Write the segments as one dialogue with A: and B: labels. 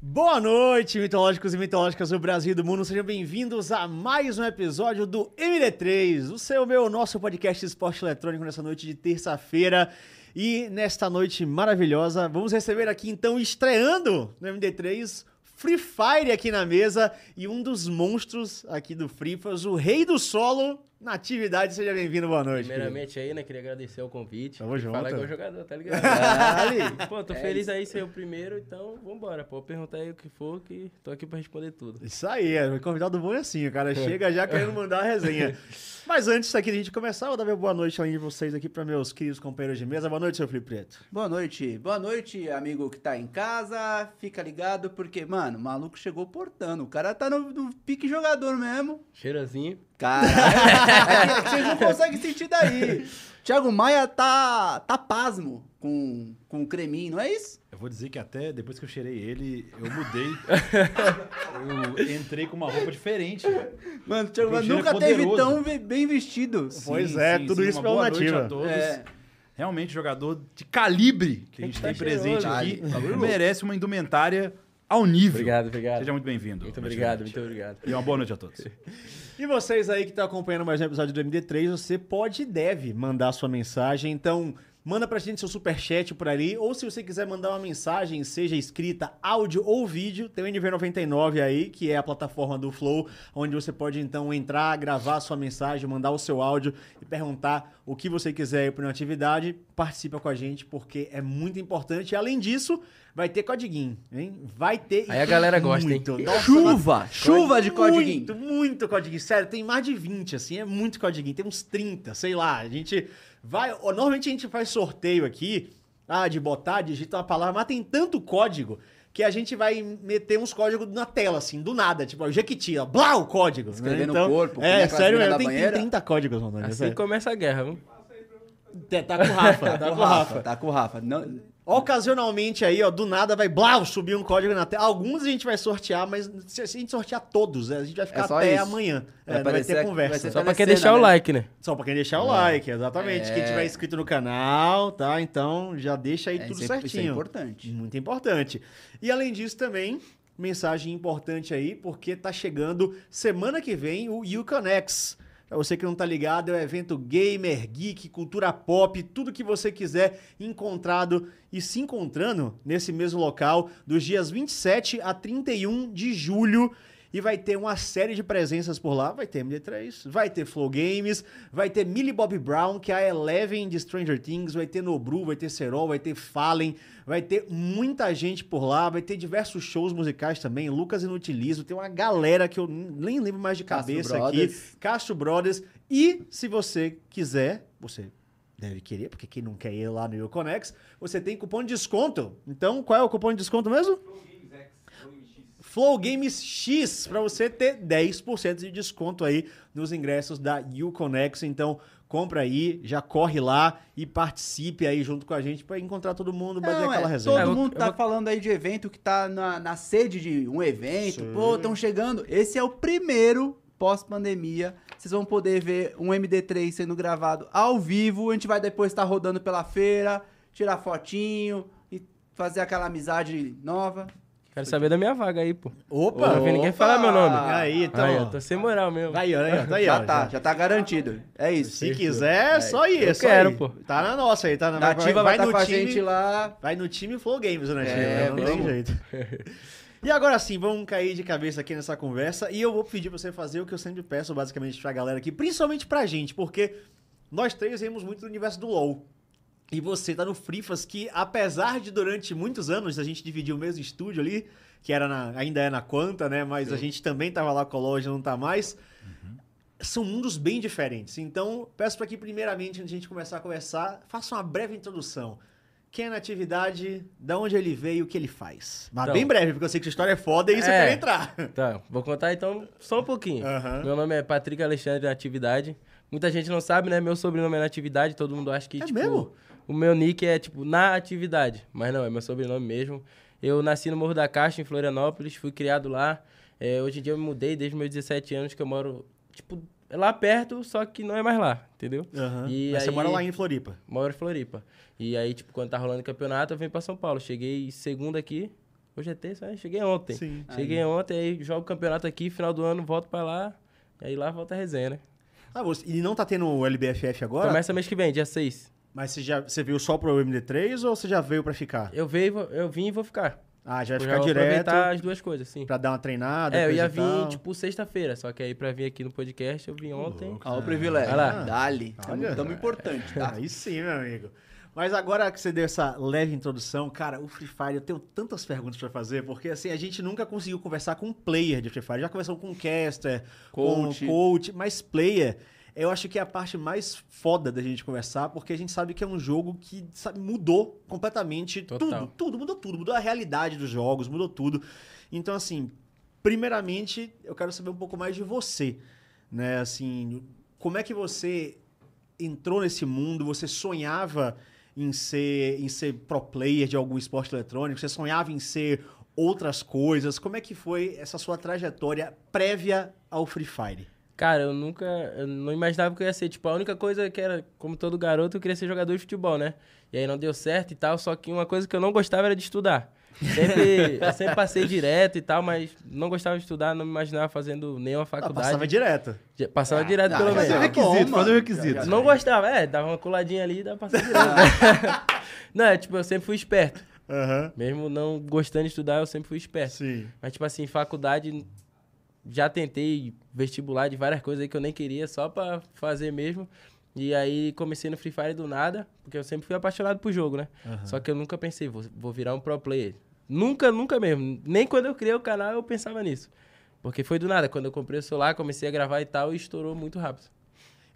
A: Boa noite, mitológicos e mitológicas do Brasil e do mundo. Sejam bem-vindos a mais um episódio do MD3, o seu, meu, nosso podcast de esporte eletrônico nessa noite de terça-feira. E nesta noite maravilhosa, vamos receber aqui então, estreando no MD3, Free Fire aqui na mesa e um dos monstros aqui do Free Fire, o rei do solo, na atividade. Seja bem-vindo, boa noite.
B: Primeiramente aí, né, queria agradecer o convite.
A: Tamo
B: E
A: junto. É
B: Falar igual jogador, tá ligado?
A: Vale.
B: pô, tô feliz aí ser o primeiro, então vambora. Pô, perguntar aí o que for, que tô aqui pra responder tudo.
A: Isso aí, é um convidado bom é assim, o cara chega já querendo mandar a resenha. Mas antes daqui da gente começar, eu vou dar minha boa noite além de vocês aqui para meus queridos companheiros de mesa. Boa noite, seu Felipe Preto.
C: Boa noite, boa noite, amigo que tá em casa. Fica ligado, porque, mano, o maluco chegou portando. O cara tá no, no pique jogador mesmo.
B: Cheirosinho.
C: Caralho, é que vocês não conseguem sentir daí. Thiago Maia tá, tá pasmo com, com o creminho, não é isso?
D: Eu vou dizer que até depois que eu cheirei ele, eu mudei. eu entrei com uma roupa diferente.
C: Mano, o Thiago Maia
D: Cheiro
A: é
C: nunca teve
D: poderoso.
C: tão ve- bem vestido.
A: Pois é, tudo isso
D: uma
A: pela
D: boa noite
A: nativa.
D: a todos.
C: É.
D: Realmente, jogador de calibre que a gente
B: Tá
D: tem presente
B: cheiroso.
D: aqui. merece uma indumentária ao nível.
B: Obrigado, obrigado.
D: Seja muito bem-vindo.
B: Muito
D: meu
B: obrigado,
D: gerente.
B: muito obrigado.
D: E uma boa noite a todos.
A: E vocês aí que estão acompanhando mais um episódio do MD3, você pode e deve mandar sua mensagem. Então, manda pra gente seu superchat por ali. Ou se você quiser mandar uma mensagem, seja escrita, áudio ou vídeo, tem o NV99 aí, que é a plataforma do Flow, onde você pode então entrar, gravar sua mensagem, mandar o seu áudio e perguntar o que você quiser aí pra uma atividade. Participa com a gente, porque é muito importante. E, além disso, vai ter codiguinho, hein? Vai ter. e
B: Aí a
A: tem
B: galera gosta, hein?
A: muito. Nossa,
C: Chuva, chuva de código.
A: muito, muito codiguinho. Sério, tem mais de 20, assim, é muito codiguinho. Tem uns 30, sei lá. A gente vai. ó, Normalmente a gente faz sorteio aqui, ah, de botar, digita uma palavra, mas tem tanto código que a gente vai meter uns códigos na tela, assim, do nada. Tipo, ó, Jequiti, ó, blá o código. né?
C: Escrever no corpo,
A: É,
C: colocar
A: sério
C: as minas
A: mesmo,
C: na
A: tem, tem
C: banheira.
A: 30 códigos, mano.
B: Assim começa a guerra, viu?
A: Tá tá com o Rafa, tá com o Rafa.
C: Tá com o Rafa. Não,
A: Ocasionalmente aí, ó, do nada vai blau, subir um código na tela. Alguns a gente vai sortear, mas se a gente sortear todos, né, a gente vai ficar
C: só
A: até
C: isso.
A: amanhã. É,
C: Vai
A: não vai
C: aparecer
A: ter
C: aqui,
A: conversa.
C: vai ser
B: Só pra
C: Aparecendo,
B: quem deixar o
C: né?
B: like, né?
A: Só pra quem deixar o like, exatamente. Quem
C: É.
A: tiver inscrito no canal, tá? Então já deixa aí
C: é,
A: tudo
C: isso é-
A: certinho.
C: Isso é importante.
A: Muito importante. E além disso também, mensagem importante aí, porque tá chegando semana que vem o YouConex. Pra você que não tá ligado, é o evento gamer, geek, cultura pop, tudo que você quiser encontrado e se encontrando nesse mesmo local dos dias 27 a 31 de julho. E vai ter uma série de presenças por lá. Vai ter MD3, vai ter Flow Games, vai ter Millie Bob Brown, que é a Eleven de Stranger Things, vai ter Nobru, vai ter Serol, vai ter Fallen, vai ter muita gente por lá, vai ter diversos shows musicais também. Lucas Inutilizo, tem uma galera que eu nem lembro mais de
C: Castro
A: cabeça
C: Brothers.
A: aqui. Castro Brothers. E se você quiser, você deve querer, porque quem não quer ir lá no Yoconex, você tem cupom de desconto. Então, qual é o cupom de desconto mesmo? Flow Games X para você ter 10% de desconto aí nos ingressos da Uconex. Então, compra aí, já corre lá e participe aí junto com a gente para encontrar todo mundo, bater
C: Não,
A: aquela
C: é,
A: resenha.
B: Eu
C: Todo
B: vou-
C: mundo
B: eu
C: tá
B: vou-
C: falando aí de evento que tá na, na sede de um evento.
A: Sim.
C: Pô, estão chegando. Esse é o primeiro pós-pandemia. Vocês vão poder ver um MD3 sendo gravado ao vivo. A gente vai depois estar rodando pela feira, tirar fotinho e fazer aquela amizade nova.
B: Quero saber da minha vaga aí, pô.
A: Opa!
B: Não vi ninguém falar meu nome.
A: Aí, então.
B: Aí,
A: ó.
B: eu tô sem moral mesmo.
A: Aí, ó, aí, ó, tá aí, ó,
C: já tá, já. tá garantido. É isso.
A: Se quiser, só ir.
B: Eu
A: é só
B: quero,
A: ir.
B: pô.
A: Tá na nossa aí, tá na
C: Nativa vai estar
A: no
C: com a
A: time-
C: gente lá.
A: Vai no time Flow Games, né,
C: É,
A: Tio? Não tem
C: vamos.
A: jeito. E agora sim, vamos cair de cabeça aqui nessa conversa e eu vou pedir pra você fazer o que eu sempre peço basicamente pra galera aqui, principalmente pra gente, porque nós três vemos muito do universo do LoL. E você tá no Frifas, que apesar de durante muitos anos a gente dividir o mesmo estúdio ali, que era na- ainda é na Quanta, né? Mas a gente também tava lá com a loja, não tá mais
B: Uhum.
A: são mundos bem diferentes. Então, peço para que, primeiramente, antes de a gente começar a conversar, faça uma breve introdução. Quem é na atividade, da onde ele veio, o que ele faz. Mas
B: Então-
A: bem breve, porque eu sei que sua história é foda e isso
B: É.
A: eu quero entrar.
B: Tá, vou contar então só um pouquinho.
A: Aham.
B: Meu nome é Patrick Alexandre Natividade. Muita gente não sabe, né? Meu sobrenome é Natividade, todo mundo acha que,
A: É
B: tipo,
A: mesmo?
B: o meu nick é, tipo, na atividade. Mas não, é meu sobrenome mesmo. Eu nasci no Morro da Caixa, em Florianópolis, fui criado lá. É, hoje em dia eu me mudei desde meus 17 anos, que eu moro, tipo, lá perto, só que não é mais lá, entendeu?
A: Aham.
B: E
A: Mas você
B: aí-
A: mora lá em Floripa.
B: Moro em Floripa. E aí, tipo, quando tá rolando campeonato, eu vim pra São Paulo. Cheguei segunda aqui, Hoje é terça, né? cheguei ontem.
A: Sim.
B: Cheguei ontem, aí jogo o campeonato aqui, final do ano, volto pra lá. E aí lá volta a resenha, né?
A: Ah, você, e não tá tendo o LBFF agora?
B: Começa mês que vem, dia 6.
A: Mas você, já, você veio só pro MD3 ou você já veio pra ficar?
B: Eu, veio, e vou- eu vim e vou ficar.
A: Ah, já
B: Eu
A: vai
B: já
A: ficar
B: vou
A: direto
B: aproveitar as duas coisas, sim.
A: pra dar uma treinada?
B: É, eu
A: coisa
B: ia
A: e
B: vir,
A: tal.
B: tipo, sexta-feira. Só que aí pra vir aqui no podcast, eu vim ontem.
C: Ó, o privilégio.
B: Vai lá.
C: Dali.
A: Ah, Olha.
C: Tamo importante, tá?
A: Aí sim, meu amigo. Mas agora que você deu essa leve introdução, cara, o Free Fire, eu tenho tantas perguntas pra fazer, porque assim, a gente nunca conseguiu conversar com um player de Free Fire. Já conversou com um caster,
C: Coach.
A: com um coach, mas player, eu acho que é a parte mais foda da gente conversar, porque a gente sabe que é um jogo que sabe, mudou completamente
B: Total.
A: tudo, tudo, mudou tudo, mudou a realidade dos jogos, mudou tudo. Então, assim, primeiramente, eu quero saber um pouco mais de você, né? Assim, como é que você entrou nesse mundo? Você sonhava em ser, em ser pro player de algum esporte eletrônico? Você sonhava em ser outras coisas? Como é que foi essa sua trajetória prévia ao Free Fire?
B: Cara, eu nunca. Eu não imaginava que eu ia ser. Tipo, a única coisa que era, como todo garoto, eu queria ser jogador de futebol, né? E aí não deu certo e tal. Só que uma coisa que eu não gostava era de estudar. Sempre, eu sempre passei direto e tal, mas não gostava de estudar, não me imaginava fazendo nenhuma
A: Ah,
B: faculdade.
A: passava direto.
B: Di- Passava direto,
C: Ah,
B: pelo
C: mas
B: menos.
D: Fazer o
C: é bom,
D: requisito, fazer o
C: mano.
D: requisito.
B: Não gostava, é, dava uma coladinha ali e dava pra sair direto. Não, é tipo, eu sempre fui esperto.
A: Aham.
B: Mesmo não gostando de estudar, eu sempre fui esperto.
A: Sim.
B: Mas, tipo assim, faculdade, já tentei vestibular de várias coisas aí que eu nem queria, só pra fazer mesmo. E aí comecei no Free Fire do nada, porque eu sempre fui apaixonado por jogo, né? Só que eu nunca pensei, vou, vou virar um pro player. Nunca, nunca mesmo. Nem quando eu criei o canal eu pensava nisso. Porque foi do nada. Quando eu comprei o celular, comecei a gravar e tal, e estourou muito rápido.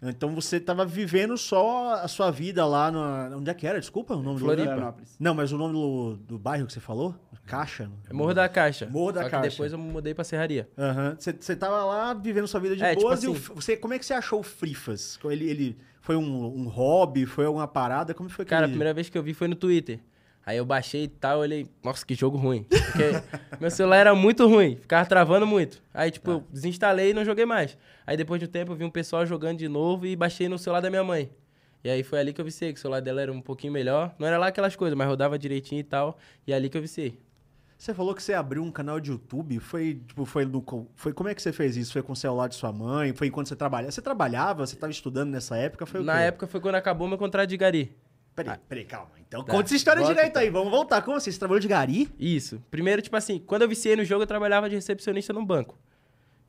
A: Então você tava vivendo só a sua vida lá no. Onde é que era? Desculpa o nome do lugar.
C: Florianópolis.
A: Não, mas o nome do, do bairro que você falou? Caixa?
B: É Morro da Caixa.
A: Morro da
B: Só que
A: Caixa.
B: depois eu mudei pra Serraria.
A: Aham. Você você tava lá vivendo sua vida de
B: É, tipo
A: boas e o
B: assim.
A: F- você, como é que você achou o Frifas? Ele, ele foi um, um hobby? Foi alguma parada? Como foi que
B: Cara, a
A: ele-
B: primeira vez que eu vi foi no Twitter. Aí eu baixei e tal, olhei, nossa, que jogo ruim. Porque meu celular era muito ruim, ficava travando muito. Aí,
A: Tá.
B: tipo, eu desinstalei e não joguei mais. Aí depois de um tempo eu vi um pessoal jogando de novo e baixei no celular da minha mãe. E aí foi ali que eu viciei, que o celular dela era um pouquinho melhor. Não era lá aquelas coisas, mas rodava direitinho e tal. E é ali que eu viciei.
A: Você falou que você abriu um canal de YouTube? Foi, tipo, foi no. co- Foi, como é que você fez isso? Foi com o celular de sua mãe? Foi enquanto você trabalhava? Você trabalhava? Você tava estudando nessa época? Foi o
B: Na
A: quê?
B: época foi quando acabou meu contrato de gari.
A: Peraí, peraí, calma. Então,
B: Tá.
A: conta essa história
B: Volta, então.
A: direito aí. Vamos voltar. Como assim? Você trabalhou de gari?
B: Isso. Primeiro, tipo assim, quando eu viciei no jogo, eu trabalhava de recepcionista num banco,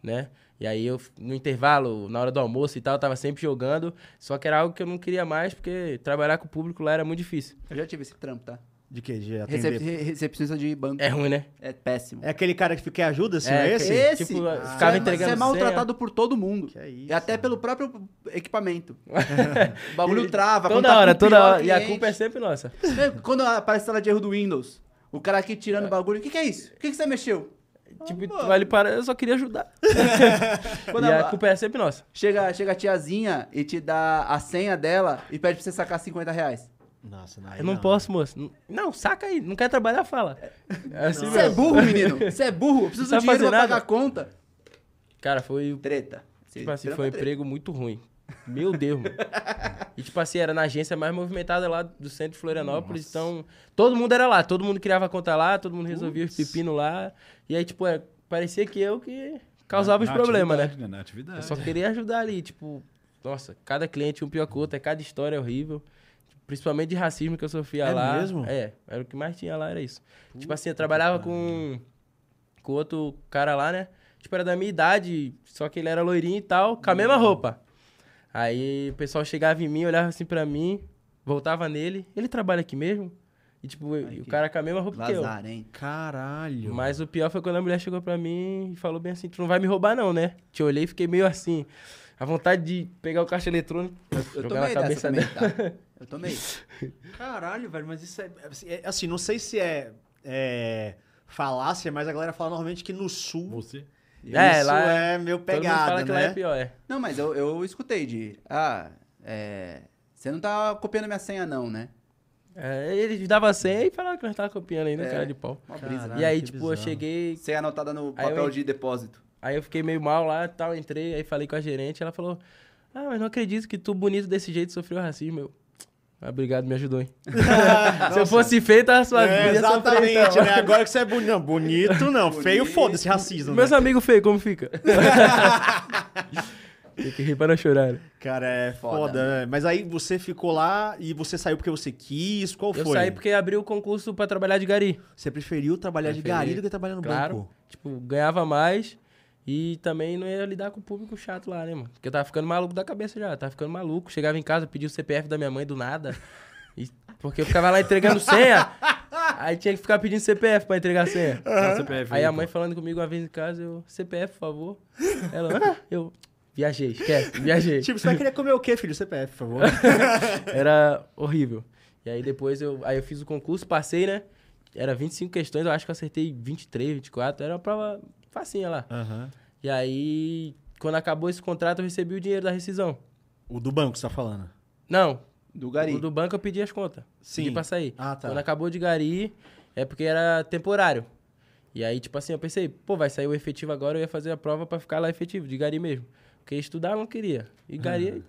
B: né? E aí eu, no intervalo, na hora do almoço e tal, eu tava sempre jogando. Só que era algo que eu não queria mais, porque trabalhar com o público lá era muito difícil.
C: Eu já tive esse trampo, tá?
A: De quê? De atender?
C: Recep re- recepcionista de banco.
B: É ruim, né?
C: É péssimo.
A: É aquele cara que fica em ajuda, assim,
B: É,
A: não é esse?
B: aquele- Tipo, ficava
C: você é-
B: entregando é
C: Você é
B: senha.
C: maltratado por todo mundo.
A: Que isso,
C: e até pelo próprio equipamento. o bagulho trava. quando
B: toda
C: tá
B: hora,
C: com o
B: toda
C: pior
B: hora. E a
C: cliente.
B: culpa é sempre nossa.
C: Quando aparece a tela de erro do Windows, o cara aqui tirando o bagulho, o que, que é isso? O que, que você mexeu?
B: tipo, tu vai ali para, eu só queria ajudar.
C: Quando
B: e
C: a-
B: a culpa é sempre nossa.
C: chega, chega a tiazinha e te dá a senha dela e pede pra você sacar 50 reais.
A: Nossa, aí
B: Eu não, posso, moço. Não- Não, saca aí. Não quer trabalhar, fala. É assim
C: Você é
B: mesmo.
C: burro, menino. Você é burro. Eu preciso
B: Não
C: do
B: sabe
C: dinheiro
B: fazer
C: pra
B: nada.
C: pagar a conta.
B: Cara, foi
C: Treta.
B: Tipo assim,
C: Trampa
B: foi um
C: treta.
B: emprego muito ruim. Meu Deus, mano. E tipo assim, era na agência mais movimentada lá do centro de Florianópolis. Então, todo mundo era lá. Todo mundo criava conta lá, todo mundo resolvia os pepinos lá. E aí, tipo, é, parecia que eu que causava os problemas, né?
D: Na
E: É.
D: atividade.
B: Eu só queria ajudar ali, tipo... Nossa, cada cliente um pior que o outro. é Cada história horrível. Principalmente de racismo que eu sofria
A: É
B: lá.
A: mesmo?
B: É, era o que mais tinha lá, era isso. tipo assim, eu trabalhava com, com outro cara lá, né? Tipo, era da minha idade, só que ele era loirinho e tal, com a mesma roupa. Aí o pessoal chegava em mim, olhava assim pra mim, voltava nele. Ele trabalha aqui mesmo? E tipo, eu-
C: Ai,
B: e o
C: que
B: cara com a mesma roupa que
C: Lazar, hein?
A: Caralho.
B: eu. Mas o pior foi quando a mulher chegou pra mim e falou bem assim, tu não vai me roubar não, né? Te olhei e fiquei meio assim, a vontade de pegar o caixa eletrônico,
C: Eu
B: jogar na
C: tomei dessa
B: cabeça
C: também,
B: dele.
C: tá? Eu tomei.
A: Caralho, velho, mas isso é. assim, é- Assim, não sei se é, é falácia, mas a galera fala normalmente que no sul.
D: Você.
B: É,
A: isso
B: lá
A: é meu
B: Todo mundo fala
A: pegado,
B: que lá é
A: né?
B: pior, é.
C: Não, mas eu, eu escutei de... Ah, é... Você não tá copiando minha senha, não, né?
B: É, Ele dava senha e falava que nós tava copiando ainda,
C: É.
B: cara de pau.
C: Uma brisa. né?
A: Caralho,
B: e aí,
A: que
B: tipo, eu
A: bizarro.
B: cheguei,
C: Senha anotada no
B: Aí eu-
C: papel de depósito.
B: Aí eu fiquei meio mal lá, tal, entrei, aí falei com a gerente, ela falou: "Ah, mas não acredito que tu bonito desse jeito sofreu racismo". Eu, Ah, Obrigado, me ajudou, hein? Se eu então. fosse feio, tava sua
A: Ah, É,
B: vida.
A: exatamente, né? Agora que você é bonito. Não, bonito não. Feio, foda-se, racismo.
B: Meus
A: né?
B: amigos feios, como fica? Tem que rir para não chorar. né?
A: Cara, é foda. né? Mas aí você ficou lá e você saiu porque você quis. Qual foi?
B: Eu
A: Tá
B: saí porque abri o concurso pra trabalhar de gari.
A: Você preferiu trabalhar de
B: Preferi.
A: gari do que trabalhar no
B: claro.
A: banco?
B: Tipo, ganhava mais e também não ia lidar com o público chato lá, né, mano? Porque eu tava ficando maluco da cabeça já, tava ficando maluco. Chegava em casa, pedia o CPF da minha mãe do nada. e- porque eu ficava lá entregando senha. Aí tinha que ficar pedindo CPF pra entregar a senha.
D: Dá o CPF
B: Uhum. Aí
D: aí,
B: a
D: pô.
B: mãe falando comigo uma vez em casa, eu, CPF, por favor. Ela, "Ah", eu, viajei, esquece, viajei.
A: Tipo, você vai querer comer o quê, filho? CPF, por favor.
B: Era horrível. E aí depois eu, aí eu fiz o concurso, passei, né? Era 25 questões, eu acho que eu acertei 23, 24. Era uma prova facinha lá.
A: Aham.
B: E aí, quando acabou esse contrato, eu recebi o dinheiro da rescisão.
A: O do banco, você tá falando.
B: Não,
C: Do Gari.
B: o do banco eu pedi as contas.
A: Sim.
B: Pedi pra sair.
A: Ah, tá.
B: Quando acabou de gari, é porque era temporário. E aí, tipo assim, eu pensei, pô, vai sair o efetivo agora, eu ia fazer a prova pra ficar lá efetivo, de gari mesmo. Porque estudar eu não queria. E
A: Uhum.
B: gari,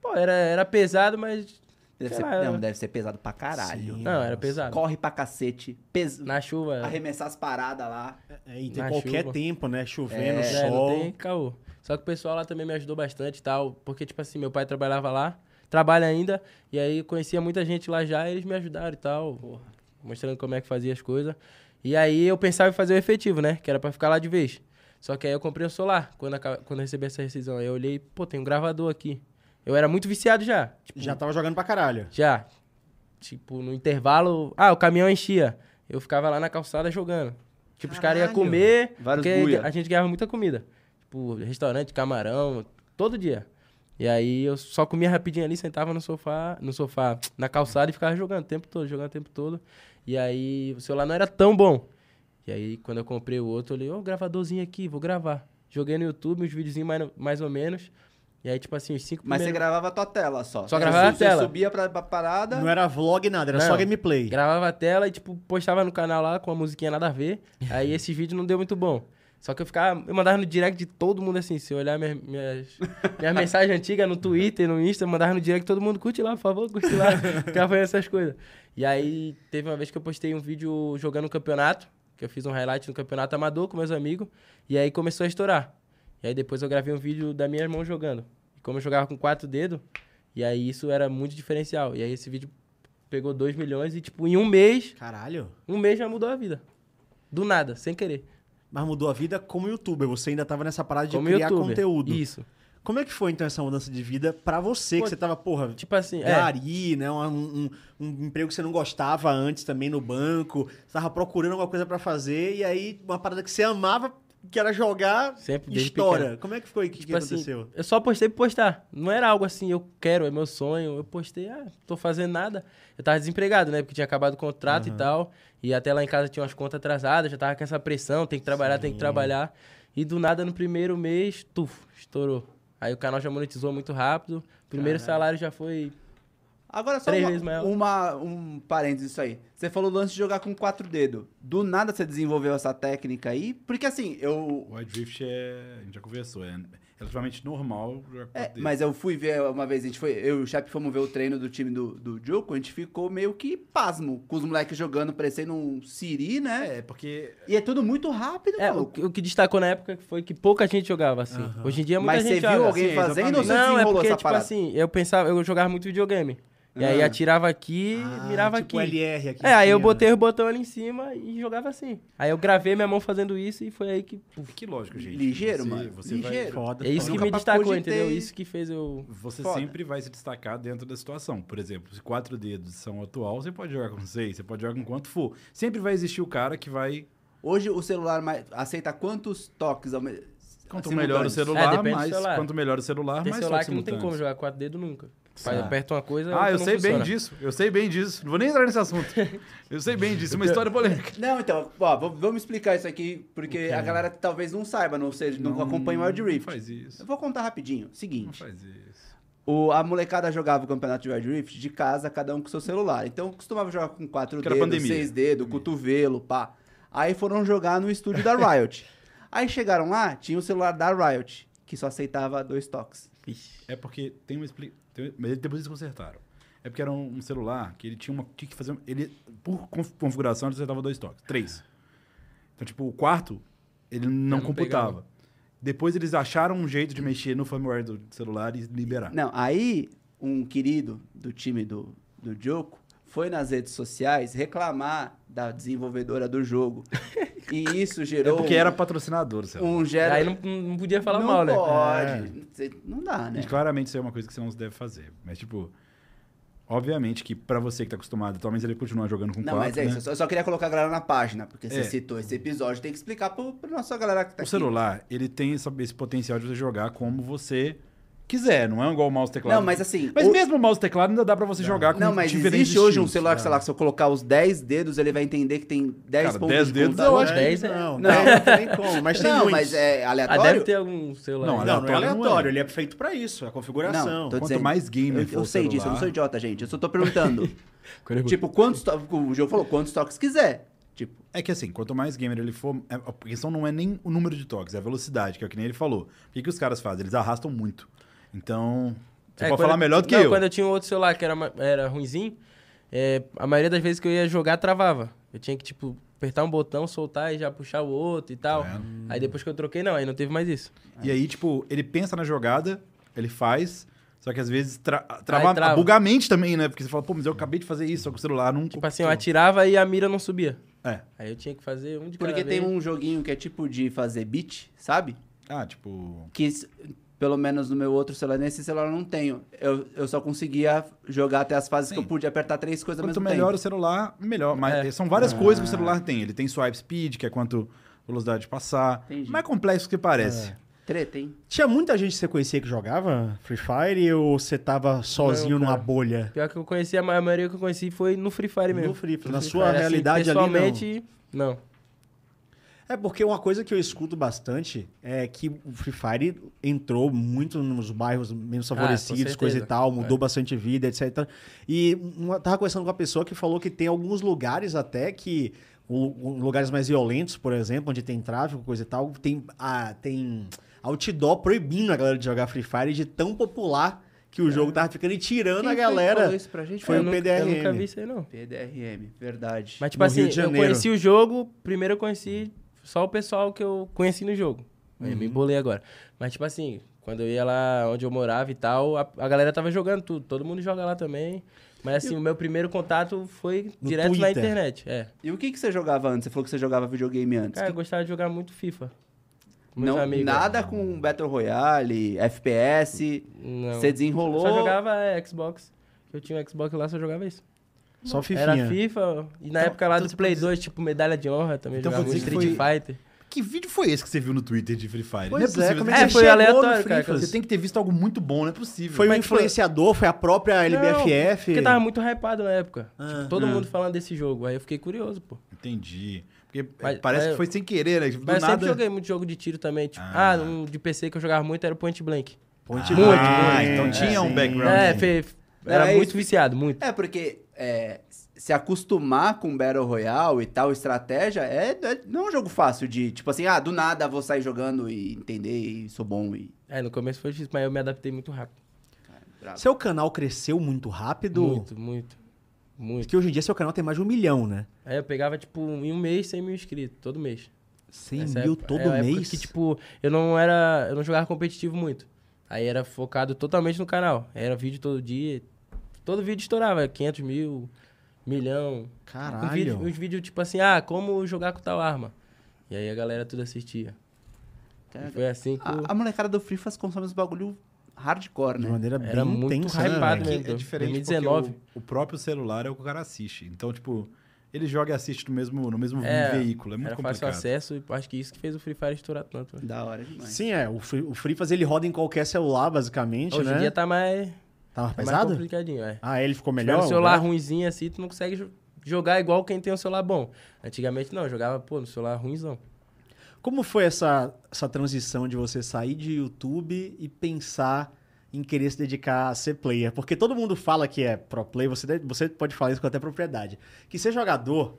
B: pô, era, era pesado, mas.
C: Deve
B: sei
C: ser,
B: lá, né? eu-
C: não, deve ser pesado pra caralho.
A: Sim.
B: Não, era pesado.
C: Corre pra cacete. Pes...
B: Na chuva.
C: Arremessar as paradas lá.
A: É, e tem
B: Na
A: qualquer
B: chuva.
A: tempo, né? Chovendo,
B: É,
A: sol.
B: não tem caô. Só que o pessoal lá também me ajudou bastante e tal, porque, tipo assim, meu pai trabalhava lá, trabalha ainda, e aí eu conhecia muita gente lá já, e eles me ajudaram e tal, mostrando como é que fazia as coisas. E aí eu pensava em fazer o efetivo, né? Que era pra ficar lá de vez. Só que aí eu comprei o solar, quando, aca- quando eu recebi essa rescisão. Aí eu olhei, pô, tem um gravador aqui. Eu era muito viciado já. Tipo,
A: Já tava jogando pra caralho.
B: já. Tipo, no intervalo. Ah, o caminhão enchia. Eu ficava lá na calçada jogando. Tipo, os caras iam
C: Caralho.
B: comer.
C: Vários
B: porque
C: buia.
B: a gente ganhava muita comida. Tipo, restaurante, camarão, todo dia. E aí eu só comia rapidinho ali, sentava no sofá, no sofá, na calçada e ficava jogando o tempo todo, jogando o tempo todo. E aí o celular não era tão bom. E aí, quando eu comprei o outro, eu olhei, ó, o gravadorzinho aqui, vou gravar. Joguei no YouTube uns videozinhos mais, mais ou menos. E aí, tipo assim, os cinco
C: Mas você
B: primeiros...
C: gravava a tua tela só. É,
B: Só gravava a
C: você
B: tela. é
C: subia pra, pra parada.
A: Não era vlog, nada, era
B: Não.
A: só gameplay.
B: Gravava a tela e, tipo, postava no canal lá com uma musiquinha nada a ver. Aí esse vídeo não deu muito bom. Só que eu ficava. Eu mandava no direct de todo mundo assim. Se eu olhar minhas, minhas, minhas mensagens antigas no Twitter, no Insta, eu mandava no direct todo mundo, curte lá, por favor, curte lá. Ficava fazendo essas coisas. E aí teve uma vez que eu postei um vídeo jogando um campeonato, que eu fiz um highlight no campeonato amador com meus amigos. E aí começou a estourar. E aí depois eu gravei um vídeo da minha irmã jogando. E como eu jogava com quatro dedos, e aí isso era muito diferencial. E aí esse vídeo pegou 2 milhões e, tipo, em um mês,
A: Caralho.
B: um mês já mudou a vida. Do nada, sem querer.
A: Mas mudou a vida como youtuber. Você ainda tava nessa parada de
B: Como
A: criar
B: youtuber.
A: conteúdo.
B: Isso.
A: Como é que foi, então, essa mudança de vida pra você?
B: Pô,
A: que você tava, porra,
B: Tipo assim, é,
A: gari, né? Um, um- um emprego que você não gostava antes também no banco. Você tava procurando alguma coisa pra fazer. E aí, uma parada que você amava, que era jogar,
B: Sempre, desde
A: estoura.
B: pequeno.
A: Como é que foi? O que,
B: tipo
A: que
B: assim,
A: aconteceu?
B: eu só postei pra postar. Não era algo assim, eu quero, é meu sonho. Eu postei, ah, tô fazendo nada. Eu tava desempregado, né? Porque tinha acabado o contrato e tal. E até lá em casa tinha umas contas atrasadas, já tava com essa pressão, tem que trabalhar, tem que trabalhar. E do nada, no primeiro mês, tuf, estourou. Aí o canal já monetizou muito rápido. Primeiro salário já foi
C: Agora só
B: Três
C: uma-
B: vezes maior.
C: uma- um parênteses isso aí. Você falou do lance de jogar com quatro dedos. Do nada você desenvolveu essa técnica aí? Porque assim, eu.
D: O iDrift é. A gente já conversou, é relativamente normal. jogar com
C: é,
D: dedo.
C: mas eu fui ver uma vez, a gente foi. Eu e o Chape fomos ver o treino do time do, do Joko, a gente ficou meio que pasmo com os moleques jogando, parecendo um Siri, né?
D: É, porque.
C: E é tudo muito rápido,
B: É, o,
C: maluco.
B: que- o que destacou na época foi que pouca gente jogava assim. Hoje em dia muita
C: Mas você
B: gente
C: viu
B: joga.
C: alguém
D: Sim,
C: fazendo ou
D: exatamente.
C: você
B: Não, é
C: desenrolou
B: porque,
C: essa
B: tipo
C: parada?
B: assim, eu pensava, eu jogava muito videogame. E aí
C: Ah.
B: atirava aqui, mirava
A: tipo
B: aqui.
A: LR aqui.
B: É, aí eu
A: né?
B: botei o botão ali em cima e jogava assim. Aí eu gravei minha mão fazendo isso e foi aí
E: Então
B: que.
D: Que lógico, gente.
C: Ligeiro,
D: você,
E: né?
C: mano.
D: Você
C: Ligeiro.
A: Foda,
B: É isso que
A: foda.
C: Nunca
B: me
C: pra
B: destacou,
C: cogitei.
B: entendeu? Isso que fez eu.
D: Você
C: Foda.
D: sempre vai se destacar dentro da situação. Por exemplo, se quatro dedos são atual, você pode jogar com seis, você pode jogar com quanto for. Sempre vai existir o cara que vai.
C: Hoje o celular mais- aceita quantos toques ao mesmo
D: Quanto
C: Assim
D: melhor o
B: É,
D: celular,
B: depende do
D: mais.
B: celular.
D: Quanto melhor o celular,
B: Tem
D: mais
B: celular
D: toques
B: que não tem como
D: simultâneos.
B: jogar quatro dedos nunca. Faz,
D: Ah.
B: aperta uma coisa.
D: Ah,
B: outra
D: eu
B: não
D: sei bem
B: funciona.
D: disso. Eu sei bem disso. Não vou nem entrar nesse assunto. Eu sei bem disso. Uma história polêmica.
C: Não, então, ó, v- vamos explicar isso aqui, porque a galera talvez não saiba, não seja, não, acompanha o Wild
D: Não
C: Rift.
D: faz
C: Eu
D: isso.
C: vou contar rapidinho.
D: Não
C: Seguinte,
D: faz isso.
C: o, a molecada jogava o campeonato de Wild Rift de casa, cada um com seu celular. Então costumava jogar com quatro
D: Que era
C: dedos,
D: pandemia.
C: seis dedos, cotovelo, pá. Aí foram jogar no estúdio da Riot. Aí chegaram lá, tinha o celular da Riot, que só aceitava dois toques.
B: Ixi.
D: É porque tem uma explicação. Mas depois eles consertaram.
E: É porque era um, um celular que ele tinha uma. Tinha que fazer. um- Ele, por conf- configuração, ele acertava dois toques. Três. Então, tipo, o quarto, ele não,
B: não
E: computava.
B: pegava.
E: Depois eles acharam um jeito de mexer no firmware do celular e liberar.
C: Não, aí um querido do time do, do Joko foi nas redes sociais reclamar da desenvolvedora do jogo. e isso
E: É
C: gerou
E: porque era patrocinador, sabe?
C: um gera...
B: Aí não, não podia falar
C: não
B: mal, né?
C: pode. Cê- Não dá, né?
E: E claramente isso é uma coisa que você não deve fazer. Mas, tipo, obviamente que pra você que tá acostumado, talvez ele continuar jogando com
C: Não,
E: quatro,
C: mas é
E: né?
C: isso. Eu só, eu só queria colocar a galera na página, porque você
E: É.
C: citou esse episódio. Tem que explicar pro, pro nossa galera que tá
E: O
C: aqui.
E: celular, ele tem essa- esse potencial de você jogar como você quiser, não é igual o mouse e teclado.
C: Não, mas assim...
E: Mas
C: o-
E: mesmo o mouse e teclado ainda dá pra você jogar com
C: Não, mas
E: diferentes
C: existe hoje um
E: estilos. né?
C: celular que, sei lá, que se eu colocar os 10 dedos, ele vai entender que tem 10
E: Cara,
C: pontos
E: 10
C: de
E: dedos
C: contato.
E: eu acho que-
B: Dez é-
A: Não,
C: Não.
A: não, não tem nem como, mas tem
C: não,
A: muitos.
C: mas é
B: Ah,
C: aleatório?
B: deve ter algum celular.
E: Não,
B: aí.
A: Não, não é
E: Aleatório não é.
A: aleatório, ele é feito pra isso, é a configuração.
C: tô
E: Quanto
C: dizendo-
E: mais gamer
C: Eu,
E: for
C: eu
E: o
C: sei disso, eu não
E: celular-
C: sou idiota, gente. Eu só tô perguntando.
B: Quando eu-
C: tipo, quantos toques... O jogo falou, quantos toques quiser. Tipo,
E: É que assim, quanto mais gamer ele for, é- a questão não é nem o número de toques, é a velocidade, que é o que nem ele falou. O que, que os caras fazem? Eles arrastam muito. Então, você
B: É,
E: pode
B: quando
E: falar
B: eu-
E: melhor do que
B: não,
E: eu.
B: quando eu tinha um outro celular que era, ma- era ruimzinho, é, a maioria das vezes que eu ia jogar, travava. Eu tinha que, tipo, apertar um botão, soltar e já puxar o outro e tal.
E: Tá
B: Aí depois que eu troquei, não, aí não teve mais isso.
E: E aí, tipo, ele pensa na jogada, ele faz, só que às vezes tra trava,
B: Aí trava.
E: buga a mente também, né? Porque você fala, pô, mas eu acabei de fazer isso, só que o celular não...
B: Tipo assim, eu atirava e a mira não subia.
E: É.
B: Aí eu tinha que fazer um de cada
C: porque tem
B: vez.
C: um joguinho que é tipo de fazer beat, sabe?
E: Ah, tipo...
C: Que, s- pelo menos no meu outro celular, nesse celular eu não tenho. Eu, eu só conseguia jogar até as fases que eu pude apertar três coisas ao
E: Quanto
C: mesmo
E: melhor
C: tempo.
E: o celular, melhor. Mas
B: É.
E: são várias coisas que o celular tem. Ele tem swipe speed, que é quanto velocidade de passar.
C: Entendi.
E: Mais complexo do que parece.
B: É.
C: Treta, hein?
A: Tinha muita gente que você conhecia que jogava Free Fire ou você tava sozinho
B: Não,
A: numa
B: cara.
A: bolha?
B: Pior que eu conheci, a ma- a maioria que eu conheci foi no Free Fire mesmo.
A: No Free Fire. Na
B: Free
A: sua
B: Fire, assim,
A: realidade ali, não.
B: pessoalmente, não.
A: É porque uma coisa que eu escuto bastante é que o Free Fire entrou muito nos bairros menos
B: Ah, com
A: favorecidos,
B: certeza.
A: coisa e tal, mudou bastante vida, etc. E uma, tava conversando com uma pessoa que falou que tem alguns lugares até que o- o- lugares mais violentos, por exemplo, onde tem tráfico, coisa e tal, tem a tem outdoor proibindo a galera de jogar Free Fire de tão popular que o jogo tava ficando e tirando
C: Quem
A: a
C: foi que falou
A: galera.
C: isso pra gente?
A: Foi
B: eu
A: o
B: nunca- Eu nunca
A: PDRM.
B: vi isso aí, não.
C: PDRM, verdade.
B: É. Mas, tipo
A: No
B: assim,
A: Rio de
B: eu
A: Janeiro.
B: conheci o jogo, primeiro eu conheci só o pessoal que eu conheci no jogo. Aí me embolei agora. Mas, tipo assim, quando eu ia lá onde eu morava e tal, a, a galera tava jogando tudo. Todo mundo joga lá também. Mas, assim, o meu primeiro contato foi
A: No
B: direto na
A: Twitter.
B: internet. É.
C: E o que, que você jogava antes? Você falou que você jogava videogame antes.
B: Cara, eu
C: Que-
B: gostava de jogar muito FIFA. É, com meus
C: não,
B: amigos.
C: nada com Battle Royale, FPS.
B: Não.
C: Você desenrolou.
B: Só jogava é, Xbox. Eu tinha um Xbox lá, só jogava isso.
A: Só Fifinha.
B: Era FIFA, e na
E: Então-
B: época lá
E: então
B: do
E: você
B: Play
E: pode dizer-
B: 2, tipo, medalha de honra também,
E: Então
B: jogava
E: vou
B: muito
E: dizer que
B: Street Fighter.
E: Que vídeo foi esse que você viu no Twitter de Free Fire?
A: Pois é, como é
B: É,
A: que você
B: foi
A: chegou no
B: aleatório,
A: Free
B: cara, que
A: Fire?
E: Você tem que ter visto algo muito bom, não é possível.
A: Foi um
B: Como é que foi?
A: influenciador, foi a própria LBFF.
B: Porque tava muito hypado na época.
A: Ah,
B: Tipo, todo
A: ah.
B: mundo falando desse jogo. Aí eu fiquei curioso, pô.
E: Entendi. Porque
B: Mas-
E: é, parece
B: mas-
E: que foi sem querer, né? Do
B: Mas eu
E: nada...
B: sempre joguei muito jogo de tiro também. Tipo,
E: Ah.
B: ah, um de PC que eu jogava muito era o Point Blank.
A: Point
E: Ah,
A: blank,
E: ah,
A: né?
E: então tinha um
A: sim.
E: background.
B: É,
E: Sim.
B: fe- fe-
C: Não,
B: era
C: é
B: muito
C: isso.
B: viciado, muito.
C: É, porque é, se acostumar com Battle Royale e tal, estratégia, é, é- não é um jogo fácil de, tipo assim, ah, do nada vou sair jogando e entender e sou bom e.
B: É, no começo foi difícil, mas eu me adaptei muito rápido.
C: bravo.
A: Seu canal cresceu muito rápido.
B: Muito, muito. Muito.
A: Porque hoje em dia seu canal tem mais de um milhão, né?
B: Aí eu pegava, tipo, em um mês 100 mil inscritos, todo mês.
A: 100
B: Essa
A: mil
B: época-
A: todo
B: é a época
A: mês.
B: Que, tipo, eu não era. Eu não jogava competitivo muito. Aí era focado totalmente no canal. Era vídeo todo dia. Todo vídeo estourava, 500 mil, milhão. Um
A: Caralho.
B: vídeo, uns vídeos tipo assim, ah, como jogar com tal arma. E aí a galera tudo assistia. E foi assim
A: Ah,
B: que. eu-
C: A, a molecada do Free Fast consome os bagulho hardcore,
A: de
C: né?
A: maneira bem
B: Era muito
A: intensa, né,
B: hypado
A: velho?
E: É
B: mesmo.
E: que é diferente
B: 2019.
E: porque o, o próprio celular é o que o cara assiste. Então, tipo, ele joga e assiste no mesmo, no mesmo
B: É,
E: veículo. É muito
B: era fácil
E: complicado.
B: acesso e acho que isso que fez o Free Fire estourar tanto. né?
C: Da hora demais.
A: Sim, é. O Free, o Free Faz, ele roda em qualquer celular, basicamente,
B: Hoje
A: né?
B: em dia tá mais,
A: Tá mais
B: mais
A: pesado?
B: complicadinho, é.
A: ah, ele ficou
B: Melhor,
A: melhor?
B: um celular ruimzinho assim, tu não consegue jo- jogar igual quem tem um celular bom. Antigamente não, eu jogava, pô, no celular ruimzão.
A: Como foi essa, essa transição de você sair de YouTube e pensar em querer se dedicar a ser player? Porque todo mundo fala que é pro player, você, deve- você pode falar isso com até propriedade. Que ser jogador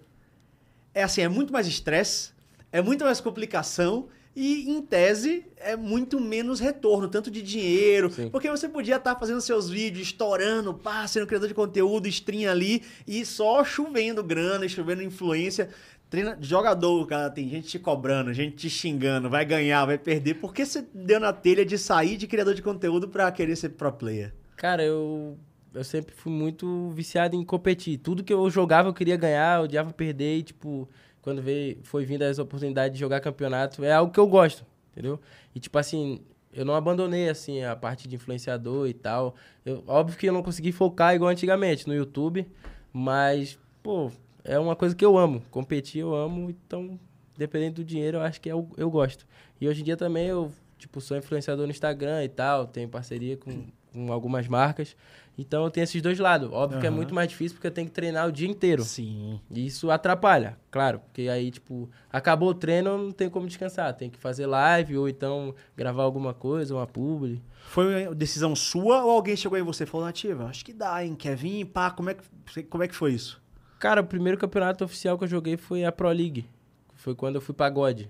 A: é assim, é muito mais estresse, é muito mais complicação E, em tese, é muito menos retorno, tanto de dinheiro.
B: Sim.
A: Porque você podia estar fazendo seus vídeos, estourando, pá, sendo criador de conteúdo, stream ali, e só chovendo grana, chovendo influência. Treina, jogador, cara, tem gente te cobrando, gente te xingando, vai ganhar, vai perder. Por que você deu na telha de sair de criador de conteúdo pra querer ser pro player?
B: Cara, eu, eu sempre fui muito viciado em competir. Tudo que eu jogava eu queria ganhar, eu odiava perder. E, tipo, quando veio, foi vindo as oportunidades de jogar campeonato, é algo que eu gosto, entendeu? E, tipo assim, eu não abandonei, assim, a parte de influenciador e tal. Eu- óbvio que eu não consegui focar igual antigamente no YouTube, mas, pô, é uma coisa que eu amo. Competir eu amo, então, dependendo do dinheiro, eu acho que é o- eu gosto. E hoje em dia também eu, tipo, sou influenciador no Instagram e tal, tenho parceria com, com algumas marcas. Então eu tenho esses dois lados. Óbvio que é
A: Aham.
B: muito mais difícil porque eu tenho que treinar o dia inteiro.
A: Sim.
B: E isso atrapalha, claro, porque aí, tipo, acabou o treino, eu não tem como descansar. Tem que fazer live ou então gravar alguma coisa, uma publi.
A: Foi uma decisão sua ou alguém chegou em você e falou, Nativa, acho que dá, hein? Quer vir? Pá, como é que, como é que foi isso?
B: Cara, o primeiro campeonato oficial que eu joguei foi a Pro League. Foi quando eu fui pra God.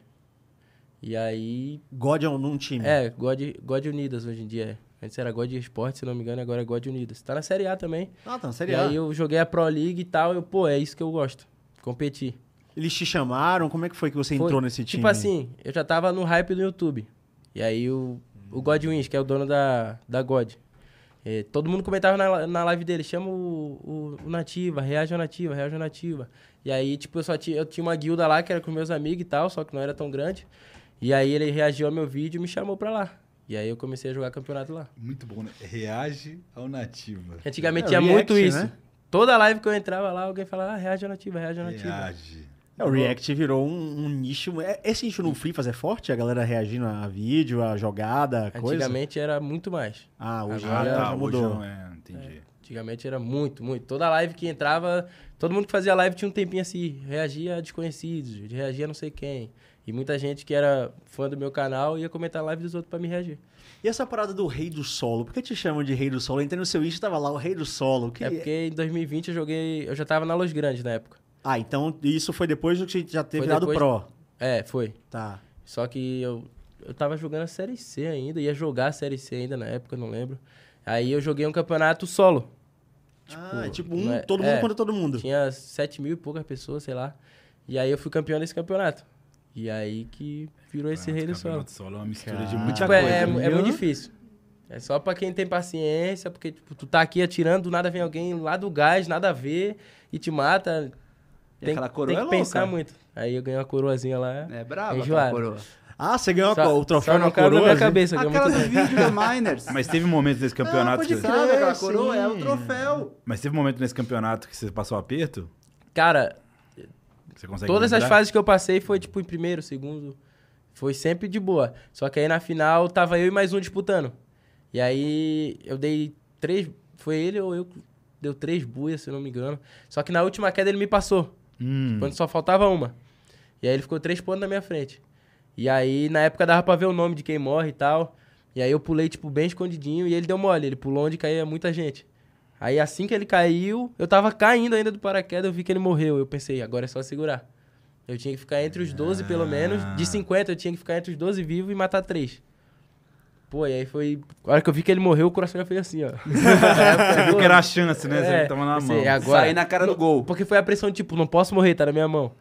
B: E aí.
A: God é um- num time.
B: É, God, God Unidas hoje em dia. é. Antes era God Esporte, se não me engano, agora é God Unidas. Tá na Série A também.
A: Ah, tá,
B: E
A: sério.
B: aí eu joguei a Pro League e tal. Eu, pô, é isso que eu gosto. Competir.
A: Eles te chamaram? Como é que foi que você
B: Foi-
A: entrou nesse time?
B: Tipo assim, eu já tava no hype do YouTube. E aí o, o God Wins, que é o dono da, da God. eh, todo mundo comentava na, na live dele, chama o, o, o Nativa, reage ao Nativa, reage ao Nativa. E aí, tipo, eu só tinha, eu tinha uma guilda lá que era com meus amigos e tal, só que não era tão grande. E aí ele reagiu ao meu vídeo e me chamou pra lá. E aí eu comecei a jogar campeonato lá.
D: Muito bom, né? Reage ao nativa.
B: Antigamente
A: É,
B: tinha
A: react,
B: muito isso.
A: né?
B: Toda live que eu entrava lá, alguém falava, ah, reage ao Nativa, reage ao Nativa.
D: Reage.
A: É, o React virou um, um nicho. É- Esse nicho no Free Fazer forte? A galera reagindo a vídeo, a jogada, a coisa?
B: Antigamente era muito mais.
A: Ah, hoje
B: Agora-
A: já
E: tá,
B: Ah,
A: mudou.
D: hoje não é, entendi.
B: Antigamente era muito, muito. Toda live que entrava, todo mundo que fazia live tinha um tempinho assim, reagia a desconhecidos, reagia a não sei quem. E muita gente que era fã do meu canal ia comentar a live dos outros pra me reagir.
A: E essa parada do rei do solo? Por que te chamam de rei do solo? Eu entrei no seu Insta e tava lá o rei do solo. Que...
B: É porque em 2020 eu joguei, eu já tava na Los Grandes na época.
A: Ah, então isso foi depois do que já ter
B: Foi
A: virado
B: depois-
A: pro.
B: É, foi.
A: Tá.
B: Só que eu, eu tava jogando a Série C ainda, ia jogar a Série C ainda na época, não lembro. Aí eu joguei um campeonato solo.
A: ah, é tipo um,
B: não é-
A: todo mundo
B: é.
A: contra todo mundo.
B: Tinha 7 mil e poucas pessoas, sei lá. E aí eu fui campeão desse campeonato. E aí que virou esse rei do solo.
D: Campeonato solo é uma mistura de
A: Cara.
D: muita
B: Tipo,
D: coisa.
B: é, é
D: né?
B: mu- é
A: Olha.
B: muito difícil. É só pra quem tem paciência, porque tipo, tu tá aqui atirando, do nada vem alguém lá do gás, nada a ver, e te mata.
C: E
B: Tem,
C: aquela
B: que-
C: coroa
B: tem
C: é
B: que
C: louca.
B: pensar muito. Aí eu ganhei uma coroazinha lá.
C: É brava aquela
B: Enjoado.
C: coroa.
A: Ah, você ganhou a co- o troféu
B: só
A: na
B: não cabe
A: coroa?
B: na minha
A: né?
B: cabeça. que é
C: Aquela do
B: muito-
C: vídeo da Miners.
D: Mas teve um momento nesse campeonato.
A: pode
D: que-
A: crer.
C: Sabe aquela
A: Sim.
C: coroa? É o troféu.
D: Mas teve um momento nesse campeonato que você passou aperto?
B: Cara,
D: Que Você consegue
B: todas as
D: lembrar?
B: fases que eu passei foi tipo em primeiro, segundo. Foi sempre de boa. Só que aí na final tava eu e mais um disputando. E aí eu dei três. Foi ele ou eu? que Deu três buias, se eu não me engano. Só que na última queda ele me passou.
D: Hum,
B: Quando só faltava uma. E aí ele ficou três pontos na minha frente. E aí, na época, dava pra ver o nome de quem morre e tal. E aí eu pulei, tipo, bem escondidinho e ele deu mole. Ele pulou onde caía muita gente. Aí assim que ele caiu, eu tava caindo ainda do paraquedas, eu vi que ele morreu. Eu pensei, agora é só segurar. Eu tinha que ficar entre os 12, pelo menos.
D: Ah.
B: De 50, eu tinha que ficar entre os 12 vivos e matar três. Pô, e aí foi. A hora que eu vi que ele morreu, o coração já fez assim, ó.
D: Você viu que É, era a chance, né?
B: É,
D: você tava na
B: pensei,
D: mão.
B: é agora.
C: Sair na cara do gol.
B: Porque foi a pressão, tipo, não posso morrer, tá na minha mão.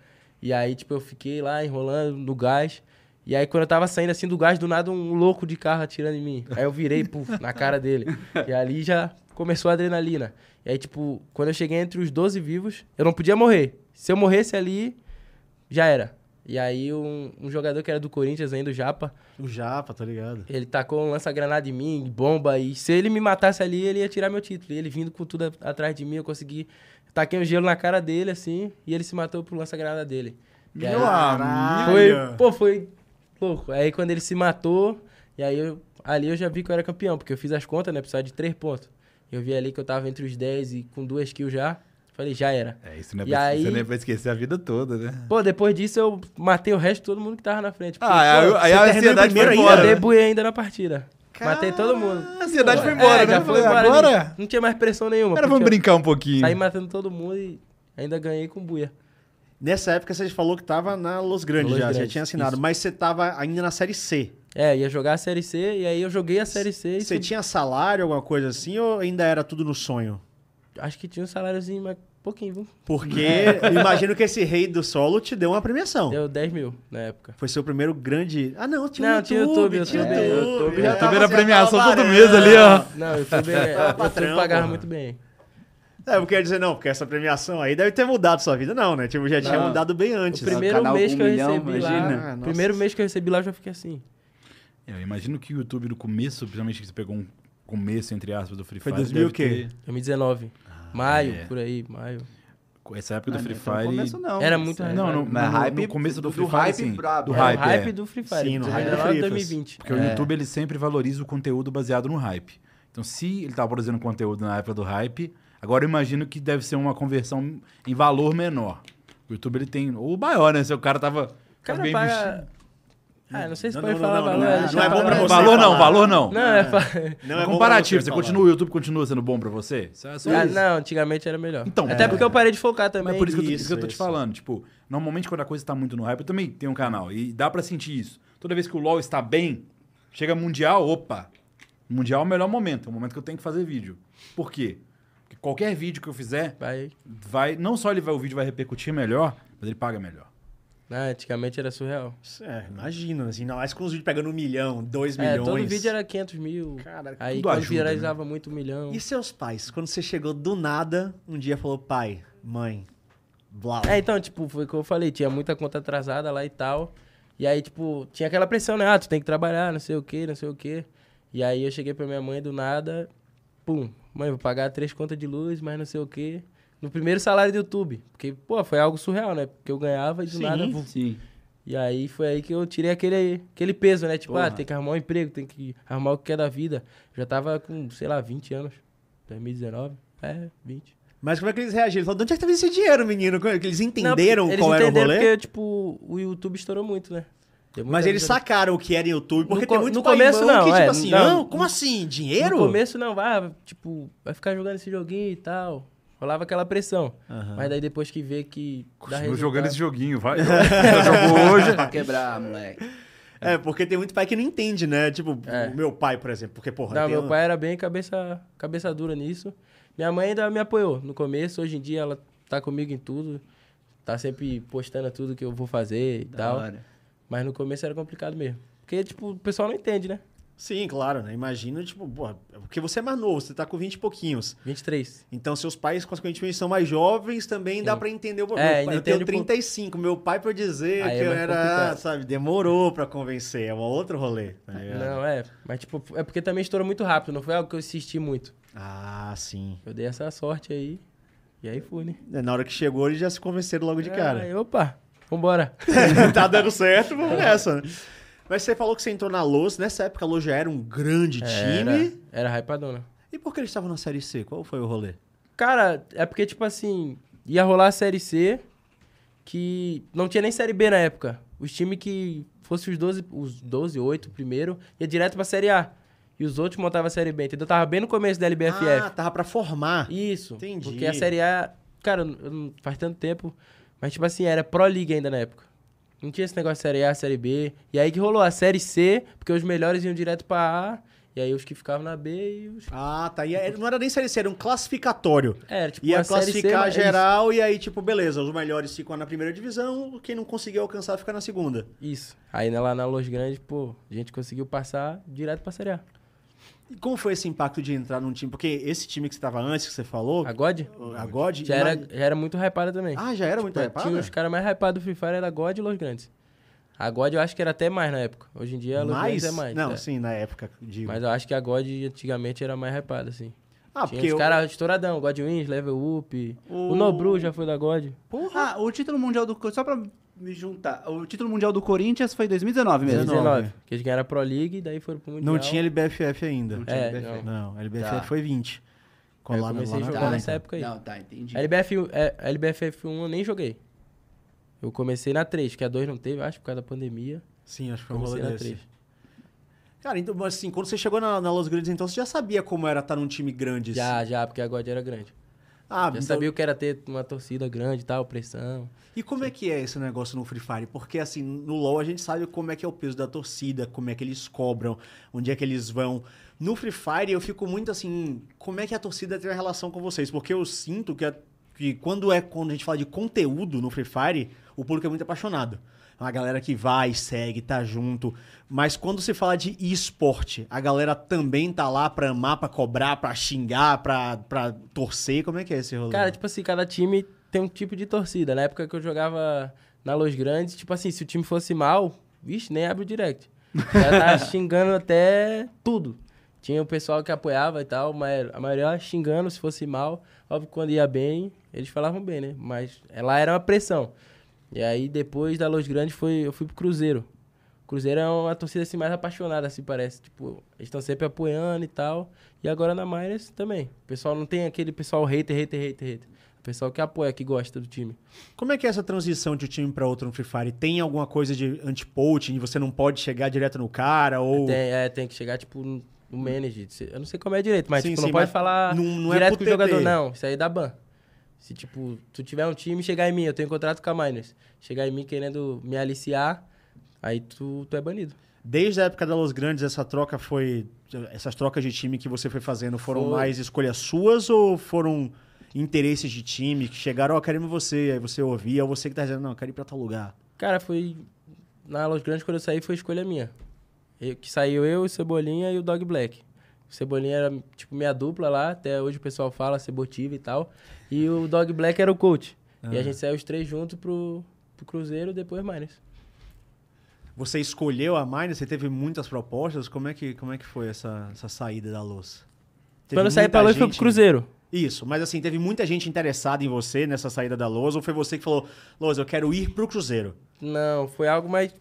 B: E aí, tipo, eu fiquei lá enrolando no gás. E aí, quando eu tava saindo assim do gás, do nada um louco de carro atirando em mim. Aí eu virei, puf, na cara dele. E ali já começou a adrenalina. E aí, tipo, quando eu cheguei entre os 12 vivos, eu não podia morrer. Se eu morresse ali, já era. E aí, um, um jogador que era do Corinthians ainda, o Japa,
A: O Japa, tô ligado.
B: ele tacou um lança-granada em mim, bomba, e se ele me matasse ali, ele ia tirar meu título. E ele vindo com tudo a- atrás de mim, eu consegui. Taquei um gelo na cara dele, assim, e ele se matou pro lança-granada dele. E aí,
D: Meu amigo.
B: foi,
A: Olha.
B: pô, foi louco. Aí quando ele se matou, e aí eu, ali eu já vi que eu era campeão, porque eu fiz as contas, né? Precisava de três pontos. Eu vi ali que eu tava entre os 10 e com duas kills já. Falei, já era.
D: É, isso não é,
B: E
D: pra,
B: aí-
D: isso não é pra esquecer a vida toda, né?
B: Pô, depois disso eu matei o resto de todo mundo que tava na frente. porque,
D: Ah, é. aí- aí,
B: pô,
A: você
D: a
A: terminou
D: ansiedade
A: primeiro
D: foi
A: ainda,
D: embora.
A: né?
B: Debulhei ainda na partida. Matei todo mundo.
D: A ansiedade foi embora,
B: É,
D: né?
B: já
D: Eu
B: foi
D: falei,
B: embora.
D: Agora,
B: Não, não tinha mais pressão nenhuma.
D: agora vamos
B: podia
D: brincar um pouquinho.
B: Saí matando todo mundo e ainda ganhei com buia.
A: Nessa época você falou que tava na Los Grandes
B: Los
A: já, você já
B: Grandes,
A: tinha assinado,
B: isso.
A: mas você tava ainda na Série C.
B: É, ia jogar a Série C e aí eu joguei a Série C e
A: Você
B: subi.
A: tinha salário, alguma coisa assim, ou ainda era tudo no sonho?
B: acho que tinha um saláriozinho, mas pouquinho, viu?
A: Porque imagino que esse rei do solo te deu uma premiação.
B: Deu 10 mil na época.
A: Foi seu primeiro grande. Ah, não, tinha
B: Não,
A: o
B: tinha o
A: YouTube.
B: YouTube,
A: Tinha o
B: é,
A: YouTube.
B: YouTube.
A: já
B: YouTube
A: tava-
D: era
A: já
D: premiação
A: tava
D: todo mês ali, ó.
B: Não, o YouTube, é, o
A: patrão,
B: YouTube pagava
A: porra.
B: muito bem.
A: É, porque eu ia dizer, não, porque essa premiação aí deve ter mudado sua vida. Não, né? Tipo, já tinha
C: Não.
A: mudado bem
B: O
A: antes. né?
B: primeiro
C: canal com
B: mês
C: um
B: que eu
C: milhão,
B: recebi
A: imagina.
B: lá,
A: Ah, nossa.
B: primeiro mês que eu recebi lá, eu já fiquei assim.
D: Eu imagino que o YouTube no começo, principalmente que você pegou um começo, entre aspas, do Free
A: Foi
D: Fire.
A: 2000
D: deve
A: o quê?
D: ter-
B: 2019. maio,
D: é.
B: por aí, maio.
D: Essa época do Free
C: Não,
D: Fire.
C: começo não.
B: Era muito
D: Não,
B: hype.
D: não, no,
C: Mas
D: no-
C: hype
D: no começo do
C: do
D: Free Fire,
C: hype
D: assim,
C: brabo.
D: do
C: É,
B: Era
D: hype,
B: o hype
D: é.
B: do Free Fire.
A: Sim, no hype
B: 2019,
A: do Free Fire.
B: 2020.
D: Porque o YouTube ele sempre valoriza o conteúdo baseado no hype. Então, se ele tá produzindo conteúdo na época do hype, agora eu imagino que deve ser uma conversão em valor menor. O YouTube ele tem. Ou maior, né? Se o cara tava. tava
B: O cara
D: bem
B: paga... Ah, não sei se
A: Não,
B: pode
A: não,
B: falar
A: não,
B: valor.
A: não, não,
B: deixa
A: não é
B: eu
A: bom pra
B: falar.
A: você
D: Valor não,
A: falar.
D: valor não.
B: Não, é... fa-
A: Não é bom pra
D: comparativo, você
A: falar.
D: continua, o YouTube continua sendo bom pra você? Isso é só
B: Ah,
D: isso.
B: não, antigamente era melhor.
D: Então,
B: Até
D: é.
B: porque eu parei de focar também.
D: Mas é por isso que eu tô,
A: Isso,
D: isso que eu tô te
A: isso.
D: falando. Tipo, normalmente quando a coisa tá muito no hype, eu também tenho um canal. E dá pra sentir isso. Toda vez que o LoL está bem, chega Mundial, opa. Mundial é o melhor momento. É o momento que eu tenho que fazer vídeo. Por quê? Porque qualquer vídeo que eu fizer,
B: Vai...
D: vai. Não só ele vai, o vídeo vai repercutir melhor, mas ele paga melhor.
B: Ah, antigamente era surreal.
A: É, imagina, assim, ainda mais com os vídeos pegando um milhão, dois
B: É,
A: milhões.
B: todo vídeo era 500 mil.
A: Cara,
B: aí
D: tudo
B: quando
D: ajuda,
B: viralizava muito um milhão.
A: E seus pais? Quando você chegou do nada, um dia falou, pai, mãe, blau.
B: É, então, tipo, foi o que eu falei, tinha muita conta atrasada lá e tal. E aí, tipo, tinha aquela pressão, né? Ah, tu tem que trabalhar, não sei o quê, não sei o quê. E aí eu cheguei pra minha mãe do nada, pum, mãe, vou pagar três contas de luz, mas não sei o quê. No primeiro salário do YouTube. Porque, pô, foi algo surreal, né? Porque eu ganhava e do
A: Sim.
B: nada. vum.
C: Sim.
B: E aí foi aí que eu tirei aquele, aquele peso, né? Tipo, ah,
C: Porra.
B: tem que arrumar um emprego, tem que arrumar o que quer da vida. Já tava com, sei lá, 20 anos. 2019. É, 20.
A: Mas como é que eles reagiram? Eles falaram, de onde é que tá vindo esse dinheiro, menino? Que Eles entenderam
B: Não, eles
A: qual era o
B: entenderam
A: rolê?
B: Porque, tipo, o YouTube estourou muito, né? Deu muita
A: Mas eles
B: visualização.
A: sacaram o que era YouTube, porque
B: No
A: tem
B: co-
A: muito
B: no
A: pai e
B: começo
A: mão que,
B: não,
A: tipo
B: é,
A: assim,
B: não.
A: "Hã? como assim? Dinheiro?
B: No começo não, vai, tipo, vai ficar jogando esse joguinho e tal. Rolava aquela pressão.
A: Aham.
B: Mas daí depois que vê que. dá
D: Continua jogando
B: resultado-
D: esse joguinho, vai. jogou hoje.
C: Pra quebrar, moleque.
A: É, porque tem muito pai que não entende, né? Tipo, o meu pai, por exemplo, porque, porra,
B: É. Não,
A: tem
B: meu
A: um-
B: pai era bem cabeça, cabeça dura nisso. Minha mãe ainda me apoiou no começo, hoje em dia ela tá comigo em tudo. Tá sempre postando tudo que eu vou fazer e
C: Da
B: tal.
C: hora.
B: Mas no começo era complicado mesmo. Porque, tipo, o pessoal não entende, né?
A: Sim, claro, né? Imagina, tipo, porra, porque você é mais novo, você tá com 20 e pouquinhos.
B: 23.
A: Então, seus pais, consequentemente, são mais jovens, também dá pra entender. o
B: É,
A: meu pai,
B: ainda
A: eu tenho
B: entende um
A: 35, meu pai, por dizer
B: Aí
A: que
B: é
A: eu
B: mais
A: era,
B: complicado.
A: sabe, demorou pra convencer, é um outro rolê. tá ligado?
B: Não, é. Mas, tipo, é porque também estourou muito rápido, não foi algo que eu insisti muito.
A: Ah, sim.
B: Eu dei essa sorte aí. E aí fui, né?
A: É, Na hora que chegou, eles já se convenceram logo de cara.
B: Aí, opa, vambora.
A: tá dando certo, vamos nessa, né? Mas você falou que você entrou na Luz, nessa época a Luz já era um grande time.
B: Era, era hypadona.
A: E por que eles estavam na Série C? Qual foi o rolê?
B: Cara, é porque, tipo assim, ia rolar a Série C, que não tinha nem Série B na época. Os times que fosse os 12, os 12, 8 primeiro, ia direto pra Série A. E os outros montavam a Série B, entendeu? Tava bem no começo da
A: Ah,
B: LBFF.
A: tava pra formar.
B: Isso.
A: Entendi.
B: Porque a Série A, cara, eu não- faz tanto tempo, mas tipo assim, era Pro League ainda na época. Não tinha esse negócio de Série A, Série B. E aí que rolou a Série C, porque os melhores iam direto pra A, e aí os que ficavam na B e os...
A: Ah, tá. E era- não era nem Série C, era um classificatório.
B: É, tipo,
A: Ia
B: a Série C,
A: classificar
B: mas-
A: geral e aí, tipo, beleza, os melhores ficam na primeira divisão, quem não conseguiu alcançar fica na segunda.
B: Isso. Aí né, lá na Los Grandes, pô, a gente conseguiu passar direto pra Série A.
A: E como foi esse impacto de entrar num time? Porque esse time que você tava antes, que você falou,
B: A God
A: a God...
B: já era, já era muito hypada também.
A: Ah, já era muito
B: Tipo, Tinha
A: hypada?
B: os caras mais hypados do Free Fire, era God e Los Grandes. A God eu acho que era até mais na época. Hoje em dia a Los
A: Mais?
B: Grandes é mais.
A: Não,
B: é.
A: sim, na época, digo.
B: Mas eu acho que a God antigamente era mais hypada, assim.
A: Ah,
B: Tinha
A: porque...
B: os
A: eu-
B: caras estouradão, God Wins, Level Up. O,
A: O-
B: Nobru já foi da God.
A: Porra!
C: Ah, o título mundial do... Co- Só pra me juntar. O título mundial do Corinthians foi em 2019 mesmo.
A: 19.
B: 19. Que eles ganharam a Pro League e daí foram pro Mundial.
A: É Não tinha LBFF ainda. Não,
B: tinha É, LBFF.
A: LBFF
C: Tá.
A: foi 20.
B: Aí
A: Quando
B: Eu
A: lá,
B: comecei a
A: lá
B: jogar
A: na
B: nessa
A: quarta.
B: época aí.
C: Não, tá, entendi.
B: A LBF, é, a LBFF1 eu nem joguei. Eu comecei na 3, que a 2 não teve, acho, por causa da pandemia.
A: Sim, acho que foi um
B: Comecei
A: rolê
B: na
A: desse.
B: 3.
A: Cara, então, mas assim, quando você chegou na, na Los Grandes, então você já sabia como era estar num time grande. assim.
B: Já, já, porque a God era grande.
A: Ah,
B: Já
A: então-
B: sabia que era ter uma torcida grande e tal, pressão.
A: E como é que é esse negócio no Free Fire? Porque, assim, no LoL a gente sabe como é que é o peso da torcida, como é que eles cobram, onde é que eles vão. No Free Fire eu fico muito assim, como é que a torcida tem uma relação com vocês? Porque eu sinto que, a- que quando é quando a gente fala de conteúdo no Free Fire, o público é muito apaixonado. É Uma galera que vai, segue, tá junto. Mas quando se fala de esporte, a galera também tá lá pra amar, pra cobrar, pra xingar, pra, pra torcer. Como é que é esse rolê?
B: Cara, tipo assim, cada time tem um tipo de torcida. Na época que eu jogava na Los Grandes, tipo assim, se o time fosse mal, vixe, nem abre o direct. Já tava xingando até tudo. Tinha o pessoal que apoiava e tal, mas a maioria xingando se fosse mal. Óbvio que quando ia bem, eles falavam bem, né? Mas lá era uma pressão. E aí depois da Los Grandes foi, eu fui pro Cruzeiro. Cruzeiro é uma torcida assim mais apaixonada, assim parece. Tipo, eles estão sempre apoiando e tal. E agora na Miners também. O pessoal não tem aquele pessoal hater, hater, hater, hater. O pessoal que apoia, que gosta do time.
A: Como é que é essa transição de um time pra outro no Free Fire? Tem alguma coisa de anti-poaching? Você não pode chegar direto no cara? Ou...
B: Tem, é, tem que chegar, tipo, no no manager. Se- Eu não sei como é direito, mas
A: Sim,
B: tipo,
A: sim,
B: não pode
A: mas
B: falar
A: não- não é
B: direto
A: pro
B: com o jogador,
A: TT.
B: não. Isso aí dá ban. Se, tipo, tu tiver um time, chegar em mim, eu tenho contrato com a Miners. Chegar em mim querendo me aliciar, aí tu, tu é banido.
A: Desde a época da Los Grandes, essa troca foi. Essas trocas de time que você foi fazendo foram
B: Foi.
A: mais escolhas suas ou foram interesses de time que chegaram, ó, queremos você, aí você ouvia, ou você que tá dizendo, não, eu quero ir pra tal lugar.
B: Cara, foi. Na Los Grandes, quando eu saí, foi escolha minha. Eu- que saiu eu, o Cebolinha e o Dog Black. O Cebolinha era, tipo, minha dupla lá, até hoje o pessoal fala, Cebotiva e tal. E o Dog Black era o coach. E a
A: Ah.
B: gente saiu os três juntos pro, pro Cruzeiro, depois Miners.
A: Você escolheu a Mine, você teve muitas propostas, como é que, como é que foi essa, essa saída da Luz? Teve
B: Quando eu saí
A: muita
B: pra Los, foi pro
A: gente- né?
B: Cruzeiro.
A: Isso, mas assim, teve muita gente interessada em você nessa saída da Luz, ou foi você que falou, Luz, eu quero ir pro Cruzeiro?
B: Não, foi algo mais.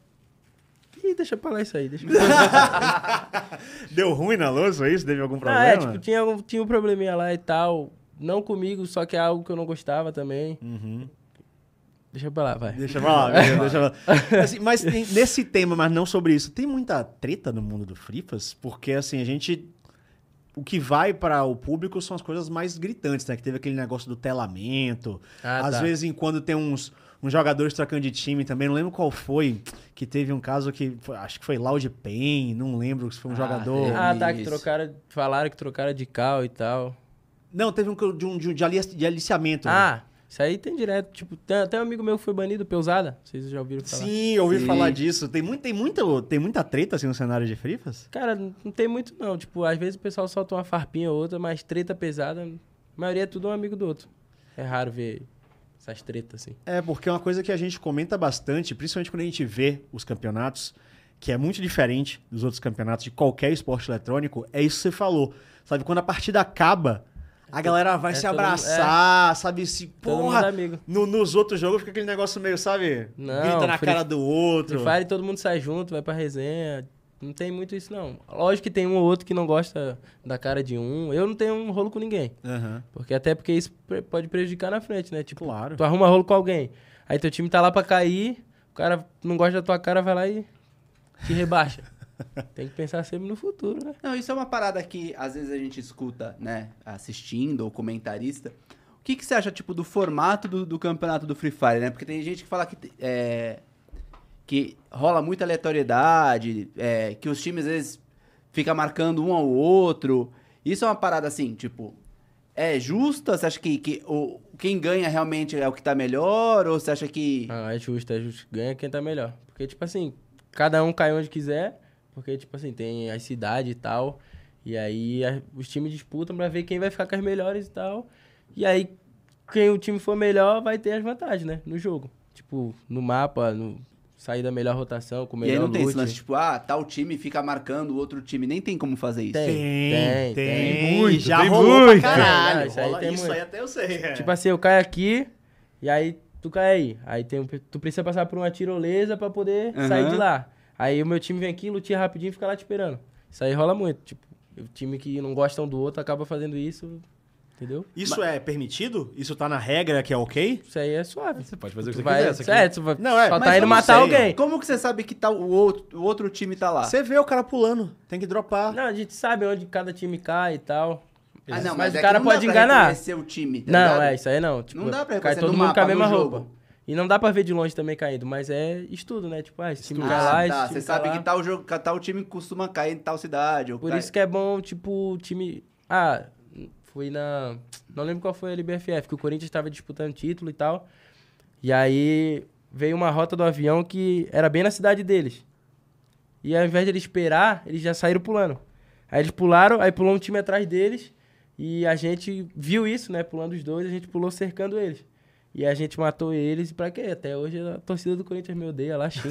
B: Ih, deixa pra lá isso aí, deixa pra lá.
A: Deu ruim na Luz, foi isso? Teve algum
B: Ah,
A: problema?
B: é, tipo, tinha, algum- tinha um probleminha lá e tal. Não comigo, só que é algo que eu não gostava também.
A: Uhum.
B: Deixa pra lá, vai.
A: Deixa pra lá, beleza, deixa pra lá. Assim, mas tem- nesse tema, mas não sobre isso, tem muita treta no mundo do Fripas? Porque, assim, a gente... O que vai para o público são as coisas mais gritantes, né? Que teve aquele negócio do telamento.
B: Ah,
A: Às
B: tá.
A: vezes, em quando tem uns, uns jogadores trocando de time também. Não lembro qual foi, que teve um caso que... foi- acho que foi Loud Pain, não lembro se foi um
C: Ah,
A: jogador...
C: teve.
B: Ah, tá, que
C: Isso.
B: trocaram. Falaram que trocaram de cal e tal.
A: Não, teve um de, um, de, um- de ali- de aliciamento. né?
B: Ah, isso aí tem direto. Tipo, tem até um amigo meu que foi banido, Peusada. Vocês já ouviram falar?
A: Sim, eu ouvi
C: Sim.
A: falar disso. Tem, muito, tem, muito, tem muita treta, assim, no cenário de Fripas?
B: Cara, n- não tem muito não. Tipo, às vezes o pessoal solta uma farpinha ou outra, mas treta pesada, a maioria é tudo um amigo do outro. É raro ver essas tretas assim.
A: É, porque é uma coisa que a gente comenta bastante, principalmente quando a gente vê os campeonatos, que é muito diferente dos outros campeonatos de qualquer esporte eletrônico, é isso que você falou. Sabe, quando a partida acaba, a galera vai
B: é
A: se
B: todo mundo-
A: abraçar, sabe, se
B: Todo mundo é
A: porra.
B: amigo.
A: No- nos outros jogos fica aquele negócio meio, sabe?
B: Não,
A: Grita na
B: Free-
A: cara do
B: Free
A: outro.
B: Fire todo mundo sai junto, vai pra resenha. Não tem muito isso não. Lógico que tem um ou outro que não gosta da cara de um. Eu não tenho um rolo com ninguém.
A: Aham.
B: Porque até porque isso pre- pode prejudicar na frente, né? Tipo,
A: Claro.
B: Tu arruma rolo com alguém. Aí teu time tá lá pra cair, o cara não gosta da tua cara, vai lá e te rebaixa. Tem que pensar sempre no futuro, né?
C: Não, isso é uma parada que às vezes a gente escuta, né? Assistindo ou comentarista. O que, que você acha, tipo, do formato do, do campeonato do Free Fire, né? Porque tem gente que fala que, é, que rola muita aleatoriedade, é, que os times às vezes ficam marcando um ao outro. Isso é uma parada assim, tipo, é justa? Você acha que, que o, quem ganha realmente é o que tá melhor? Ou você acha que.
B: Não, é justo, é justo. Ganha quem tá melhor. Porque, tipo assim, cada um cai onde quiser. Porque, tipo assim, tem as cidades e tal. E aí a- os times disputam pra ver quem vai ficar com as melhores e tal. E aí, quem o time for melhor vai ter as vantagens, né? No jogo. Tipo, no mapa, no sair da melhor rotação, com o
C: E
B: melhor
C: aí não tem esse
B: loot.
C: lance, tipo, ah, tal time fica marcando o outro time. Nem tem como fazer isso.
B: Tem.
A: Tem, tem,
B: tem,
D: muito,
A: já
D: tem
A: rolou pra
D: muito.
A: caralho.
B: Não, isso aí
A: Rola-
B: tem
A: isso
B: muito.
A: aí até eu sei. é.
B: Tipo assim, eu caio aqui e aí tu cai aí. Aí tem, um- tu precisa passar por uma tirolesa pra poder
C: Aham.
B: sair de lá. Aí o meu time vem aqui, lutia rapidinho e fica lá te esperando. Isso aí rola muito. Tipo, o time que não gosta um do outro acaba fazendo isso, entendeu?
A: isso é permitido? Isso tá na regra que é ok?
B: Isso aí é suave.
D: Você pode fazer o que você
B: Tu vai,
D: quiser. isso aqui-
B: é, tu vai-
A: Não, é,
B: só
A: mas
B: tá
A: eu
B: indo
A: não
B: matar
A: sei.
B: alguém.
C: Como que você sabe que tá o, outro, o
A: Ah.
C: outro time tá lá?
A: Você vê o cara pulando, tem que dropar.
B: Não, a gente sabe onde cada time cai e tal.
C: Ah, não,
B: Mas
C: mas,
B: o
C: é que
B: cara
C: não dá
B: pode
C: pra
B: enganar.
C: reconhecer o time, tá
B: não,
C: ligado?
B: é, isso aí não. Tipo,
C: Não dá pra
B: cai
C: reconhecer
B: todo
C: no
B: mundo com a
C: mapa, no
B: mesma
C: jogo.
B: roupa. E não dá pra ver de longe também caindo, mas é estudo, né? Tipo, ah, esse time cai lá,
C: Ah,
B: esse
C: tá.
B: time
C: Você
B: cai
C: sabe
B: lá.
C: que tal, jogo, tal time costuma cair em tal cidade. Ou
B: Por
C: cai-
B: isso que é bom, tipo, o time. Ah, fui na. Não lembro qual foi a LBFF, que o Corinthians estava disputando título e tal. E aí veio uma rota do avião que era bem na cidade deles. E ao invés de eles esperar, eles já saíram pulando. Aí eles pularam, aí pulou um time atrás deles. E a gente viu isso, né? Pulando os dois, a gente pulou cercando eles. E a gente matou eles, e pra quê? Até hoje a torcida do Corinthians me odeia, lá xinga.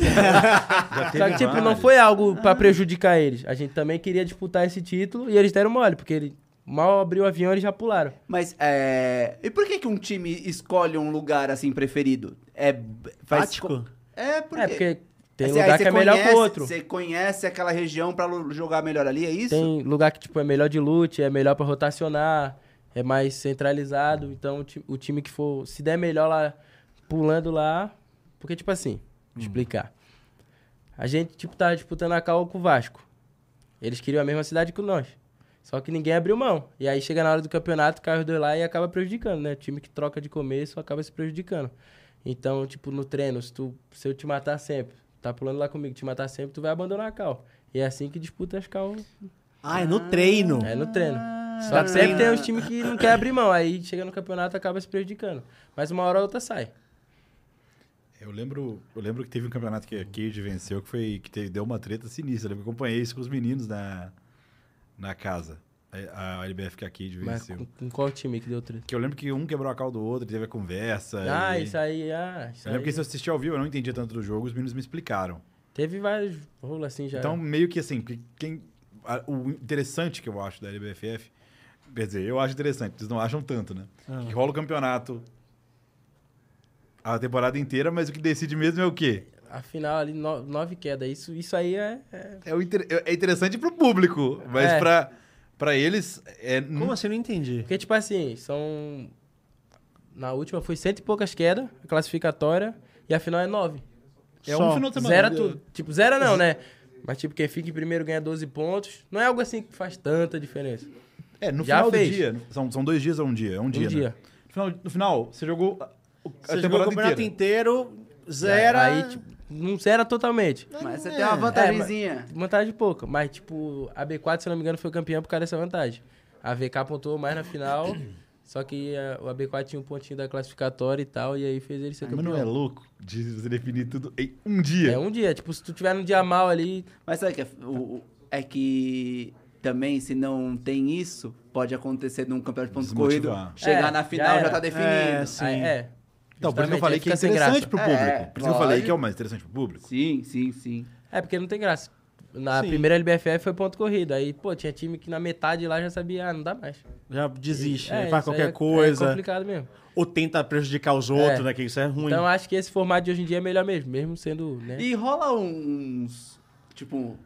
B: Só que, tipo, não foi algo pra prejudicar eles. A gente também queria disputar esse título e eles deram mole, porque ele mal abriu o avião eles já pularam.
C: Mas é. E por que, que um time escolhe um lugar assim preferido? É. faz-
A: Tático?
C: É, por
B: é,
C: quê?
B: porque tem
C: Assim, aí
B: lugar
C: você
B: que é melhor que
C: conhece-
B: o outro.
C: Você conhece aquela região pra lu- jogar melhor ali, é isso?
B: Tem lugar que, tipo, é melhor de lute, é melhor pra rotacionar, é mais centralizado. Então, o ti- o time que for, se der melhor lá, pulando lá... Porque, tipo assim, vou explicar. A gente, tipo, tava disputando a cal com o Vasco. Eles queriam a mesma cidade que nós. Só que ninguém abriu mão. E aí chega na hora do campeonato, cai os dois lá e acaba prejudicando, né? O time que troca de começo acaba se prejudicando. Então, tipo, no treino, se, tu, se eu te matar sempre, tá pulando lá comigo, te matar sempre, tu vai abandonar a cal. E é assim que disputa as cal.
A: Ah, é no treino.
B: É no treino. Só
A: tá
B: que sempre
A: bem.
B: tem uns times que não quer abrir mão. Aí chega no campeonato acaba se prejudicando. Mas uma hora ou outra sai.
E: Eu lembro, eu lembro que teve um campeonato que a Cade venceu, que foi que teve- deu uma treta sinistra. Eu lembro que eu acompanhei isso com os meninos na, na casa. A, a LBF que a Cade
B: Mas
E: venceu.
B: com, com qual time que deu treta?
E: Que eu lembro que um quebrou a calça do outro, teve a conversa.
B: Ah,
E: e-
B: isso aí, ah, isso
E: Eu lembro
B: aí.
E: que É, se eu assisti ao vivo, eu não entendia tanto do jogo, os meninos me explicaram.
B: Teve vários rolos assim já.
E: Então, meio que assim, que quem, a- o interessante que eu acho da LBFF, quer dizer, eu acho interessante, vocês não acham tanto, né?
B: Ah.
E: Que rola o campeonato a temporada inteira, mas o que decide mesmo é o quê?
B: Afinal, ali, no- nove quedas. Isso, isso aí é- é
E: É, o inter- é interessante pro público, mas
B: É.
E: pra, pra eles é...
A: Como assim? Não entendi.
B: Porque, tipo assim, são. Na última foi cento e poucas quedas, a classificatória, e a final é nove.
E: É
A: Só.
E: um final de semana.
B: Zera tudo. Tipo, zera não, né? Mas, tipo, quem fica em primeiro ganha 12 pontos. Não é algo assim que faz tanta diferença.
E: É, no
B: assim? Já
E: final
B: fez.
E: do dia. São, são dois dias ou um dia? É um dia,
B: um
E: né?
B: dia.
E: No, final, no final, você jogou a, o- a
A: Você jogou o
E: temporada
A: campeonato
E: inteira.
A: inteiro, zera.
B: Aí, tipo, não zera totalmente.
C: Mas você
B: é.
C: tem uma vantagemzinha.
B: Vantagem pouca. Mas, tipo, a B4, se eu não me engano, foi campeã por causa dessa vantagem. A VK pontuou mais na final. Só que a, a B4 tinha um pontinho da classificatória e tal, e aí fez ele ser
E: Mas não é
B: campeão.
E: louco de você definir tudo em um dia.
B: É um dia. Tipo, se tu tiver num dia mal ali,
C: Mas sabe que é, o- o- é que também, se não tem isso, pode acontecer num campeonato de pontos corridos.
E: Desmotivar.
C: Chegar
B: É,
C: na
B: já
C: final já,
B: era.
C: tá definido.
A: É, sim.
B: Aí, é.
E: Então, por isso que eu
B: Justamente,
E: falei
B: aí
E: que é
B: fica sem graça.
E: interessante pro público.
C: É,
E: por isso que eu falei
C: lógico.
E: que é o mais interessante pro público.
C: Sim, sim, sim.
B: É, porque não tem graça. Na
A: Sim.
B: primeira LBFF foi ponto corrido. Aí, pô, tinha time que na metade lá já sabia, ah, não dá mais.
A: Já desiste,
B: É,
A: né?
B: isso aí
A: faz qualquer
B: é- É
A: coisa.
B: complicado mesmo.
A: ou tenta prejudicar os outros,
B: É.
A: né? Que isso é ruim.
B: Então, acho que esse formato de hoje em dia é melhor mesmo, mesmo sendo, né?
C: E rola uns. Tipo.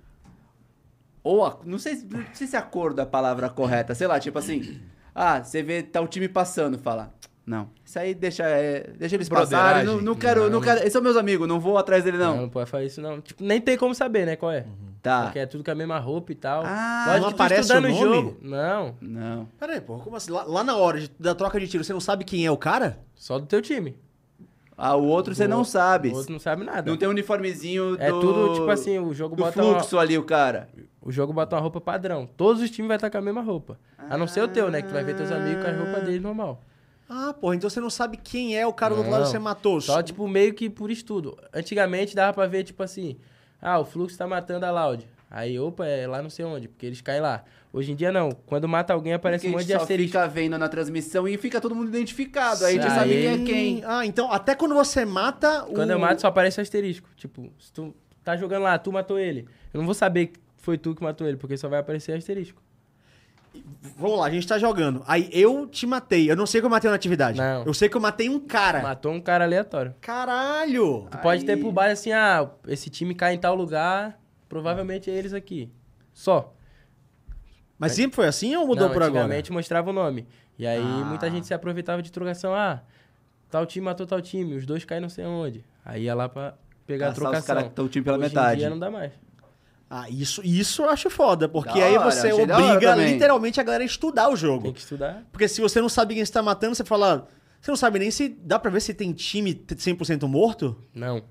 C: Ou. a- não, sei, não sei se acordo é a palavra correta. Sei lá, tipo assim. Ah, você vê tá o time passando, fala. Não. Isso aí deixa, é, deixa eles passarem.
E: Broderagem. né?
C: Não, não quero, não. quero. Esses são meus amigos, não vou atrás dele,
E: Então.
C: não.
B: Não, não pode fazer isso, não. Tipo, nem tem como saber, né, qual é.
E: Uhum.
C: Tá.
B: Porque é tudo com a mesma roupa e tal.
C: Ah,
B: Lógico
A: não
B: que tu tá
A: aparece
B: estudando
A: o nome?
B: jogo. Não,
C: Não.
A: Peraí, porra, como assim? Lá, lá na hora de- da troca de tiro, você não sabe quem é o cara?
B: só do teu time.
C: Ah, o outro você não
B: O
C: sabe.
B: outro não sabe nada.
C: Não tem um uniformezinho
B: É
C: do-
B: tudo, tipo assim, o jogo
C: do
B: bota uma-
C: fluxo ali, o cara.
B: O jogo bota uma roupa padrão. Todos os times vai estar com a mesma roupa. A não ser o teu, né? Que tu vai ver
C: Ah.
B: teus amigos com a roupa deles normal.
A: Ah, porra, então você não sabe quem é o cara do outro lado que
B: Não.
A: você matou.
B: Só, tipo, meio que por estudo. Antigamente dava pra ver, tipo assim, ah, o Fluxo tá matando a Loud. Aí, opa, é lá não sei onde, porque eles caem lá. Hoje em dia, não. Quando mata alguém, aparece
C: Porque
B: um
C: a
B: monte
C: gente
B: de
C: só
B: asterisco.
C: fica vendo na transmissão e fica todo mundo identificado. Aí a gente
B: Isso
C: sabe
B: aí.
C: quem é quem.
A: Ah, então até quando você mata o.
B: Quando eu mato, só aparece asterisco. Tipo, se tu tá jogando lá, tu matou ele. Eu não vou saber que foi tu que matou ele, porque só vai aparecer asterisco.
A: Vamos lá, a gente tá jogando. Aí eu te matei. Eu não sei que eu matei na atividade.
B: Não.
A: Eu sei que eu matei um cara.
B: Matou um cara aleatório.
A: Caralho!
B: Tu pode ter
C: É. Aí-
B: pro bar assim, ah, esse time cai em tal lugar, provavelmente é eles aqui. Só.
A: Mas sempre foi assim ou mudou
B: Não,
A: por agora?
B: Antigamente mostrava o nome. E aí
C: Ah.
B: muita gente se aproveitava de trocação. Ah, tal time matou tal time, os dois caem não sei onde. Aí ia lá pra pegar
C: Caçar
B: a
C: os caras
B: trocação.
C: que estão o time pela
B: Hoje em
C: metade.
B: dia não dá mais.
A: Ah, isso, isso eu acho foda, porque
C: Da
A: aí
C: hora,
A: você
C: achei da hora
A: obriga
C: também.
A: literalmente a galera a estudar o jogo.
B: Tem que estudar.
A: Porque se você não sabe quem está matando, você fala. Você não sabe nem se dá pra ver se tem time 100% morto?
B: Não.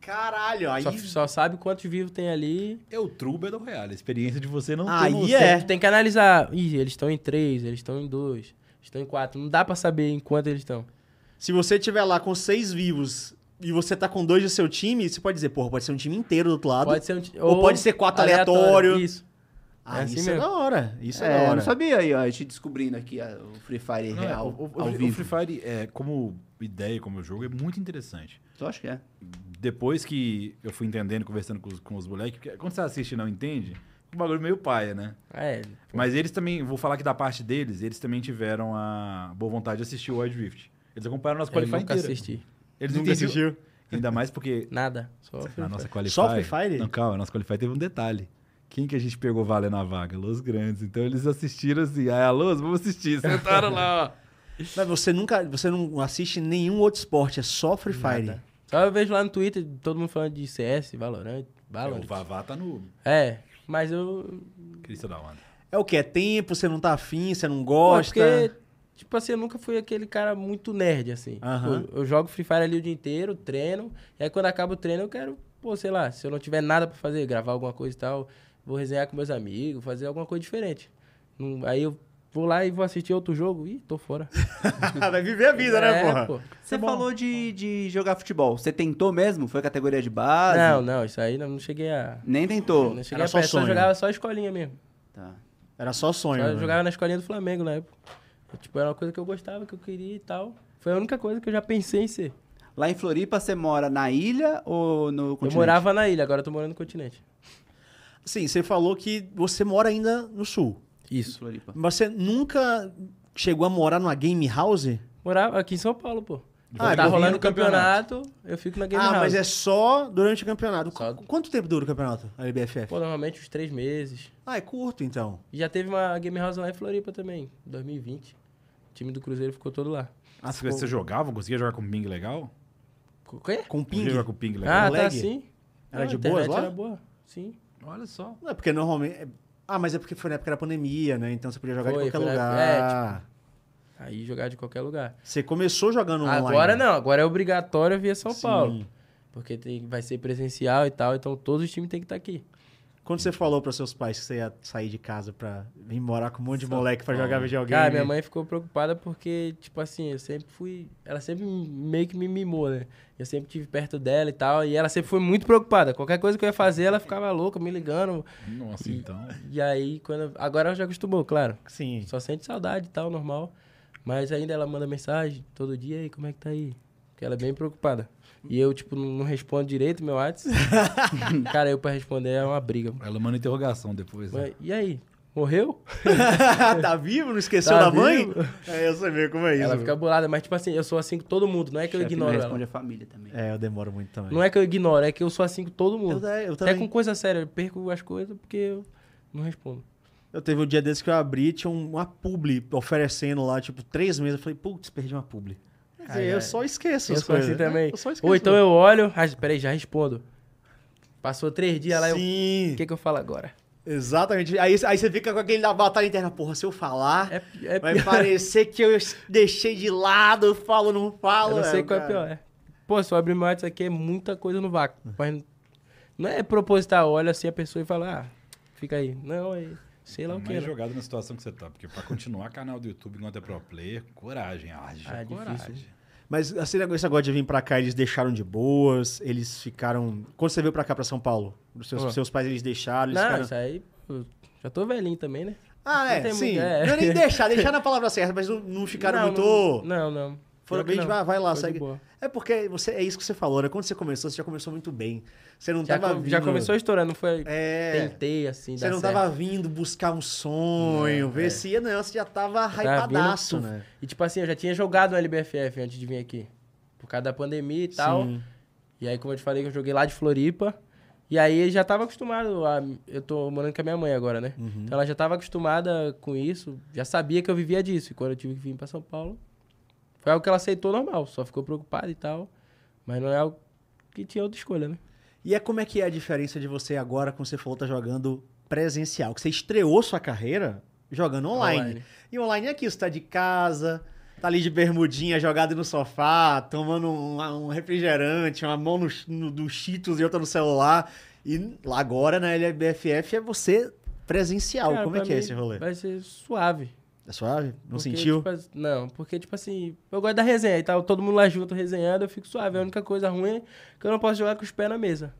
A: Caralho, aí.
B: Só, só sabe quantos vivos tem ali.
E: É o True Battle Royale. A experiência de você não
A: Aí
E: ter
A: é.
B: Tem- Tu tem que analisar. Ih, eles estão em três, eles estão em dois, eles estão em quatro. Não dá pra saber em quanto eles estão.
A: Se você tiver lá com seis vivos e você tá com dois do seu time, você pode dizer, porra, pode ser um time inteiro do outro lado.
B: Pode ser um ti-
A: Ou pode ser quatro aleatório.
B: Isso.
A: Ah,
B: É assim
A: isso é
B: mesmo.
A: da hora. Isso é,
C: É,
A: da
C: eu
A: hora.
C: não sabia aí, ó, a gente descobrindo aqui ah, o Free Fire
E: Não, é,
C: real,
E: o, o-
C: ao
E: o Free- o
C: vivo.
E: Free Fire, é, como ideia, como jogo, é muito interessante.
C: Eu acho que é.
E: Depois que eu fui entendendo, conversando com os, com os moleques, porque quando você assiste e não entende, o bagulho é meio paia, né?
B: É.
E: Mas eles também, vou falar que da parte deles, eles também tiveram a boa vontade de assistir o Wild Rift. Eles acompanharam nosso
B: Eu
E: Qualify
B: nunca
E: inteiro.
B: assisti.
E: Eles
A: Nunca
E: entendiam-
A: assistiu.
E: Ainda mais porque
B: Nada. Só
E: a nossa Qualify...
A: Só Free Fire?
E: Não, calma, a nossa Qualify teve um detalhe. Quem que a gente pegou valendo a vaga? Los Grandes. Então eles assistiram assim, ah, Los, vamos assistir. tá-" Sentaram lá, ó.
A: Mas você nunca. Você não assiste nenhum outro esporte, é só Free Fire.
B: Nada. Só eu vejo lá no Twitter todo mundo falando de CS, Valorant,
E: É, O
B: Valorant.
E: Vavá tá no
B: É, mas eu.
E: Cristo da Onda.
A: É o que? É tempo, você não tá afim, você não
B: Pô, é
A: gosta.
B: Porque, tipo assim, eu nunca fui aquele cara muito nerd, assim.
A: Aham.
B: Pô, Eu, jogo Free Fire ali o dia inteiro, treino, e aí quando acaba o treino eu quero, pô, sei lá, se eu não tiver nada pra fazer, gravar alguma coisa e tal, vou resenhar com meus amigos, fazer alguma coisa diferente. Não- aí eu vou lá e vou assistir outro jogo, ih, tô fora.
A: Vai viver a vida, né,
B: É,
A: porra?
B: pô.
C: Você falou de, de jogar futebol. Você tentou mesmo? Foi categoria de base?
B: Não, não, isso aí não, não cheguei a...
C: Nem tentou.
B: Não cheguei
A: Era
B: a
A: só
B: perto, só
A: sonho.
B: jogava só escolinha mesmo.
C: Tá.
A: Era só
B: Só
A: sonho. né?
B: jogava na escolinha do Flamengo na época. Tipo, era uma coisa que eu gostava, que eu queria e tal. Foi a única coisa que eu já pensei em ser.
C: Lá em Floripa, você mora na ilha ou no continente?
B: Eu morava na ilha, agora eu tô morando no continente.
A: Sim, você falou que você mora ainda no sul.
C: em
B: Isso.
C: Floripa.
A: Mas Você nunca chegou a morar numa game house?
B: Morava aqui em São Paulo, pô.
A: Ah, é
B: tá
A: bom.
B: rolando
A: No
B: o campeonato, eu fico na Game
A: ah,
B: House.
A: mas é só durante o campeonato.
B: Só.
A: Qu- Quanto tempo dura o campeonato, a LBFF?
B: Pô, normalmente uns três meses.
A: Ah, é curto então.
B: E já teve uma Game House lá em Floripa também, em 2020. O time do Cruzeiro ficou todo lá.
A: Ah,
E: Você, você jogava? Conseguia jogar com o Ping legal?
B: O quê?
A: Com ping?
E: Conseguia jogar com o Ping legal?
B: Ah, tá
A: lag?
B: sim.
A: Era
B: Ah,
A: de
B: a internet
A: boas lá?
B: Era boa, sim.
E: Olha só.
A: Não é porque normalmente. é- Ah, mas é porque foi na época da pandemia, né? Então você podia jogar
B: Foi,
A: de qualquer
B: foi na
A: lugar.
B: época- é, tipo, Aí jogar de qualquer lugar.
A: Você começou jogando online.
B: Agora não, agora é obrigatório vir a São
A: Sim.
B: Paulo. Porque tem, vai ser presencial e tal, então todos os times têm que estar aqui.
A: Quando você falou para seus pais que você ia sair de casa pra vir morar com um monte de moleque pra jogar videogame.
B: Cara, Ah, minha mãe ficou preocupada porque, tipo assim, eu sempre fui. Ela sempre me- meio que me mimou, né? Eu sempre tive perto dela e tal. E ela sempre foi muito preocupada. Qualquer coisa que eu ia fazer, ela ficava louca, me ligando.
E: Nossa, então.
B: E aí, quando. eu- Agora ela já acostumou, claro.
A: Sim.
B: Só sente saudade e tal, normal. Mas ainda ela manda mensagem todo dia, "E aí, como é que tá aí? Porque ela é bem preocupada. E eu, tipo, não não respondo direito meu WhatsApp. Cara, eu pra responder é uma briga.
E: Ela manda interrogação depois. né?
B: Mas, e aí? Morreu?
A: tá vivo? Não esqueceu
B: Tá
A: da mãe?
B: vivo?
A: É, eu sei bem como é isso.
B: Ela fica bolada, mas tipo assim, eu sou assim com todo mundo, não é que eu
C: Chefe não
B: ignoro ela.
C: responde a família também.
A: É, eu demoro muito também.
B: Não é que eu ignoro, é que eu sou assim com todo
A: Eu,
B: mundo.
A: eu
B: Até
A: também.
B: com coisa séria, eu perco as coisas porque eu não respondo.
A: Eu teve um dia desse que eu abri, tinha um- uma publi oferecendo lá, tipo, três meses. Eu falei, putz, perdi uma publi. Quer dizer,
B: Ai,
A: eu
B: ai.
A: só esqueço
B: Eu
A: as
B: sou
A: coisas. né?
B: assim também.
A: Eu só esqueço.
B: Ou então eu olho, ah, peraí, já respondo. Passou três dias lá, eu,
A: Sim,
B: o que, que eu falo agora?
A: exatamente. Aí, aí você fica com aquele da batalha interna. Porra, se eu falar,
B: É, é
A: vai
B: pior.
A: parecer que eu deixei de lado, eu falo, não falo.
B: Eu não sei
A: o
B: qual é
A: cara-
B: pior. É. Pô, se eu abrir meu WhatsApp aqui é muita coisa no vácuo. Mas não é proposital, olha assim a pessoa e fala, ah, fica aí. Não, é, sei
A: Tá
B: lá o que.
E: mais
B: né?
E: jogado na situação que você tá. Porque pra continuar canal do YouTube enquanto é pro player, coragem, haja
B: Ah, é
E: coragem.
B: difícil.
A: Mas assim, esse negócio agora de vir pra cá, eles deixaram de boas, eles ficaram... Quando você veio pra cá, pra São Paulo, os seus,
B: Ah.
A: seus pais, eles deixaram, eles
B: Não,
A: ficaram...
B: isso aí, pô, já tô velhinho também, né?
A: Ah,
B: Não
A: é,
B: tem
A: sim.
B: muito- é.
A: Não é nem deixar, deixar na palavra certa, mas não, não ficaram
B: não,
A: muito...
B: Não, não. não.
A: Foram
B: Pior que
A: bem de,
B: não.
A: "Ah, vai lá,
B: Foi de
A: segue.
B: boa.
A: É porque você, é isso que você falou, né? Quando você começou, você já começou muito bem. Você não tá
B: Já,
A: tava
B: co-
A: vindo.
B: já começou estourando, não foi?
A: É.
B: Tentei, assim,
A: Você
B: dar
A: não
B: certo. é.
A: tava vindo buscar um sonho, ver se ia, não. Você já tava hypadaço,
B: vindo,
A: né?
B: E tipo assim, eu já tinha jogado no LBFF antes de vir aqui. Por causa da pandemia e tal. E aí, como eu te falei, que eu joguei lá de Floripa. E aí eu já tava acostumado a... Eu tô morando com a minha mãe agora, né?
A: Uhum.
B: Então ela já tava acostumada com isso. Já sabia que eu vivia disso. E quando eu tive que vir pra São Paulo, foi algo que ela aceitou normal. Só ficou preocupada e tal. Mas não é algo que tinha outra escolha, né?
A: E é como é que é a diferença de você agora quando você falou tá jogando presencial? Que você estreou sua carreira jogando online.
B: Online.
A: E online é aqui, você tá de casa, tá ali de bermudinha, jogado no sofá, tomando um, um refrigerante, uma mão no, no, do Cheetos e outra no celular. E lá agora na LBFF é você presencial.
B: Cara,
A: como é
B: pra
A: que é
B: mim
A: esse rolê?
B: Vai ser suave.
A: É suave? Não
B: Porque,
A: sentiu?
B: tipo, as- não, porque, tipo assim, eu gosto da resenha e tal, todo mundo lá junto resenhando, eu fico suave. A única coisa ruim é que eu não posso jogar com os pés na mesa.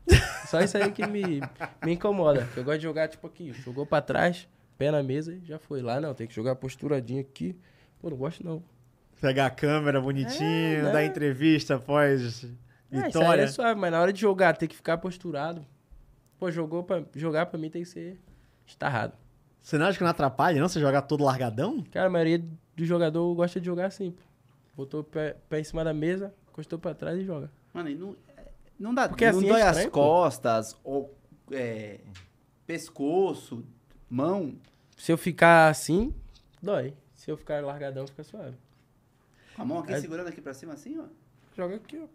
B: Só isso aí que me, me incomoda. Eu gosto de jogar, tipo, aqui, jogou pra trás, pé na mesa e já foi. Lá não, tem que jogar posturadinho aqui. Pô, não gosto não.
A: Pegar a câmera bonitinho,
B: né?
A: dar entrevista após
B: É, isso aí
A: vitória.
B: é suave, mas na hora de jogar, tem que ficar posturado. Pô, jogou pra, jogar pra mim tem que ser estarrado.
A: Você não acha que não atrapalha, não? Você jogar todo largadão?
B: Cara, a maioria do jogador gosta de jogar assim, pô. Botou o pé, pé em cima da mesa, encostou pra trás e joga.
C: Mano, e não, não dá.
B: Porque
C: não
B: assim é
C: dói as
B: estranho, pô.
C: costas, ou é, pescoço, mão.
B: Se eu ficar assim, dói. Se eu ficar largadão, fica suave.
C: Com a mão aqui
B: É.
C: segurando aqui pra cima, assim, ó.
B: Joga aqui, ó.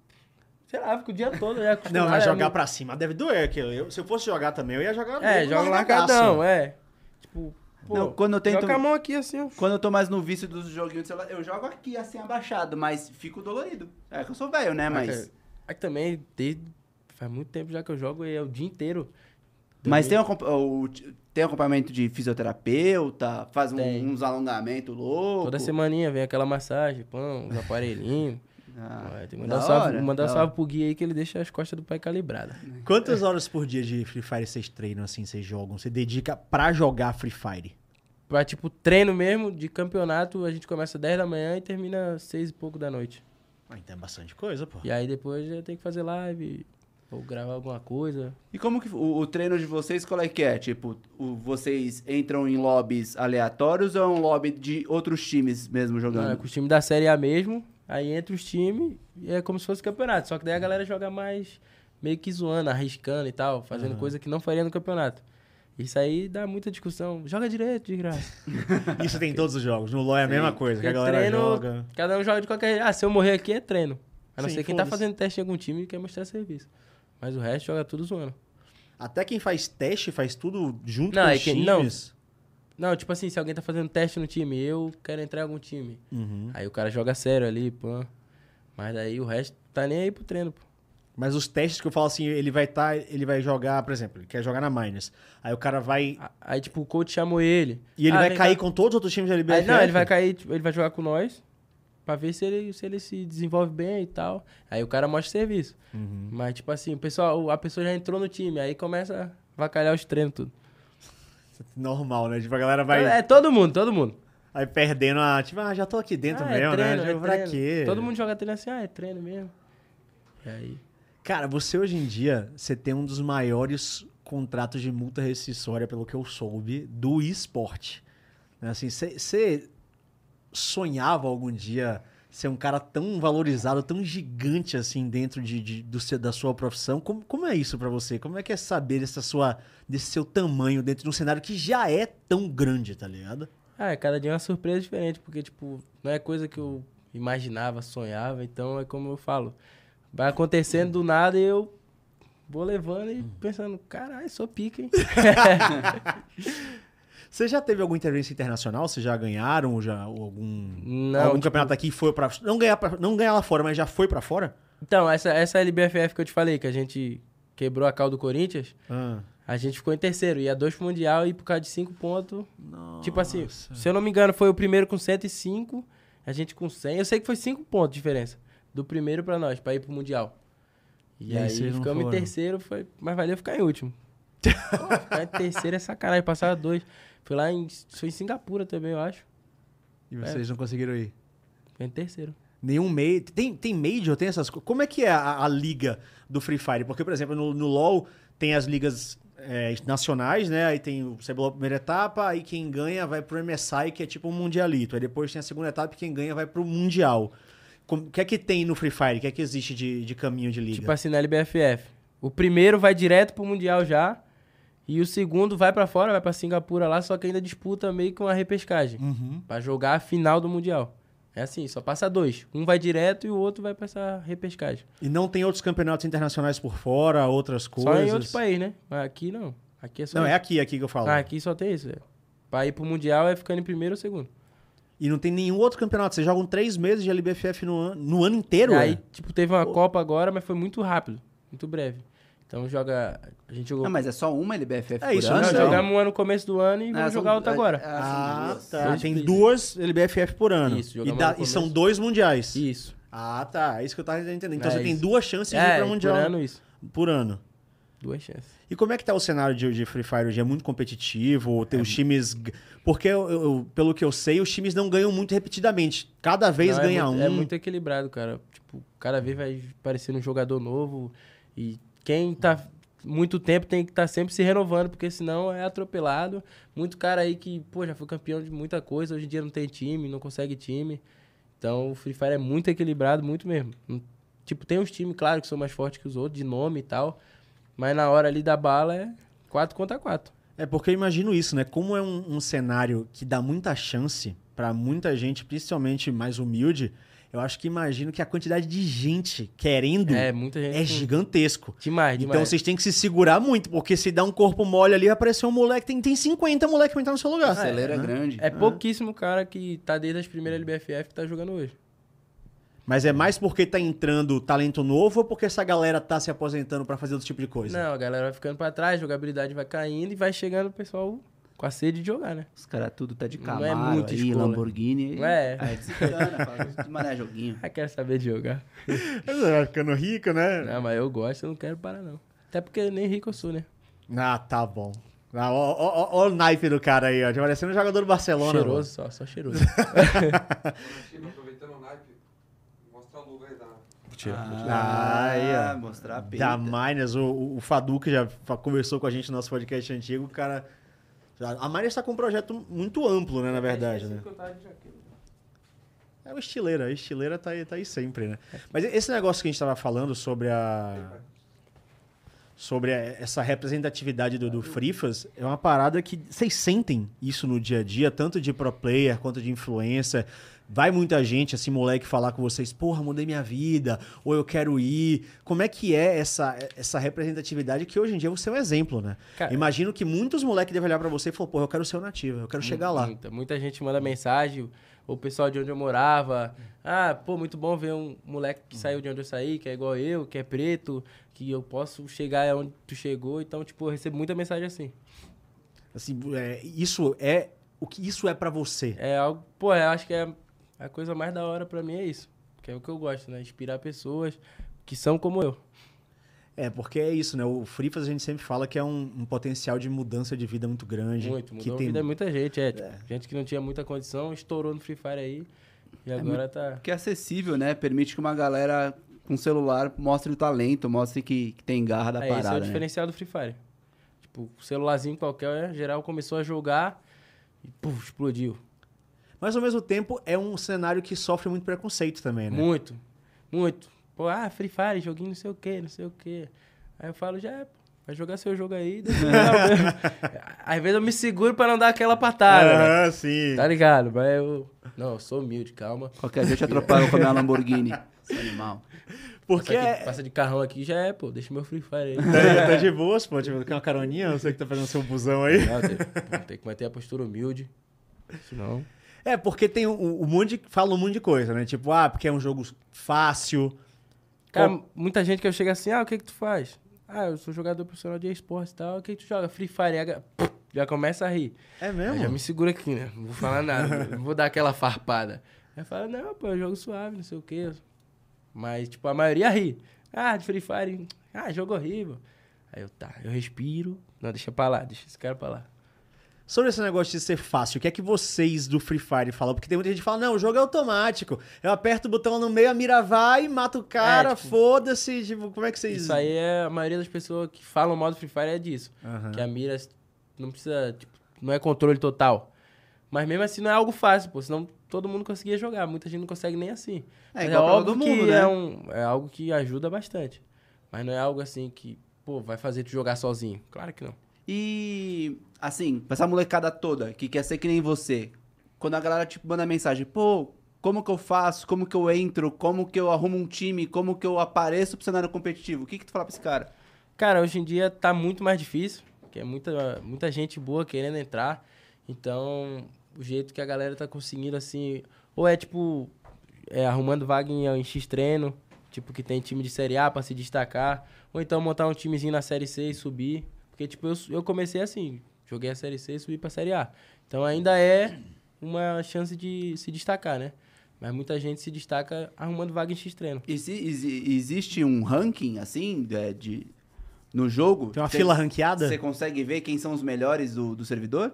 B: Sei lá, fica o dia todo, já acostumado.
A: Não, mas
B: é
A: jogar
B: muito-
A: pra cima deve doer. Que eu, se eu fosse jogar também, eu ia jogar
B: É,
A: meio
B: joga
A: largadaço.
B: largadão, é. Tipo, pô,
C: Não, quando eu tento-
B: joga a mão aqui assim, ó.
C: Quando eu tô mais no vício dos joguinhos de celular, eu jogo aqui, assim, abaixado, mas fico dolorido. É que eu sou velho, né? Mas,
B: Aqui, aqui também, desde... faz muito tempo já que eu jogo e é o dia inteiro.
C: mas tem, um acompa- o- tem acompanhamento de fisioterapeuta, faz um-
B: Tem.
C: uns alongamentos loucos.
B: Toda semaninha vem aquela massagem, pão, os aparelhinhos.
C: Ah,
B: Ué, tem que mandar
C: da
B: um salve,
C: hora,
B: mandar um
C: da
B: salve pro Gui aí que ele deixa as costas do pai calibrada.
A: Quantas horas por dia de Free Fire vocês treinam assim, vocês jogam? Você dedica pra jogar Free Fire?
B: Pra, tipo, treino mesmo de campeonato, a gente começa 10 da manhã e termina 6 e pouco da noite.
A: Ah, então é bastante coisa, pô.
B: E aí depois já tem que fazer live ou gravar alguma coisa.
C: E como que o, o treino de vocês, qual é que é? Tipo, o- vocês entram em lobbies aleatórios ou é um lobby de outros times mesmo jogando?
B: Não, é com os times da Série A mesmo, aí entra os times e é como se fosse campeonato. Só que daí a galera joga mais meio que zoando, arriscando e tal, fazendo coisa que não faria no campeonato. Isso aí dá muita discussão. Joga direito, de graça.
A: Isso tem em todos os jogos. No LoL é a mesma coisa, que a
B: Porque
A: galera
B: treino,
A: joga.
B: Cada um joga de qualquer... Ah, se eu morrer aqui é treino. A não
A: Sim,
B: ser quem tá
A: foda-se.
B: fazendo teste em algum time e quer mostrar serviço. Mas o resto joga tudo zoando.
A: Até quem faz teste faz tudo junto
B: Não,
A: com
B: é
A: os
B: que-
A: times.
B: não. Não, tipo assim, se alguém tá fazendo teste no time, eu quero entrar em algum time.
A: Uhum.
B: Aí o cara joga sério ali, pô. Mas daí o resto tá nem aí pro treino, pô.
A: Mas os testes que eu falo assim, ele vai tá, ele vai jogar, por exemplo, ele quer jogar na Miners. Aí o cara vai.
B: A- Aí, tipo, o coach chamou ele.
A: E ele
B: Ah,
A: vai
B: vem
A: cair
B: cá.
A: com todos os outros times da
B: Aí,
A: LBF?
B: não, ele vai cair, tipo, ele vai jogar com nós. Pra ver se ele, se ele se desenvolve bem e tal. Aí o cara mostra serviço.
A: Uhum.
B: Mas, tipo assim, o pessoal, a pessoa já entrou no time, aí começa a vacalhar os treinos tudo.
A: Normal, né? Tipo, a galera vai.
B: É todo mundo, todo mundo.
A: Aí perdendo a. Tipo, ah, já tô aqui dentro
B: Ah, é
A: mesmo,
B: treino,
A: né?
B: é
A: Tipo, pra
B: treino.
A: quê?
B: Todo mundo joga treino assim, ah, é treino mesmo. E aí.
A: Cara, você hoje em dia, você tem um dos maiores contratos de multa rescisória, pelo que eu soube, do esporte. Né, Assim, você sonhava algum dia ser um cara tão valorizado, tão gigante assim dentro de, de- do seu- da sua profissão? Como, como é isso pra você? Como é que é saber dessa sua, desse seu tamanho dentro de um cenário que já é tão grande, tá ligado?
B: Ah, é cada dia uma surpresa diferente, porque, tipo, não é coisa que eu imaginava, sonhava, então é como eu falo. Vai acontecendo do nada e eu vou levando e pensando, caralho, sou pica, hein?
A: Você já teve alguma intervenção internacional? Vocês já ganharam ou já ou algum
B: Não,
A: algum
B: tipo-
A: campeonato aqui foi para não ganhar pra- não ganhar lá fora, mas já foi pra fora?
B: então, essa, essa LBFF que eu te falei, que a gente quebrou a cal do Corinthians,
A: Ah.
B: a gente ficou em terceiro, ia dois pro Mundial e por causa de cinco pontos. Tipo assim, se eu não me engano, foi o primeiro com 105, a gente com 100. Eu sei que foi cinco pontos de diferença, do primeiro pra nós, pra ir pro Mundial. E,
A: E aí
B: aí,
A: vocês não
B: ficamos em
A: foram.
B: terceiro, foi, mas valeu ficar em último. Pô, ficar em terceiro é sacanagem, passar dois. Foi lá em, foi em Singapura também, eu acho.
A: E vocês não conseguiram ir?
B: Foi em terceiro.
A: Nenhum meio. Tem, tem Major? Tem essas coisas? Como é que é a, a liga do Free Fire? Porque, por exemplo, no, no LoL tem as ligas é, nacionais, né? Aí tem o CBLOL primeira etapa, aí quem ganha vai pro MSI, que é tipo um mundialito. Aí depois tem a segunda etapa e quem ganha vai pro Mundial. Como- O que é que tem no Free Fire? O que é que existe de, de caminho de liga?
B: Tipo assim, na LBFF. O primeiro vai direto pro Mundial já. E o segundo vai pra fora, vai pra Singapura lá, só que ainda disputa meio que uma repescagem.
A: Uhum.
B: Pra jogar a final do Mundial. É assim, só passa dois. Um vai direto e o outro vai pra essa repescagem.
A: E não tem outros campeonatos internacionais por fora, outras coisas.
B: Só em outros países, né? Mas aqui não. Aqui é só.
A: Não, é
B: isso.
A: aqui, aqui que eu falo.
B: Ah, aqui só tem isso. É. Pra ir pro Mundial é ficando em primeiro ou segundo.
A: E não tem nenhum outro campeonato. Vocês jogam três meses de LBFF no ano, no ano inteiro?
B: E aí,
A: é?
B: tipo, teve uma Copa agora, mas foi muito rápido, muito breve. Então joga. A gente jogou.
C: Não, mas é só uma LBFF
A: É
C: por
A: isso,
C: ano?
B: Não,
A: não. um,
B: jogamos uma no começo do ano e
C: Ah,
B: vamos
C: são-
B: jogar outra
C: é-
B: agora.
C: é,
A: Ah,
C: são
A: tá.
B: Dois
A: Tem
B: meses.
A: duas LBFF por ano.
B: Isso,
A: e,
B: jogamos
A: dá-
B: no
A: e
B: começo.
A: são dois mundiais.
B: Isso.
A: Ah, tá. É isso que eu tava entendendo. Então
B: É
A: você tem
B: isso.
A: duas chances de ir
B: é,
A: pra mundial
B: por ano isso.
A: por ano.
B: Duas chances.
A: E como é que tá o cenário de, de Free Fire hoje? É muito competitivo?
B: É
A: Tem os times. g- Porque, eu- eu- pelo que eu sei, os times não ganham muito repetidamente. Cada vez
B: Não,
A: ganha
B: é muito,
A: um.
B: É muito equilibrado, cara. Tipo, cada vez vai aparecendo um jogador novo. E quem tá muito tempo tem que estar sempre se renovando, porque senão é atropelado. Muito cara aí que, pô, já foi campeão de muita coisa, hoje em dia não tem time, não consegue time. Então o Free Fire é muito equilibrado, muito mesmo. Não- Tipo, tem uns times, claro, que são mais fortes que os outros, de nome e tal. Mas na hora ali da bala é 4 contra 4.
A: É porque eu imagino isso, né? Como é um, um cenário que dá muita chance pra muita gente, principalmente mais humilde, eu acho que imagino que a quantidade de gente querendo
B: É,
A: é,
B: muita gente.
A: gigantesco.
B: Demais, demais.
A: Então vocês têm que se segurar muito, porque se dá um corpo mole ali, vai aparecer um moleque. Tem, tem 50 moleque pra entrar no seu lugar. Né?
C: O celeiro é grande.
B: É pouquíssimo cara que tá desde as primeiras LBFF que tá jogando hoje.
A: Mas é mais porque tá entrando talento novo ou porque essa galera tá se aposentando pra fazer outro tipo de coisa?
B: Não, a galera vai ficando pra trás, jogabilidade vai caindo e vai chegando o pessoal com a sede de jogar, né?
C: Os caras tudo tá de
B: Não
C: Camaro
B: é muito
C: aí,
B: escola.
C: Lamborghini.
B: Não é.
C: Aí desencana, fala, de mané joguinho.
B: Ah, quero saber de jogar.
A: É, Vai ficando rico, né?
B: Não, mas eu gosto, eu não quero parar, não. Até porque nem rico eu sou, né?
A: Ah, tá bom. Ah, ó, ó, ó, ó o naipe do cara aí, ó. Já parecendo um jogador do Barcelona. mano.
B: cheiroso só, só cheiroso.
F: Chico, aproveitando o naipe, mostra a luva aí da.
B: Ah,
A: Aí, ó.
C: Ah, mostrar a peita.
A: Da Miners, o- o, o Fadu, que já fa- conversou com a gente no nosso podcast antigo, o cara. já- A Miners tá com um projeto muito amplo, né, na verdade, né? É o estileira, a estileira tá aí, tá aí sempre, né? Mas esse negócio que a gente tava falando sobre a. Sobre a- essa representatividade do, do Frifas, é uma parada que vocês sentem isso no dia a dia, tanto de pro player quanto de influencer. Vai muita gente, assim, moleque, falar com vocês, porra, mudei minha vida, ou eu quero ir. Como é que é essa, essa representatividade que hoje em dia você é um exemplo, né?
B: Cara-
A: Imagino que muitos moleques devem olhar pra você e falar, porra, eu quero ser o nativo, eu quero chegar Tá lá.
B: Muita, muita gente manda mensagem, o pessoal de onde eu morava. Ah, pô, muito bom ver um moleque que saiu de onde eu saí, que é igual eu, que é preto, que eu posso chegar onde tu chegou. Então, tipo, eu recebo muita mensagem assim.
A: Assim, é, isso é o que isso é pra você.
B: É algo, pô, eu acho que é a coisa mais da hora pra mim é isso. Que é o que eu gosto, né? Inspirar pessoas que são como eu.
A: É, porque é isso, né? O Frifas a gente sempre fala que é um, um potencial de mudança de vida muito grande.
B: Muito,
A: que
B: mudou a
A: tem...
B: vida de muita gente, é, tipo, gente que não tinha muita condição, estourou no Free Fire aí e agora tá
C: Que é acessível, né? Permite que uma galera com celular mostre o talento, mostre que, que tem garra da
B: é, esse é o
C: parada, né?
B: diferencial do Free Fire. Tipo, o celularzinho qualquer, geral começou a jogar e puf, explodiu.
A: Mas ao mesmo tempo é um cenário que sofre muito preconceito também, né?
B: Muito. Muito. Pô, ah, Free Fire, joguinho não sei o quê, não sei o quê. Aí eu falo, já, é, pô, vai jogar seu jogo aí. deixa eu jogar. Às vezes eu me seguro pra não dar aquela patada, né?
A: ah, sim.
B: Tá ligado, mas eu. Não, eu sou humilde, calma.
C: Qualquer dia eu te atropelo com a minha Lamborghini. Esse animal.
A: Porque
B: Passa,
A: é...
B: aqui, passa de carrão aqui já é, pô, deixa meu Free Fire aí.
A: tá, tá de boas, pô. Tipo, quer uma caroninha? Você que tá fazendo seu busão aí.
B: Não, tem, pô, tem que manter a postura humilde. Senão.
A: É, porque tem um, um monte de... Fala um monte de coisa, né? Tipo, ah, porque é um jogo fácil.
B: Cara, muita gente que eu chego assim, ah, o que que tu faz? Ah, eu sou jogador profissional de esportes e tal, o que que tu joga? Free Fire, aí a ga- já começa a rir.
A: É
B: Aí já
A: mesmo?
B: me segura aqui, né? Não vou falar nada, não vou dar aquela farpada. Aí fala, não, pô, eu jogo suave, não sei o quê. Mas, tipo, a maioria ri. Ah, de Free Fire, ah, jogo horrível. Aí eu, tá, eu respiro. Não, deixa pra lá, deixa esse cara pra lá.
A: Sobre esse negócio de ser fácil, o que é que vocês do Free Fire falam? Porque tem muita gente que fala, não, o jogo é automático. Eu aperto o botão no meio, a mira vai, mata o cara,
B: É, tipo-
A: foda-se. Tipo, como é que vocês...
B: Isso aí é a maioria das pessoas que falam mal do Free Fire é disso.
A: Aham.
B: Que a mira não precisa, tipo, não é controle total. Mas mesmo assim não é algo fácil, pô, senão todo mundo conseguia jogar, muita gente não consegue nem assim. Mas
C: É igual pra todo
B: que
C: mundo, né?
B: é, um- é algo que ajuda bastante. Mas não é algo assim que, pô, vai fazer tu jogar sozinho. Claro que não.
C: E, assim, pra essa molecada toda que quer ser que nem você, quando a galera, tipo, manda mensagem, pô, Como que eu faço? Como que eu entro? Como que eu arrumo um time? Como que eu apareço pro cenário competitivo? O que que tu fala pra esse cara?
B: Cara, hoje em dia tá muito mais difícil, porque é muita, muita gente boa querendo entrar. Então, o jeito que a galera tá conseguindo, assim, ou é tipo, é, arrumando vaga em, em X-treino, tipo, que tem time de Série A pra se destacar, ou então montar um timezinho na Série C e subir. Porque, tipo, eu, eu comecei assim, joguei a Série C e subi pra Série A. Então, ainda é uma chance de se destacar, né? Mas muita gente se destaca arrumando vaga em X-treino.
C: E se- exi- existe um ranking, assim, de, de- no jogo?
A: Tem uma
C: Cê-
A: fila ranqueada?
C: Você consegue ver quem são os melhores do, do servidor?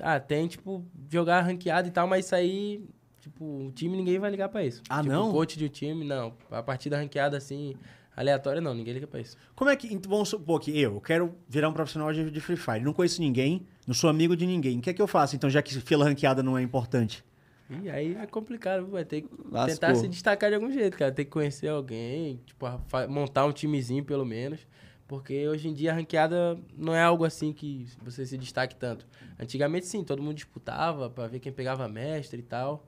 B: Ah, tem, tipo, jogar ranqueado e tal, mas isso aí, tipo, o time ninguém vai ligar pra isso.
A: Ah,
B: tipo,
A: não?
B: O coach de um time, não. A partida ranqueada, assim, aleatória, não, ninguém liga pra isso.
A: Como é que. Então, vamos supor que eu quero virar um profissional de, de Free Fire. Não conheço ninguém, não sou amigo de ninguém. O que é que eu faço, então, já que fila ranqueada não é importante?
B: E aí é complicado, vai ter que
C: Lascou.
B: tentar se destacar de algum jeito, cara. Tem que conhecer alguém, tipo, a- fa- montar um timezinho pelo menos. Porque hoje em dia a ranqueada não é algo assim que você se destaque tanto. Antigamente sim, todo mundo disputava pra ver quem pegava mestre e tal.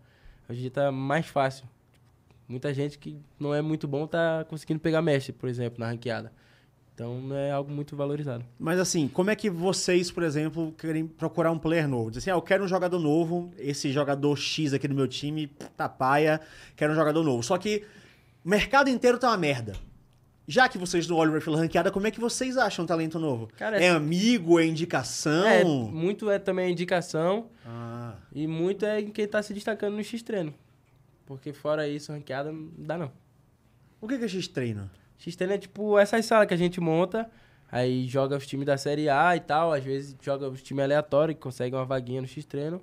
B: Hoje em dia tá mais fácil. Muita gente que não é muito bom tá conseguindo pegar mestre, por exemplo, na ranqueada. Então não é algo muito valorizado.
A: Mas assim, como é que vocês, por exemplo, querem procurar um player novo? Diz assim, ah, eu quero um jogador novo, esse jogador X aqui do meu time, tá paia, quero um jogador novo. Só que o mercado inteiro tá uma merda. Já que vocês não olham pra fila ranqueada, como é que vocês acham um talento novo?
B: Cara,
A: é... amigo, é indicação?
B: É, muito é também a indicação.
A: Ah.
B: E muito é em quem tá se destacando no X-treino. Porque fora isso, ranqueada não dá não.
A: O que que a gente treina?
B: X-treino é tipo essas salas que a gente monta, aí joga os times da Série A e tal, às vezes joga os times aleatórios que conseguem uma vaguinha no X-treino.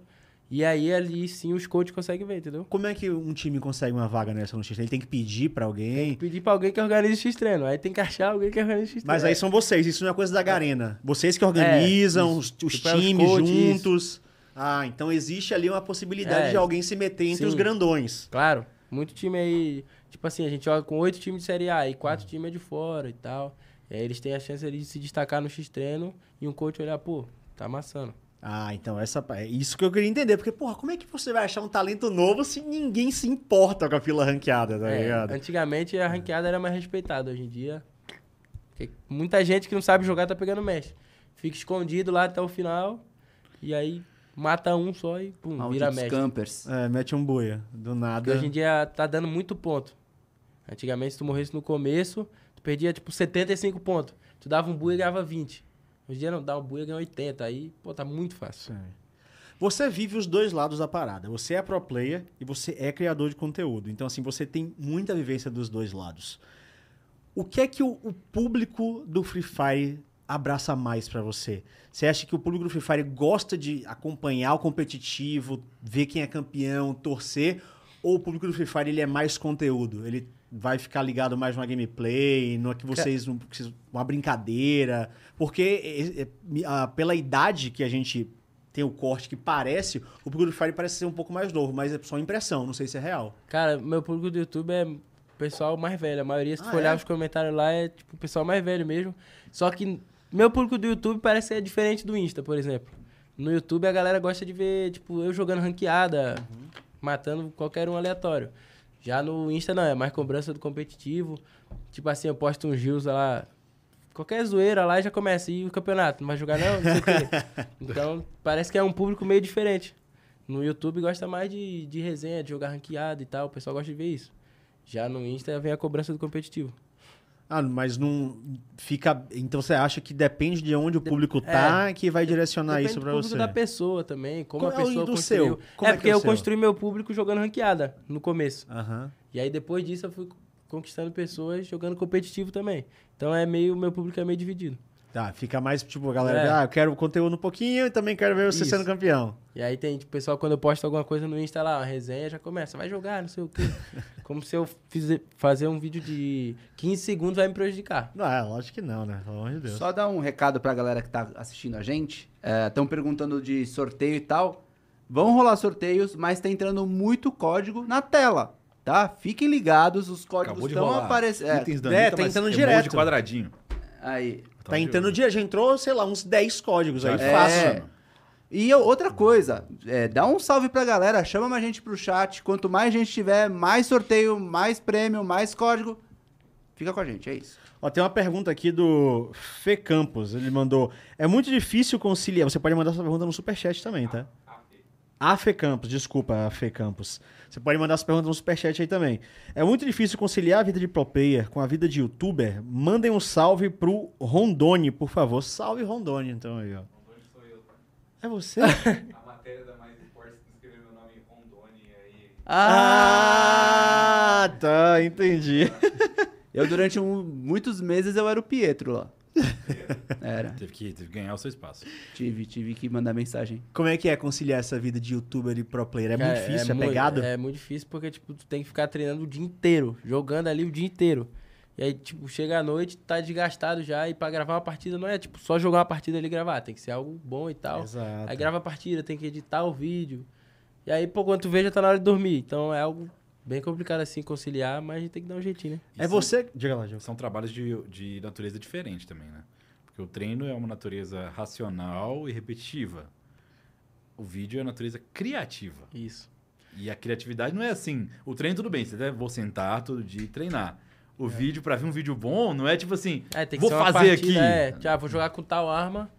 B: E aí ali sim os coaches conseguem ver, entendeu?
A: Como é que um time consegue uma vaga nessa no X? Ele tem que pedir pra alguém.
B: Pedir pra alguém que organize o X-treino, aí tem que achar alguém que organize o X-treino.
A: Mas aí são vocês, isso não é coisa da Garena. Vocês que organizam
B: É,
A: os,
B: isso.
A: os
B: Tipo, é os
A: times
B: coaches,
A: juntos. Ah, então existe ali uma possibilidade
B: É.
A: de alguém se meter entre
B: Sim.
A: os grandões.
B: Claro, muito time aí, tipo assim, a gente joga com oito times de Série A e quatro times é de fora e tal. E aí eles têm a chance ali de se destacar no X-treino e um coach olhar, pô, tá amassando.
A: Ah, então essa pa- é isso que eu queria entender. Porque, porra, como é que você vai achar um talento novo se ninguém se importa com a fila ranqueada, tá
B: É,
A: ligado? É.
B: antigamente a ranqueada era mais respeitada, hoje em dia. porque muita gente que não sabe jogar tá pegando mestre. Fica escondido lá até o final e aí mata um só e pum, vira
C: Malditos
B: mestre.
C: campers.
A: É, mete um buia. Do
B: Porque
A: nada.
B: hoje em dia tá dando muito ponto. Antigamente, se tu morresse no começo, tu perdia tipo 75 pontos. Tu dava um buia e ganhava 20. Hoje em dia não, dá um buia e ganha 80. Aí, pô, tá muito fácil.
A: Você vive os dois lados da parada. Você é pro player e você é criador de conteúdo. Então, assim, você tem muita vivência dos dois lados. O que é que o, o público do Free Fire abraça mais pra você? Você acha que o público do Free Fire gosta de acompanhar o competitivo, ver quem é campeão, torcer? Ou o público do Free Fire ele é mais conteúdo? Ele vai ficar ligado mais numa gameplay, no que vocês não precisam, uma brincadeira? Porque é, é, mi- ah, pela idade que a gente tem o corte que parece, o público do Free Fire parece ser um pouco mais novo, mas é só impressão, não sei se é real.
B: Cara, meu público do YouTube é o pessoal mais velho. A maioria, se tu
A: Ah,
B: for olhar
A: é?
B: os comentários lá, é tipo o pessoal mais velho mesmo. Só que meu público do YouTube parece ser diferente do Insta, por exemplo. No YouTube a galera gosta de ver, tipo, eu jogando ranqueada, matando qualquer um aleatório. Já no Insta não, é mais cobrança do competitivo. Tipo assim, eu posto um Gilza lá, qualquer zoeira lá e já começa. E o campeonato? Não vai jogar não? Não sei o quê. Então, parece que é um público meio diferente. No YouTube gosta mais de, de resenha, de jogar ranqueado e tal. O pessoal gosta de ver isso. Já no Insta vem a cobrança do competitivo.
A: Ah, mas não fica. Então você acha que depende de onde o público tá que vai direcionar
B: é, Depende
A: isso pra
B: do público
A: você?
B: da pessoa também, como
A: Como
B: a
A: é o
B: pessoa
A: do
B: construiu.
A: seu? Como é
B: é
A: que
B: porque
A: é o
B: eu
A: seu?
B: construí meu público jogando ranqueada no começo.
A: Aham.
B: E aí depois disso eu fui conquistando pessoas jogando competitivo também. Então é meio, meu público é meio dividido.
A: Tá, fica mais tipo, a galera,
B: É.
A: ah, eu quero conteúdo um pouquinho e também quero ver você
B: Isso.
A: sendo campeão.
B: E aí tem, tipo, pessoal, quando eu posto alguma coisa no Insta lá, uma resenha, já começa, vai jogar, não sei o quê. Como se eu fizer, fazer um vídeo de 15 segundos vai me prejudicar.
A: Não, é, lógico que não, né? Pelo amor
E: É.
A: de Deus.
C: Só dar um recado pra galera que tá assistindo a gente. Estão perguntando de sorteio e tal. Vão rolar sorteios, mas tá entrando muito código na tela, tá? Fiquem ligados, os códigos
E: Acabou de
C: estão
E: rolar.
C: aparecendo. É,
E: Itens da
A: É,
E: Anitta,
A: tá
E: mas
A: entrando
E: emoji
A: direto.
E: quadradinho. Tá
C: aí.
E: é
A: Tá entrando dia, já entrou, sei lá, uns 10 códigos aí,
E: Já-
A: fácil.
C: É. E eu- outra coisa, é, dá um salve pra galera, chama mais gente pro chat. Quanto mais gente tiver, mais sorteio, mais prêmio, mais código. Fica com a gente, é isso.
A: Ó, tem uma pergunta aqui do Fê Campos. Ele mandou: É muito difícil conciliar. Você pode mandar sua pergunta no superchat também, tá? A Fê Campos, desculpa, a Fê Campos. Você pode mandar sua pergunta no superchat aí também. É muito difícil conciliar a vida de pro player com a vida de youtuber. Mandem um salve pro Rondoni, por favor. Salve Rondoni, então aí, ó. É você?
F: A matéria da Mais Esportes escreveu meu nome Rondoni aí.
A: ah, tá, entendi.
C: Eu, durante um- muitos meses, eu era o Pietro lá. Era.
D: Teve que, teve que ganhar o seu espaço.
C: Tive, tive que mandar mensagem.
A: Como é que é conciliar essa vida de youtuber e pro player? É
B: Cara,
A: muito difícil, é,
B: mui-
A: pegado?
B: É muito difícil porque, tipo, tu tem que ficar treinando o dia inteiro, jogando ali o dia inteiro. E aí, tipo, chega à noite, tá desgastado já, e pra gravar uma partida não é, tipo, só jogar uma partida ali e gravar, tem que ser algo bom e tal.
A: Exato.
B: Aí grava a partida, tem que editar o vídeo. E aí, pô, quando tu vê, já tá na hora de dormir. Então é algo bem complicado assim, conciliar, mas a gente tem que dar um jeitinho, né?
A: É você. Diga lá, Gil.
D: São trabalhos de, de natureza diferente também, né? Porque o treino é uma natureza racional e repetitiva. O vídeo é a natureza criativa.
B: Isso.
D: E a criatividade não é assim. O treino, tudo bem, você até vou sentar todo dia e treinar. O vídeo, pra ver um vídeo bom, não é tipo assim,
B: É, tem que
D: vou
B: ser uma
D: fazer
B: partida,
D: aqui.
B: É, já, vou jogar com tal arma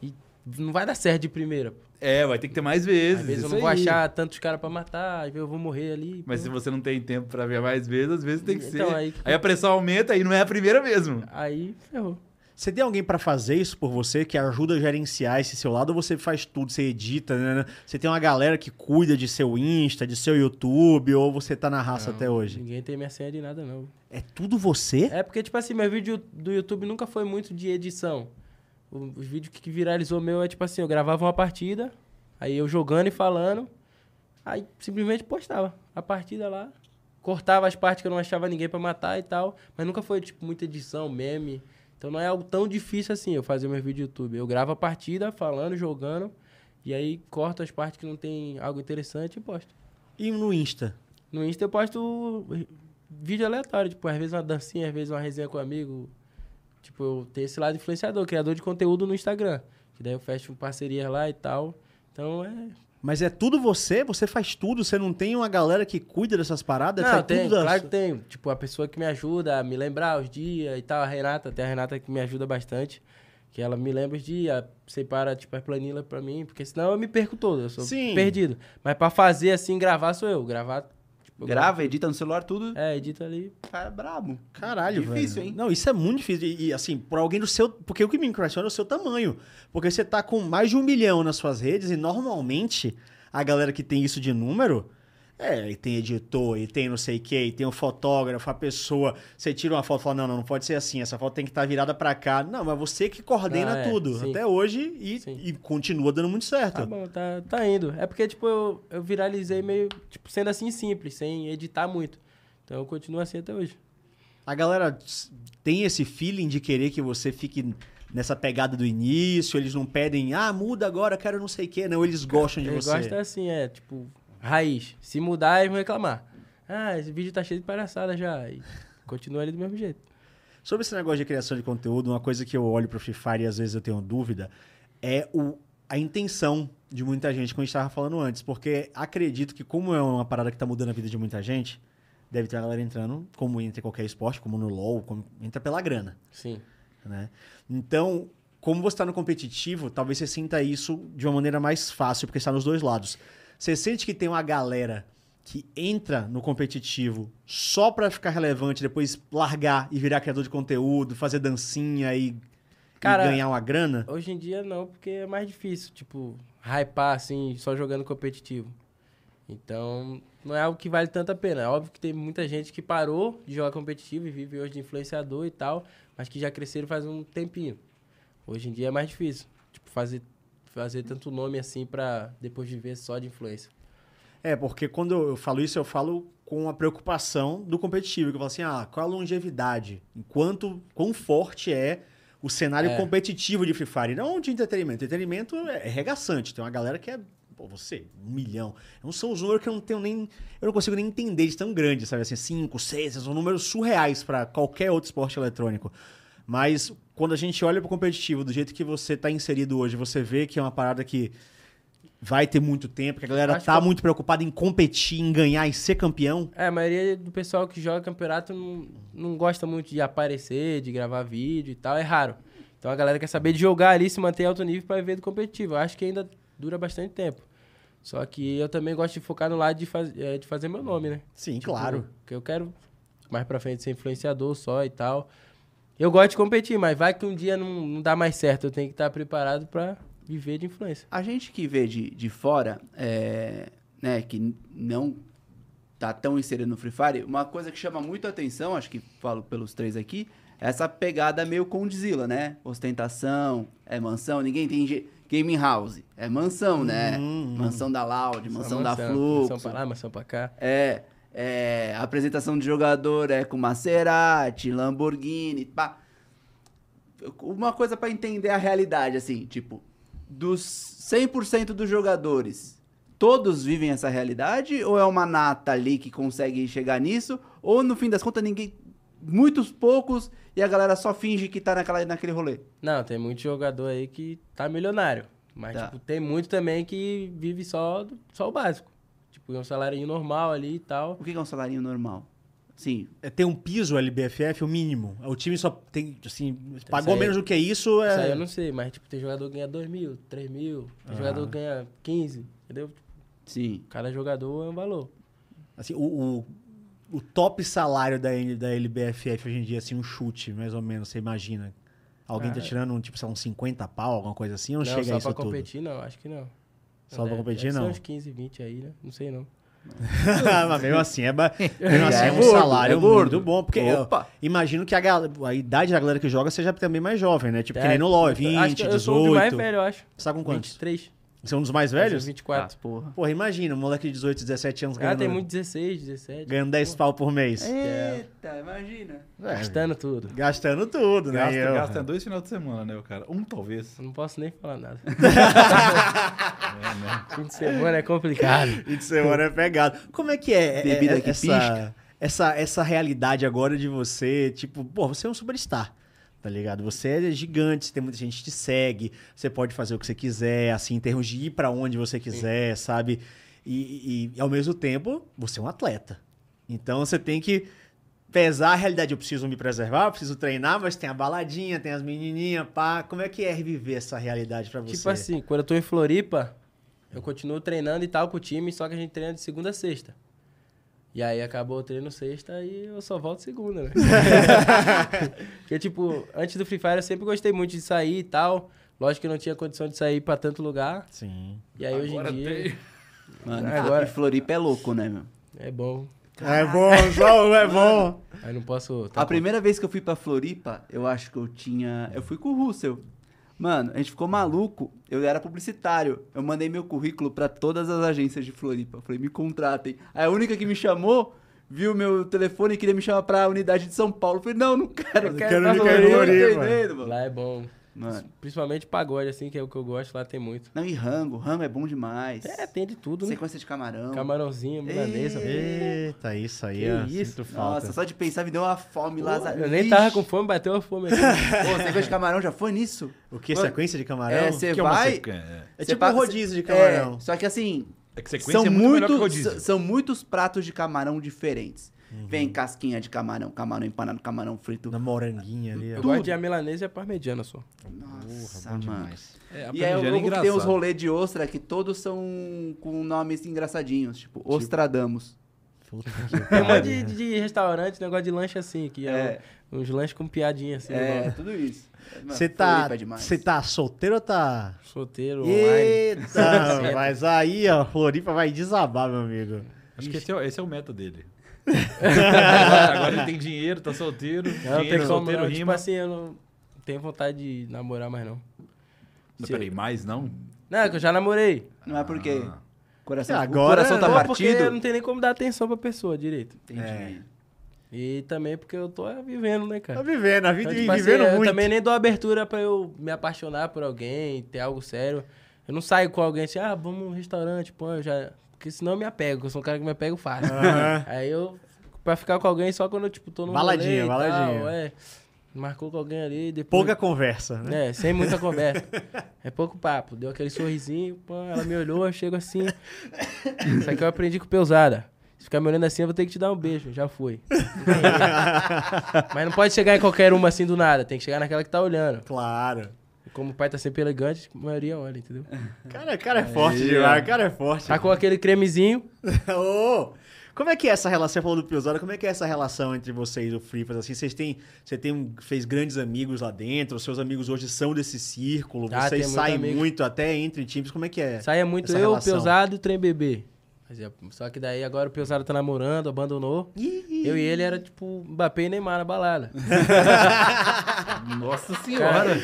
B: e não vai dar certo de primeira. pô.
D: É, vai ter que ter mais vezes.
B: Às vezes eu
D: isso
B: não vou
D: aí.
B: achar tantos caras pra matar, às vezes eu vou morrer ali.
D: Mas
B: pô.
D: se você não tem tempo pra ver mais vezes, às vezes tem que
B: Então,
D: ser.
B: aí que-
D: Aí a pressão aumenta e não é a primeira mesmo.
B: Aí ferrou.
A: Você tem alguém pra fazer isso por você, que ajuda a gerenciar esse seu lado, ou você faz tudo, você edita, né? né? Você tem uma galera que cuida de seu Insta, de seu YouTube, ou você tá na raça
B: Não,
A: até hoje?
B: Ninguém tem minha senha de nada, não.
A: É tudo você?
B: É porque, tipo assim, meu vídeo do YouTube nunca foi muito de edição. O- Os vídeos que viralizou meu é tipo assim, eu gravava uma partida, aí eu jogando e falando, aí simplesmente postava a partida lá, cortava as partes que eu não achava ninguém pra matar e tal, mas nunca foi tipo muita edição, meme. Então não é algo tão difícil assim eu fazer meus vídeos do YouTube. Eu gravo a partida, falando, jogando, e aí corto as partes que não tem algo interessante e posto.
A: E no Insta?
B: No Insta eu posto vídeo aleatório, tipo, às vezes uma dancinha, às vezes uma resenha com um amigo. Tipo, eu tenho esse lado influenciador, criador de conteúdo no Instagram. Que daí eu fecho parcerias lá e tal. Então é.
A: Mas é tudo você? Você faz tudo? Você não tem uma galera que cuida dessas paradas? faz
B: tem,
A: tudo da-
B: claro que tem. Tipo, a pessoa que me ajuda a me lembrar os dias e tal, a Renata, tem a Renata que me ajuda bastante. Que ela me lembra os dias, separa, tipo, as planilhas pra mim, porque senão eu me perco todo, eu sou
A: Sim.
B: perdido. Mas pra fazer assim, gravar sou eu. Gravar. Tipo, eu gravo.
C: Grava, edita no celular, tudo.
B: É, edita ali.
C: Cara, brabo.
A: Caralho, velho.
C: Difícil, hein?
A: Não, isso é muito difícil. E, e, assim, por alguém do seu. Porque o que me impressiona é o seu tamanho. Porque você tá com mais de um milhão nas suas redes e normalmente a galera que tem isso de número. É, e tem editor, e tem não sei o quê, e tem um fotógrafo, a pessoa. Você tira uma foto e fala: não, não, não pode ser assim, essa foto tem que estar virada pra cá. Não, mas você que coordena
B: Ah, é,
A: tudo
B: sim.
A: até hoje e,
B: Sim.
A: e continua dando muito certo.
B: Tá bom, tá, tá indo. É porque, tipo, eu, eu viralizei meio, tipo, sendo assim simples, sem editar muito. Então eu continuo assim até hoje.
A: A galera s- tem esse feeling de querer que você fique nessa pegada do início, eles não pedem, ah, muda agora, quero não sei o quê. Não, eles gostam de
B: eu
A: você.
B: gosto assim, é, tipo, raiz. Se mudar, eles vão reclamar. Ah, esse vídeo tá cheio de palhaçada já. E continua ali do mesmo jeito.
A: Sobre esse negócio de criação de conteúdo, uma coisa que eu olho pro Free Fire e às vezes eu tenho dúvida é o, a intenção de muita gente, como a gente estava falando antes. Porque acredito que, como é uma parada que tá mudando a vida de muita gente, deve ter uma galera entrando, como entra em qualquer esporte, como no LoL, como, entra pela grana.
B: Sim.
A: né? Então, como você está no competitivo, talvez você sinta isso de uma maneira mais fácil, porque está nos dois lados. Você sente que tem uma galera que entra no competitivo só para ficar relevante, depois largar e virar criador de conteúdo, fazer dancinha e, e
B: Cara,
A: ganhar uma grana?
B: Hoje em dia não, porque é mais difícil, tipo, hypar assim, só jogando competitivo. Então, não é algo que vale tanto a pena. É óbvio que tem muita gente que parou de jogar competitivo e vive hoje de influenciador e tal, mas que já cresceram faz um tempinho. Hoje em dia é mais difícil, tipo, fazer, fazer tanto nome assim pra depois viver só de influência.
A: É, porque quando eu falo isso, eu falo com a preocupação do competitivo, que eu falo assim, ah, qual a longevidade? Enquanto, quão forte é o cenário
B: É.
A: competitivo de Free Fire, não de entretenimento. Entretenimento é regaçante, tem uma galera que é, pô, você, um milhão. Não são os números que eu não tenho nem, eu não consigo nem entender de tão grande, sabe? Assim, cinco, seis, são números surreais para qualquer outro esporte eletrônico. Mas quando a gente olha pro competitivo, do jeito que você tá inserido hoje, você vê que é uma parada que vai ter muito tempo, que a galera
B: Acho
A: tá
B: que-
A: muito preocupada em competir, em ganhar, em ser campeão.
B: É, a maioria do pessoal que joga campeonato não, não gosta muito de aparecer, de gravar vídeo e tal, é raro. Então a galera quer saber de jogar ali, se manter em alto nível para evento competitivo. Eu acho que ainda dura bastante tempo. Só que eu também gosto de focar no lado de, faz- eh, de fazer meu nome, né?
A: Sim,
B: Tipo,
A: claro.
B: Que eu quero mais pra frente ser influenciador só e tal. Eu gosto de competir, mas vai que um dia não, não dá mais certo. Eu tenho que estar preparado pra viver de influência.
C: A gente que vê de, de fora, é, né, que n- não tá tão inserido no Free Fire, uma coisa que chama muito a atenção, acho que falo pelos três aqui, é essa pegada meio condizila, né? Ostentação, é mansão, ninguém tem ge- gaming house. É mansão, né?
A: Hum, hum.
C: mansão da Loud, mansão, da
B: é Mansão pra
C: Fluxo.
B: lá, mansão pra cá.
C: É, é, apresentação de jogador é com Maserati, Lamborghini, pá. Uma coisa pra entender a realidade, assim, tipo, dos 100% dos jogadores, todos vivem essa realidade? Ou é uma nata ali que consegue chegar nisso? Ou no fim das contas, ninguém. Muitos poucos e a galera só finge que tá naquela, naquele rolê.
B: Não, tem muito jogador aí que tá milionário. Mas,
C: Tá.
B: tipo, tem muito também que vive só, do- só o básico. Tipo, é um salário normal ali e tal.
C: O que que é um salário normal? Sim,
A: É, Tem um piso o LBFF, o mínimo. O time só tem, assim,
B: Isso
A: pagou
B: aí-
A: menos do que isso.
B: Isso aí
A: É...
B: eu não sei, mas, tipo, tem jogador que ganha 2 mil, 3 mil.
A: Ah.
B: Tem jogador que ganha 15, entendeu?
C: sim.
B: Cada jogador é um valor.
A: assim, o, o, o top salário da, N da LBFF hoje em dia, assim, um chute, mais ou menos, você imagina. Alguém tá
B: Ah.
A: tirando, um, tipo, sei lá, uns 50 pau, alguma coisa assim, ou não, chega
B: só
A: a isso
B: pra
A: tudo?
B: competir, não, acho que não.
A: Só pra
B: Deve-
A: competir,
B: deve ser
A: não.
B: uns 15, 20 aí, né? Não sei, não.
A: Mas mesmo assim, é, ba- mesmo assim,
C: É
A: é um
C: gordo,
A: salário
C: é gordo.
A: muito bom, porque eu
C: Opa!
A: imagino que a, gal- a idade da galera que joga seja também mais jovem, né? Tipo, que nem no LoL, é 20,
B: acho que
A: 18...
B: Eu sou o de mais velho, eu acho.
A: Você tá com quantos?
B: 23.
A: Você é um dos mais velhos?
B: 24.
C: Ah, porra.
A: Porra, imagina, um moleque de 18, 17 anos
B: Ah,
A: ganhando, um.
B: tem muito 16, 17.
A: ganhando 10 pau por mês.
C: É. Eita, imagina.
B: Gastando tudo.
A: Gastando tudo, né?
E: Gasta,
B: é,
A: E eu-
E: gasta dois finais de semana, né, o cara? Um talvez.
B: Não posso nem falar nada. Fim de semana é complicado.
A: E de semana é pegado. Como é que é, é-
C: Bebida
A: é-
C: que
A: essa,
C: pisca.
A: essa, essa realidade agora de você? Tipo, pô, você é um superstar, tá ligado? Você é gigante, tem muita gente que te segue, você pode fazer o que você quiser, assim, em termos de ir pra onde você quiser, sabe? E, e- e, ao mesmo tempo, você é um atleta. Então você tem que pesar a realidade. Eu preciso me preservar, eu preciso treinar, mas tem a baladinha, tem as menininhas, pá. Como é que é viver essa realidade pra você?
B: Tipo assim, quando eu tô em Floripa, eu continuo treinando e tal com o time, só que a gente treina de segunda a sexta. E aí acabou o treino sexta e eu só volto segunda, né? Porque, tipo, antes do Free Fire eu sempre gostei muito de sair e tal. Lógico que eu não tinha condição de sair pra tanto lugar.
A: Sim.
B: E aí hoje em dia
C: Mano,
B: Agora-
C: e Floripa é louco, né, meu?
B: é bom.
A: É bom, João, é bom.
B: Aí não posso. tá
C: A primeira vez que eu fui pra Floripa, eu acho que eu tinha. Eu fui com o Russell. Mano, a gente ficou maluco. Eu era publicitário. Eu mandei meu currículo pra todas as agências de Floripa. Eu Falei, me contratem. Aí a única que me chamou viu meu telefone e queria me chamar pra unidade de São Paulo. Eu falei, não, não quero.
B: Eu
C: não
B: quero
C: não
B: ficar
C: quero,
B: em
C: não tô
A: Floripa.
C: entendendo, mano.
B: Lá é bom.
C: Mano.
B: Principalmente pagode, assim, que é o que eu gosto, lá tem muito.
C: Não, e rango. Rango é bom demais.
B: É, tem de tudo, né?
C: Sequência de camarão.
B: Camarãozinho, milanesa.
A: Eita, isso aí,
B: Que
A: ó,
B: isso?
A: sinto falta.
C: Nossa, só de pensar me deu uma fome lá.
B: Eu nem tava com fome, bateu a fome aqui. né?
C: Pô, sequência de camarão já foi nisso?
A: O que,
C: Mano,
A: sequência de camarão?
C: É,
A: É,
C: você
E: que é uma
C: vai.
E: sequ- é.
C: Você
A: tipo
C: pa-
A: um rodízio de
C: É,
A: camarão.
C: só que assim,
E: É que sequência
C: são,
E: é muito, melhor que
C: muito,
E: rodízio.
C: s- são muitos pratos de camarão diferentes.
A: Uhum.
C: Vem casquinha de camarão, camarão empanado, camarão frito.
A: Na moranguinha ali, ó.
B: Eu gosto de a milanesa e a parmegiana só.
C: Nossa,
A: Bom
C: mano.
A: demais.
E: É, a
C: E aí
E: parmegiana é
C: eu que tem
E: engraçada.
C: uns rolês de ostra que todos são com nomes engraçadinhos, tipo, Ostradamus.
A: Puta que
B: Tem um monte
A: pariu.
B: de, de restaurante, negócio de lanche assim, que é,
C: É.
B: um- uns lanches com piadinha assim.
C: É,
B: É.
C: tudo isso. Mano,
A: Você tá,
C: Floripa é demais.
A: você tá solteiro ou tá...
B: Solteiro, online.
A: Eita, mas aí, ó, Floripa vai desabar, meu amigo.
E: Acho que esse é, o- esse é o meta dele. agora, agora ele tem dinheiro, tá solteiro.
B: Não, tem
E: dinheiro,
B: como,
E: solteiro,
B: não. Tipo
E: rima.
B: assim, eu não tenho vontade de namorar mais não. assim,
E: Não, peraí, mais não?
B: Não, é que eu já namorei.
C: Não é porque
E: Ah.
C: coração,
A: É,
C: o
A: agora-
C: coração tá
B: Pô, porque
C: partido.
B: eu não tem nem como dar atenção pra pessoa direito.
C: Entendi.
A: É.
B: E também porque eu tô é, vivendo, né,
A: Tá
B: cara?
A: vivendo, a vida
B: Então, tipo assim,
A: vivendo
B: eu
A: muito.
B: também nem dou abertura pra eu me apaixonar por alguém, ter algo sério. Eu não saio com alguém assim, ah, vamos num restaurante, pô, eu já. Porque senão eu me apego, eu sou um cara que me apego fácil.
A: Aham.
B: Aí eu. Pra ficar com alguém só quando eu, tipo, tô num
A: Baladinha,
B: rolê e tal,
A: baladinha.
B: é. Marcou com alguém ali, depois.
A: Pouca conversa, né?
B: É, sem muita conversa. É pouco papo. Deu aquele sorrisinho, pô, ela me olhou, eu chego assim. Isso aqui eu aprendi com peusada. Se ficar me olhando assim, eu vou ter que te dar um beijo. Já foi. Mas não pode chegar em qualquer uma assim do nada. Tem que chegar naquela que tá olhando.
A: Claro.
B: E Como o pai tá sempre elegante, a maioria olha, entendeu?
A: Cara, cara é forte, Gilmar. Cara é forte.
B: Tá com aquele cremezinho.
A: Ô, Como é que é essa relação? Você falou do Piozada, como é que é essa relação entre vocês e o Fripas? Assim, vocês têm, você tem um- fez grandes amigos lá dentro, os seus amigos hoje são desse círculo,
B: Ah, tem
A: vocês
B: muito
A: saem
B: amigo.
A: muito até entre times, como é que é?
B: Saia muito
A: essa
B: eu, o
A: relação?
B: Peusado e o Trem Bebê. Mas é- Só que daí agora o Peusado tá namorando, abandonou.
A: Ih,
B: Eu e ele era tipo Mbappé e Neymar na balada.
C: Nossa
B: senhora.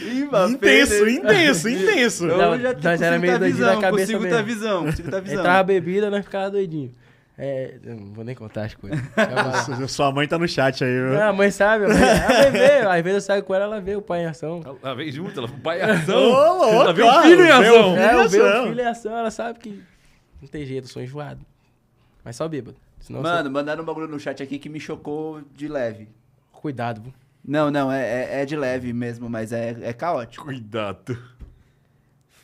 A: intenso, intenso, intenso.
C: Eu
B: Não,
C: já te-
B: nós era
C: consigo
B: meio
C: tá
B: doidinho
C: visão,
B: da cabeça
C: Consigo
B: mesmo.
C: tá visão, consigo tá visão.
B: Ele tava bebida, nós ficava doidinho. É, eu não vou nem contar as coisas. Acaba-
A: Nossa, Sua mãe tá no chat aí, viu?
B: Não, a mãe sabe, a mãe, a mãe vê. Às vezes eu saio com ela, ela vê o pai em ação.
D: Ela vem junto, ela é um vai
A: Ô, louco,
D: Tá vendo?
A: ó,
D: Filho em
A: meu
D: ação.
A: filho
B: É, eu vejo
A: ação.
B: o filho em ação, ela sabe que não tem jeito, eu sou enjoado. Mas só bêbado. Senão
C: Mano, mandaram um bagulho no chat aqui que me chocou de leve.
B: eu sou... cuidado. viu?
C: Não, não, é, é- é de leve mesmo, mas é, é caótico.
D: Cuidado.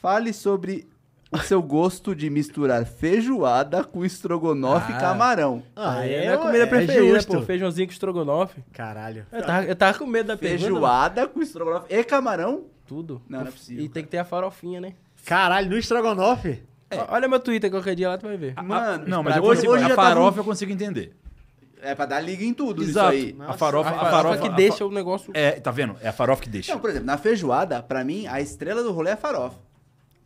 C: Fale sobre o seu gosto de misturar feijoada com estrogonofe e
B: Ah.
C: camarão.
A: Ah,
B: Aí
A: é,
B: a minha comida
A: é
B: preferida,
A: justo.
B: pô. Feijãozinho com estrogonofe.
A: Caralho.
B: Eu tava, eu tava com medo da pergunta,
C: Feijoada com estrogonofe e camarão?
B: mano. Tudo.
C: Não, não é possível,
B: E tem que ter a farofinha, né?
A: Caralho, no estrogonofe?
B: O- Olha meu Twitter qualquer dia lá, tu vai ver.
C: Mano,
D: Não, mas
C: pra-
D: eu consigo,
C: hoje
D: a
C: já tá
D: farofa
C: vim-
D: eu consigo entender.
C: É pra dar liga em tudo
D: Exato.
C: isso aí.
D: A farofa,
B: a,
D: a
B: farofa que
D: a fa-
B: deixa o negócio...
D: É, tá vendo? É a farofa que deixa.
C: Não, por exemplo, na feijoada, pra mim, a estrela do rolê é a farofa.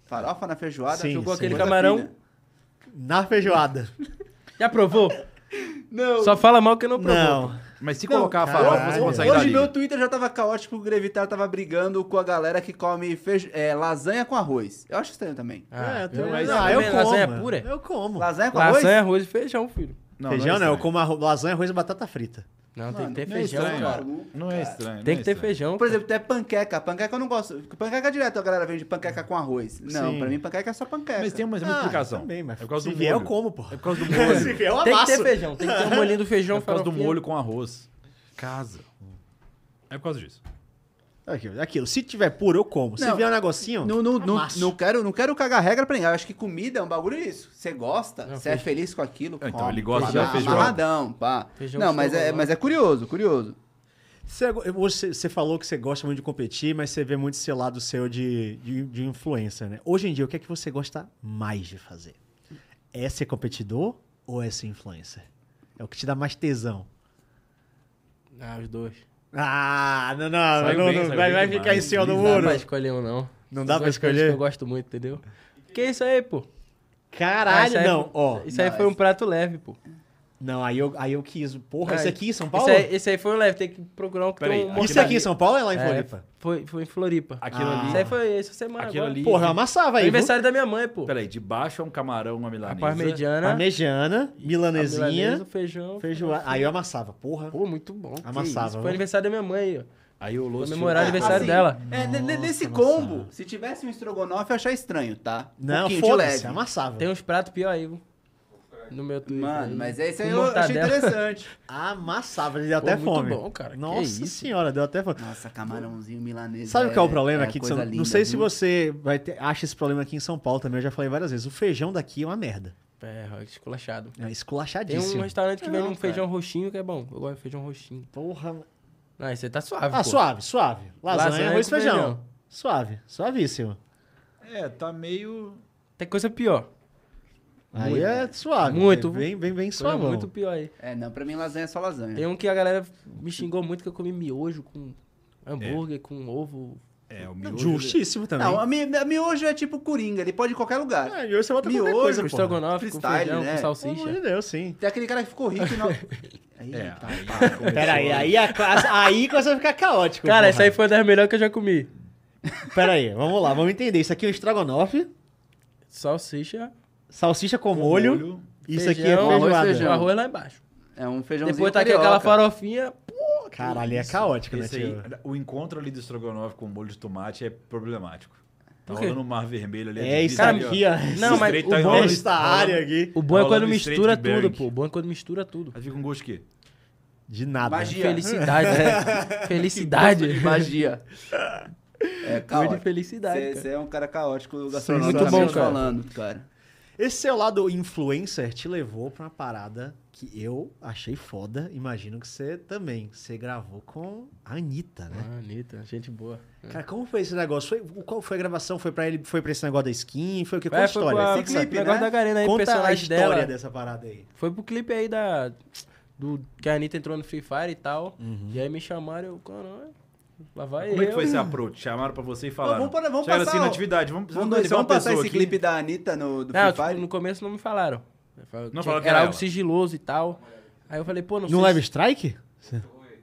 C: Farofa na feijoada.
A: Sim,
C: jogou
A: sim.
C: aquele
B: Coisa camarão.
C: fina.
A: Na feijoada.
B: Já provou?
C: Não.
B: Só fala mal que não provou.
A: Não.
D: Mas se
C: Não,
D: colocar a
A: caralho.
D: farofa, você
A: Hoje
D: consegue dar
C: Hoje
D: liga.
C: meu Twitter já tava caótico, o Grevitar tava brigando com a galera que come feijo- é, lasanha com arroz. Eu acho estranho também.
B: Ah,
A: é,
B: eu-
A: eu,
B: mas
A: não,
B: também
A: eu como.
B: lasanha é pura?
A: Eu como.
C: Lasanha com
B: Lasanha,
C: arroz?
B: arroz e feijão, filho.
D: Não,
A: feijão,
D: não
A: né?
D: é
A: Eu
D: estranho.
A: como arro- lasanha, arroz e batata frita.
B: Não, tem que ter
D: Não é
B: feijão,
D: estranho.
B: cara.
C: cara.
D: Não é estranho.
B: Tem
D: não
B: que
D: é
B: ter
D: estranho.
B: feijão.
C: Por exemplo, até panqueca. Panqueca eu não gosto. Panqueca direto a galera vende panqueca com arroz. Não,
A: Sim.
C: pra mim panqueca é só panqueca.
D: Mas tem uma, tem uma
A: Ah,
D: explicação.
A: também, mas
D: é por causa
A: se
D: do
A: vier,
D: molho.
A: eu como, pô.
D: É por causa do
A: Se
D: molho.
A: vier, eu
B: tem que
A: amasso.
B: ter feijão, tem que ter um molhinho do feijão.
D: É por causa do
B: farofinha.
D: molho com arroz. Casa. É por causa disso.
A: Aquilo, aquilo. Se tiver puro, eu como. Se
C: Não.
A: vier um negocinho,
C: Não, não, não,
A: amasso.
C: não quero, não quero cagar regra pra ninguém. Eu acho que comida é um bagulho isso. Você gosta,
B: Não,
C: você é feliz com aquilo.
D: Então,
C: come.
D: ele gosta
B: da
C: Amarra-
B: feijoada.
C: Amarradão, pá.
B: Feijão
C: não, mas é,
B: estrogonofe.
C: mas é curioso, curioso.
A: Você, você, você falou que você gosta muito de competir, mas você vê muito esse lado seu de, de, de influencer, né? Hoje em dia, o que é que você gosta mais de fazer? É ser competidor ou é ser influencer? É o que te dá mais tesão.
B: Ah, os dois.
A: Ah, não, não,
D: Saiu
A: não,
D: bem,
A: não,
D: saiu
A: vai,
D: bem
A: vai
D: demais.
A: ficar em cima do
D: Não
B: Não dá
A: muro.
B: pra escolher um, não.
A: Não dá pra
B: São duas coisas
A: escolher?
B: que eu gosto muito, entendeu? Que isso aí, pô. Ah,
A: Caralho,
D: é
B: isso aí
A: não,
B: foi-
A: ó.
B: Isso aí
C: Não,
B: foi um
C: esse-
B: prato leve, pô.
A: Não, aí eu, aí eu quis. Porra,
B: Ah,
A: isso aqui em São Paulo?
B: Esse
D: é-
B: aí, esse aí foi um leve, tem que procurar um que
D: Peraí,
B: tem um...
A: Isso aqui em São Paulo ou é lá em
B: É,
A: Floripa?
B: Foi, foi em Floripa.
D: Aquilo
A: Ah.
D: ali.
B: Isso aí foi essa semana
D: Aquilo
B: agora.
D: ali.
A: Porra, eu amassava aí. viu?
B: Aniversário da minha mãe, pô.
D: Peraí, de baixo é um camarão, uma
B: A
D: milanesa.
B: parmegiana,
A: Parmegiana,
B: a
A: milanesinha,
B: milanesa, um o feijão.
A: feijoada. Aí eu amassava, porra.
B: Pô, muito bom.
A: Amassava,
B: Isso
A: né?
B: foi um aniversário da minha mãe aí, ó.
D: Aí o Lúcio...
B: Comemorar o aniversário
C: assim,
B: dela.
C: É, ne- ne- nesse combo, se tivesse um estrogonofe, eu ia achar estranho, tá? Um
A: Não,
C: pouquinho de
A: foda-se,
C: leve.
A: amassava.
B: Tem um- uns pratos pior aí, viu? No meu Twitter.
C: Mano,
B: aí.
C: mas esse
B: Com
C: aí eu achei
B: mortadela.
C: interessante.
A: Amassava, ele deu
B: Pô,
A: até
B: muito
A: fome.
B: bom, cara, que
A: Nossa
B: isso?
A: senhora, deu até fome.
C: Nossa, camarãozinho milanês.
A: Sabe o que é o problema
C: é
A: aqui de
C: coisa
A: São Paulo? Não
C: linda,
A: sei se
C: viu?
A: você vai ter- acha esse problema aqui em São Paulo também, eu já falei várias vezes. O feijão daqui é uma merda.
B: É, ó, esculachado.
A: É
B: Tem
A: esculachadíssimo.
B: um restaurante que vende um feijão roxinho que é bom. Eu gosto de feijão roxinho.
A: Porra.
B: Ah, esse aí tá suave,
A: Ah,
B: pô.
A: suave, suave. Lasanha,
B: Lasanha é
A: arroz e
B: com
A: feijão.
B: feijão.
A: Suave, suavíssimo.
D: É, tá meio...
B: Tem coisa pior.
A: Aí é suave.
B: Muito.
A: É Bem, bem, bem
B: Coisa
A: suave.
B: muito pior aí.
C: É, não, pra mim lasanha é só lasanha.
B: Tem um que a galera me xingou muito que eu comi miojo com hambúrguer, com ovo.
D: É, o miojo...
A: Justíssimo também.
C: Não, a mi- a miojo é tipo coringa, ele pode ir em qualquer lugar.
A: Ah, e hoje você bota qualquer
C: Miojo,
A: coisa,
B: Com
A: porra.
B: estrogonofe, com
C: Freestyle,
B: feijão,
C: né?
B: com
A: Pelo amor
B: salsicha.
A: de Deus, sim.
C: Tem aquele cara que ficou rico e não... tá,
D: É,
C: Eita.
D: aí, começou-
C: né?
A: Peraí, aí, a, a- aí começa a ficar caótico.
B: Cara, essa
A: porra.
B: aí foi das melhores que eu já comi.
A: Peraí, vamos lá, vamos entender. Isso aqui é um estrogonofe,
B: Salsicha,
A: salsicha com, molho, Isso aqui é
B: feijão, arroz,
A: feijoada.
B: feijão. arroz lá embaixo.
C: É um feijãozinho
B: Depois tá aqui
C: carioca.
B: aquela farofinha.
A: Caralho, é caótico, né,
D: Esse aí,
A: tio?
D: o encontro ali do estrogonofe com molho de tomate é problemático. Tá
B: Por quê?
D: rolando um mar vermelho ali. a
A: É isso
D: divisa ali, ó.
A: aqui, ó.
B: Não, mas
D: estreito
B: o
D: tá
B: bom-
D: rolando-
A: Esta
D: tá rolando-
A: é área aqui.
B: O bom é
D: Rolando
B: quando
D: Street
B: mistura
D: Berg.
B: tudo, pô. O bom é quando mistura tudo.
D: Aí fica um gosto de quê?
A: De nada.
C: Magia.
B: Felicidade, né?
C: Que gosto de
B: Felicidade.
C: magia. É,
B: Cor de
C: caótico.
B: felicidade, cara.
C: Você é um cara caótico gastronômico. tá
B: Muito bom, cara.
C: falando, cara.
A: Esse seu lado influencer te levou pra uma parada que eu achei foda. Imagino que você também. Você gravou com a Anitta, né?
B: Ah, Anitta, gente boa.
A: Cara, como foi esse negócio? Foi, o- qual foi a gravação? Foi pra ele? Foi pra esse negócio da skin? Foi o que? Qual a
B: É, foi
A: história?
B: com a-
A: Você que
B: com o
A: sabe.
B: negócio da Garena aí,
A: Conta a
B: personagem
A: história
B: dela.
A: dessa parada aí.
B: Foi pro clipe aí da. Do, que a Anitta entrou no Free Fire e tal. E aí me chamaram, eu, caramba, lá vai
E: Como
B: eu.
E: é que foi esse approach? Chamaram pra você e falaram.
C: vamos para- vamos
E: Chegaram
C: passar,
E: assim na
C: ó.
E: atividade. Vamos,
C: Vamos,
E: levar uma
C: passar
E: pessoa
C: esse
E: aqui.
C: clipe da Anitta no, do
B: Não,
C: Free
B: tipo,
C: Fire?
B: no começo não me falaram. Eu falo- tinha-
E: falaram que
B: era
E: era
B: algo
E: ela.
B: sigiloso e tal. Aí eu falei, pô, não
A: No
B: sei.
A: Live Strike?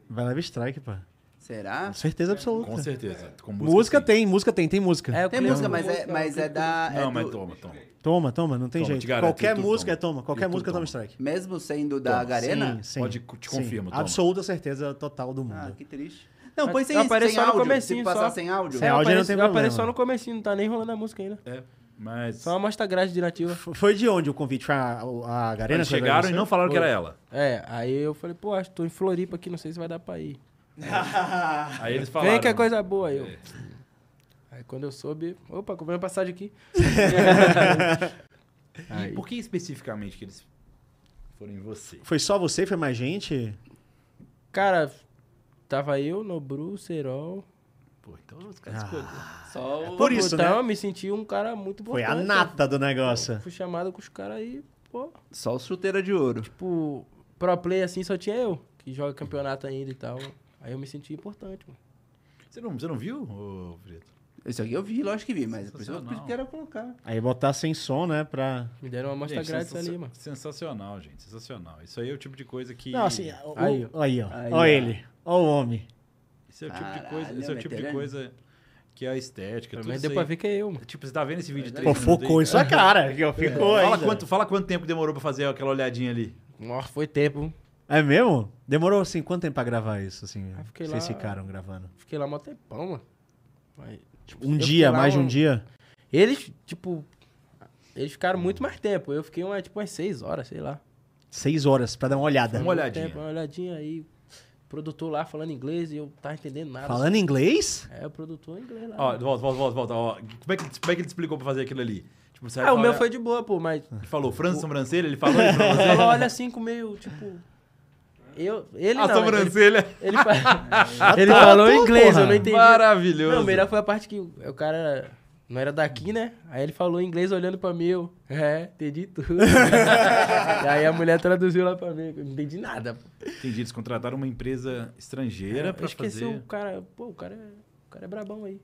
A: Vai Live Strike, pá.
C: Será?
A: Com certeza absoluta.
E: É, Com certeza. Com música. assim.
A: música
E: sim.
A: tem, música tem, tem música.
B: É, eu
C: Tem
B: falei,
C: música,
B: "Não,
C: mas é, mas é da... é
E: Não, mas
C: do-
E: toma, toma.
A: Toma, toma, não tem
E: Toma,
A: jeito.
E: te garanto,
A: Qualquer
E: YouTube
A: música
E: toma.
A: é toma, qualquer
E: YouTube
A: música toma
E: toma.
A: strike.
C: Mesmo sendo da Garena?
A: Sim, sim.
E: Pode- te
A: sim.
E: confirmo, toma.
A: Absoluta certeza total do mundo.
C: Ah, que triste. Não,
B: Mas
C: põe sem,
B: aparece
C: sem
B: só no
C: áudio.
B: comecinho,
C: Se
B: só.
C: passar sem áudio.
A: É,
B: eu
A: áudio não
B: apareci-
A: tem
B: eu
A: problema.
B: apareci só no comecinho, não tá nem rolando a música ainda.
E: É, mas.
B: Só uma amostra grátis de nativa.
A: F- Foi de onde o convite? Foi a, a Garena?
E: Eles
A: que foi
E: chegaram
A: agradecer?
E: e não falaram que era ela.
B: É, aí eu falei, pô, acho que tô em Floripa aqui, não sei se vai dar pra ir.
E: Aí eles falaram.
B: Vem que é coisa boa, aí eu.
E: É.
B: Aí quando eu soube, opa, comprei uma passagem aqui.
E: E
B: aí,
E: por que especificamente que eles foram em você?
A: Foi só você? Foi mais gente?
B: cara, tava eu, Nobru, Serol.
E: Pô, então os
A: Ah.
E: caras escolheram.
C: Só o...
A: Por isso,
B: então
A: né?
B: eu me senti um cara muito
A: Foi
B: importante.
A: a nata do negócio.
B: Fui chamado com os caras aí, pô.
C: Só o chuteira de ouro.
B: Tipo, pro play assim só tinha eu, que joga campeonato ainda e tal. Aí eu me senti importante, mano.
E: Você não, você não viu, ô, Preto?
C: Isso aqui eu vi, lógico que vi, mas por isso eu
E: Sensacional.
C: quero colocar.
A: Aí botar sem som, né? Pra.
B: Me deram uma amostra
E: Gente,
B: grátis
E: sensa-
B: ali, mano.
E: Sensacional, gente. Sensacional. Isso aí é o tipo de coisa que.
A: Não, assim. o-
B: Aí,
A: o- aí, ó.
C: Aí,
A: ó
C: ó.
A: ele. Ó o homem.
E: Isso é o tipo de
C: Caralho,
E: coisa. Esse é o tipo de
C: veterano.
E: coisa que é a estética.
B: Mas
E: Tudo
B: deu
E: isso
B: pra
E: aí.
B: ver que é eu, mano.
E: Tipo, você tá vendo esse vídeo de
A: Pô,
E: três
A: focou É. em
B: É,
E: minutos aí?
A: sua cara. que, ó, Ficou
E: Fala
A: ainda.
E: quanto, fala quanto tempo demorou pra fazer aquela olhadinha ali.
B: Nossa, foi tempo.
A: É mesmo? Demorou assim, quanto tempo pra gravar isso? Assim,
B: Ah, fiquei
A: vocês
B: lá-
A: ficaram gravando?
B: Fiquei lá mó tempão, mano. Mas, tipo,
A: Um
B: eu
A: dia,
B: fiquei lá
A: mais de um
B: uma-
A: dia?
B: Eles, tipo. Eles ficaram muito mais tempo. Eu fiquei uma, tipo umas 6 horas, sei lá.
A: Seis horas pra dar uma olhada.
E: Uma
B: Muito
E: olhadinha.
B: Tempo, uma olhadinha aí. O produtor lá falando inglês e eu tava entendendo nada.
A: Falando inglês?
B: É, o produtor inglês lá. Ah,
E: Ó, volta, volta, volta, volta. ó. Como, é que, como é que ele te explicou pra fazer aquilo ali? Tipo, você vai
B: ah, o meu
E: falar-
B: foi de boa, pô, mas.
E: Ele falou, França sobrancelha, ele falou isso pra você.
B: Ela olha assim com meio, tipo. Eu, ele não,
E: a
B: mas ele,
E: sobrancelha. é
B: ele, fa- ele
A: tá,
B: falou
A: tá,
B: inglês, eu
A: porra.
B: não entendi.
E: Maravilhoso.
B: Não, o melhor foi a parte que o o cara não era daqui, né? Aí ele falou inglês olhando pra mim, eu, é, entendi tudo. e aí a mulher traduziu lá pra mim, eu não entendi nada. pô.
E: Entendi, eles contrataram uma empresa estrangeira
B: eu
E: pra
B: esqueci
E: fazer...
B: o cara, pô, o cara, é, o cara é brabão aí.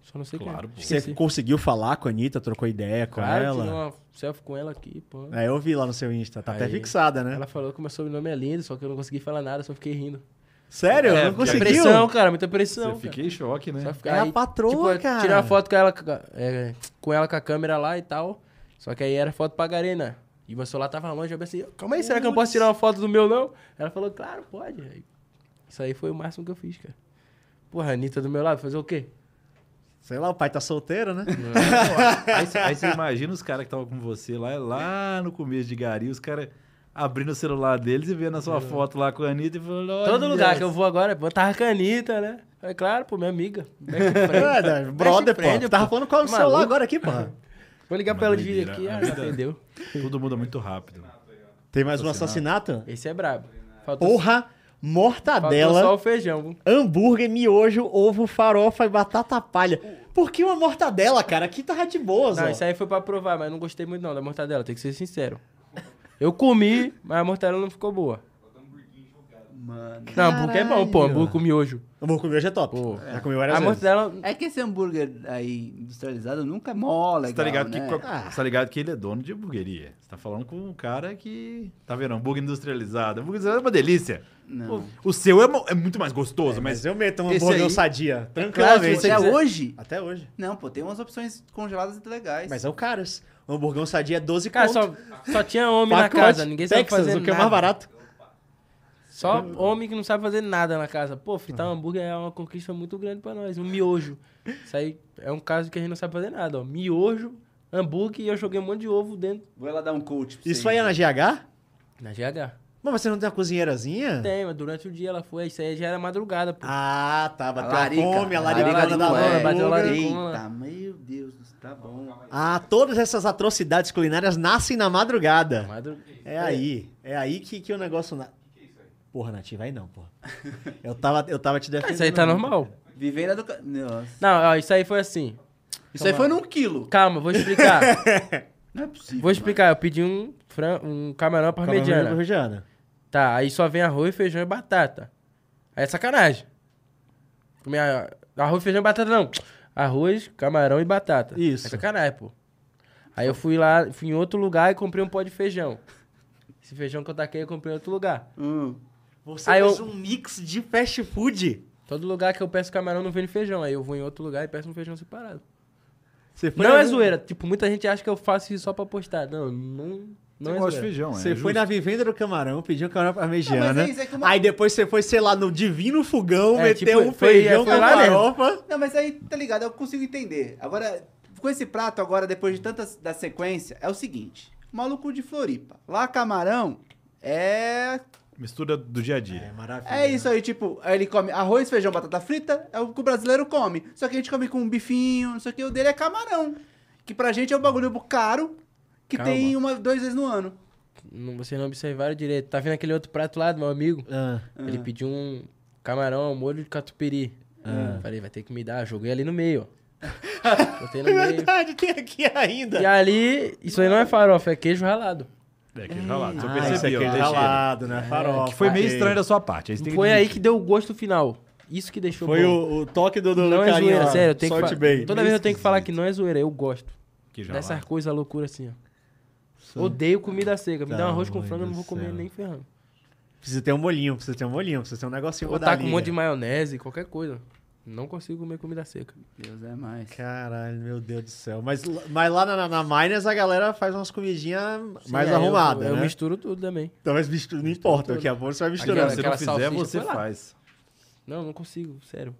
B: Só não sei
E: Claro,
B: quem.
E: pô.
B: é.
A: Você
B: Esqueci.
A: conseguiu falar com a Anitta, trocou ideia com
B: Claro, tirei
A: ela?
B: uma selfie com ela aqui, pô.
A: É, eu vi lá no seu Insta, tá até
B: Aí.
A: fixada, né?
B: Ela falou que meu sobrenome é lindo, só que eu não consegui falar nada, só fiquei rindo.
A: Sério?
E: É,
A: não
E: porque a
A: conseguiu?
B: Pressão, cara, muita
E: Você
B: pressão. cara.
E: fiquei em choque, né?
B: Só
A: É a
B: ficar aí,
A: patroa,
B: tipo, eu
A: cara.
B: Tirei uma foto com ela, com a- é, com ela com a câmera lá e tal. Só que aí era foto pra Garena. E meu celular tava longe, eu pensei, calma aí, será que eu não posso tirar uma foto do meu, não? Ela falou, claro, pode. Aí, Isso aí foi o máximo que eu fiz, cara. Porra, a Anitta do meu lado, fazer o quê?
A: Sei lá, o pai tá solteiro, né?
E: aí, você- aí você imagina os caras que estavam com você lá, lá no começo de Gari, os caras abrindo o celular deles e vendo a sua foto lá com a Anitta e falando... "Olha
B: É. Todo lugar que eu vou agora, pô, eu tava com a Anitta, né? É claro, pô, minha amiga. Back to friend.
A: É, né, brother,
B: Best friend,
A: pô. Tava falando qual o
B: Tá Maluco. É.
A: celular agora aqui, pô.
B: Vou ligar pra
E: Uma
B: ela de vir
E: doideira,
B: aqui,
E: a
B: ah,
E: vida.
B: entendeu?
E: Tudo muda é muito rápido.
A: Tem mais um assassinato?
B: Esse é brabo. Faltou,
A: Porra,
B: faltou
A: mortadela,
B: só o feijão. viu?
A: hambúrguer, miojo, ovo, farofa e batata palha. Por que uma mortadela, cara? Aqui tava de boas, ó.
B: Não, isso é- aí foi pra provar, mas não gostei muito não da mortadela, tem que ser sincero. Eu comi, mas a mortadela não ficou boa.
C: Mano.
B: Não, hambúrguer é bom, pô,
A: Caralho.
B: hambúrguer com miojo.
A: Hambúrguer miojo é top.
B: Pô.
A: Já comi várias
B: A
A: vezes.
B: mortadela...
C: É que esse hambúrguer aí industrializado nunca é mó legal,
E: Você tá, ligado
C: né?
E: que, co-
B: Ah.
E: você tá ligado que ele é dono de hamburgueria. Você tá falando com um cara que... Tá vendo? Hambúrguer industrializado. Hambúrguer industrializado é uma delícia.
C: Não.
E: O seu é, mo- é muito mais gostoso,
A: Mas
E: mas...
A: eu meto um
E: Esse
A: hambúrguer
E: aí-
A: sadia,
C: Claro, se
A: tranquilamente.
C: você é hoje?
A: Até hoje.
C: Não, pô, tem umas opções congeladas e legais.
A: Mas é o caras. O hamburgão sadia é 12
B: Cara,
A: conto.
B: só, só tinha homem na
A: Pacote,
B: casa, ninguém sabe
A: Texas,
B: fazer
A: o que é
B: nada.
A: mais barato.
B: Só homem que não sabe fazer nada na casa. Pô, fritar um hambúrguer é uma conquista muito grande pra nós, um miojo. Isso aí é um caso que a gente não sabe fazer nada, ó. Miojo, hambúrguer e eu joguei um monte de ovo dentro
C: Vou lá dar um coach pra
A: Isso é
C: vocês.
A: aí é na GH?
B: na GH.
A: Mas você não tem uma cozinheirazinha?
B: Tem, mas durante o dia ela foi, isso aí já era madrugada, pô.
A: Ah, tá. Bateu a,
C: Larica. é.
A: fome, a
B: Bateu a
A: laricona da
B: laricona,
A: hora.
B: bateu a laricona.
C: Eita, meu Deus, do céu, tá bom.
A: Ah, todas essas atrocidades culinárias nascem na madrugada.
B: Madru-
A: É aí. É aí que, que é o negócio. Na... Porra, Nativa, aí não, porra. Eu tava, eu tava te
B: Ah,
A: defendendo.
B: isso aí tá normal.
C: Vivenda do... ca- Nossa.
B: Não, ó, isso aí foi assim.
C: Isso aí foi num quilo.
B: Calma, vou explicar.
C: Não é possível.
B: vou explicar. Eu pedi um, fran... um camarão à parmegiana.
A: Mediana.
B: Tá, aí só vem arroz, feijão e batata. Aí é sacanagem. Comer a- arroz, feijão e batata não. Arroz, camarão e batata.
A: Isso.
B: É sacanagem, pô. Aí eu fui lá, fui em outro lugar e comprei um pó de feijão. Esse feijão que eu taquei, eu comprei em outro lugar.
C: Hum.
A: Você
B: Aí
A: fez
B: eu-
A: um mix de fast food.
B: Todo lugar que eu peço camarão não vem feijão. Aí eu vou em outro lugar e peço um feijão separado.
A: Você
B: Não
A: na-
B: é zoeira. Tipo, muita gente acha que eu faço isso só pra postar. Não, não, não
E: eu
B: é
E: gosto de
B: zoeira.
E: feijão, é.
A: Você foi na vivenda do camarão, pediu um camarão
C: Não,
A: parmegiana.
C: mas é isso, é como-
A: Aí depois você foi, sei lá, no Divino Fogão,
B: É,
A: meteu
B: tipo,
A: um
B: foi-
A: feijão
B: foi
A: com
B: lá mesmo.
A: farofa.
C: Não, mas aí, tá ligado, eu consigo entender. Agora, com esse prato agora, depois de tantas da sequência, é o seguinte. Maluco de Floripa. Lá, camarão é...
E: Mistura do dia a dia.
A: maravilha. né?
C: É isso aí, tipo, aí ele come arroz, feijão, batata frita, é o que o brasileiro come. Só que a gente come com um bifinho, não sei o que, o dele é camarão. Que pra gente é um bagulho caro, que
B: Calma.
C: tem uma, duas vezes no ano.
B: Não, vocês não observaram direito. Tá vendo aquele outro prato lá do meu amigo?
A: Ah,
B: Ele pediu um camarão ao molho de catupiry.
A: Ah.
B: Falei, vai ter que me dar. Joguei ali no meio, ó. Botei no
A: é
B: meio.
A: verdade, tem aqui ainda.
B: E ali, isso aí não é farofa, é queijo ralado.
E: É, queijo ralado. Você
A: Ah,
E: percebeu,
A: isso é
E: eu
A: queijo
E: deixei.
A: ralado, né? Farofa.
E: Que foi meio
A: ok.
E: estranho da sua parte. você tem
B: Foi aí
E: admitir.
B: que deu o gosto final. Isso que deixou
A: Foi
B: bom.
A: o, o toque do, do
B: Não é
A: carinha
B: zoeira,
A: lá.
B: sério. Eu tenho que
A: Solte
B: fa-
A: bem.
B: Toda vez eu tenho que falar que não é zoeira, eu gosto.
E: Queijo ralado.
B: Dessas coisas loucuras assim, ó. Odeio comida seca. Me dá um arroz com
A: Tamanho
B: frango, eu não
A: Tá, do
B: vou comer
A: céu.
B: nem ferrando.
A: Precisa ter um molinho, precisa ter um molinho, precisa ter um negocinho
B: Ou
A: pra
B: tá
A: dar
B: com um
A: liga.
B: monte de maionese, qualquer coisa. Não consigo comer comida seca.
C: Deus é mais.
A: Caralho, meu Deus do céu. Mas, l- mas lá na, na, na Miners a galera faz umas comidinhas mais
B: Sim, aí eu-
A: arrumadas,
B: Eu
A: né?
B: misturo tudo também.
A: Então, mas mistura, não importa, daqui a pouco você vai misturando.
E: Se
B: Aquela-
E: você não fizer,
B: salsicha
E: você
B: foi lá.
E: faz.
B: Não, não consigo, sério.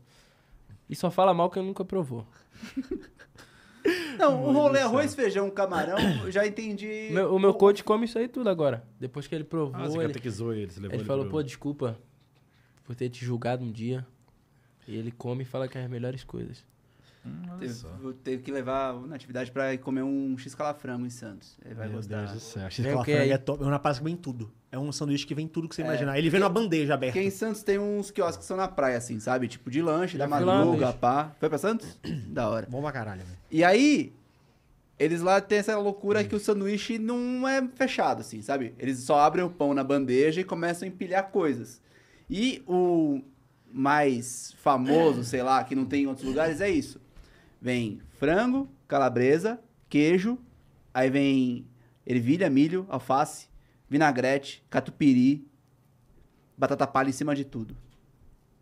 B: E só fala mal que eu nunca provou.
C: Não, o rolê arroz, feijão, camarão, eu já entendi.
B: Meu- o meu coach come isso aí tudo agora. Depois que ele provou,
E: Ah, você
B: ele,
E: catequizou ele, você levou
B: ele falou, pô, desculpa por ter te julgado um dia. E ele come e fala que é as melhores coisas.
C: Teve, vou- teve que levar na atividade pra ir comer um x-calafrango em Santos. Ele vai
A: Meu
C: gostar.
A: Deus do céu. X
B: Vem o
A: Fala
B: quê
A: Frango
B: aí?
A: é top. É um rapaz que vem tudo. É um sanduíche que vem tudo
B: É.
A: que você imaginar. Ele vem numa bandeja aberta.
C: Porque em Santos tem uns quiosques que são na praia, assim, sabe? Tipo de lanche,
B: Já
C: da
B: fui lá,
C: madruga,
B: bicho.
C: pá. Foi pra Santos? da hora.
A: Bom pra caralho, velho.
C: E aí, eles lá têm essa loucura que o sanduíche não é fechado, assim, sabe? Eles só abrem o pão na bandeja e começam a empilhar coisas. E o mais famoso, sei lá, que não tem em outros lugares, é isso. Vem frango, calabresa, queijo, aí vem ervilha, milho, alface, vinagrete, catupiry, batata palha em cima de tudo.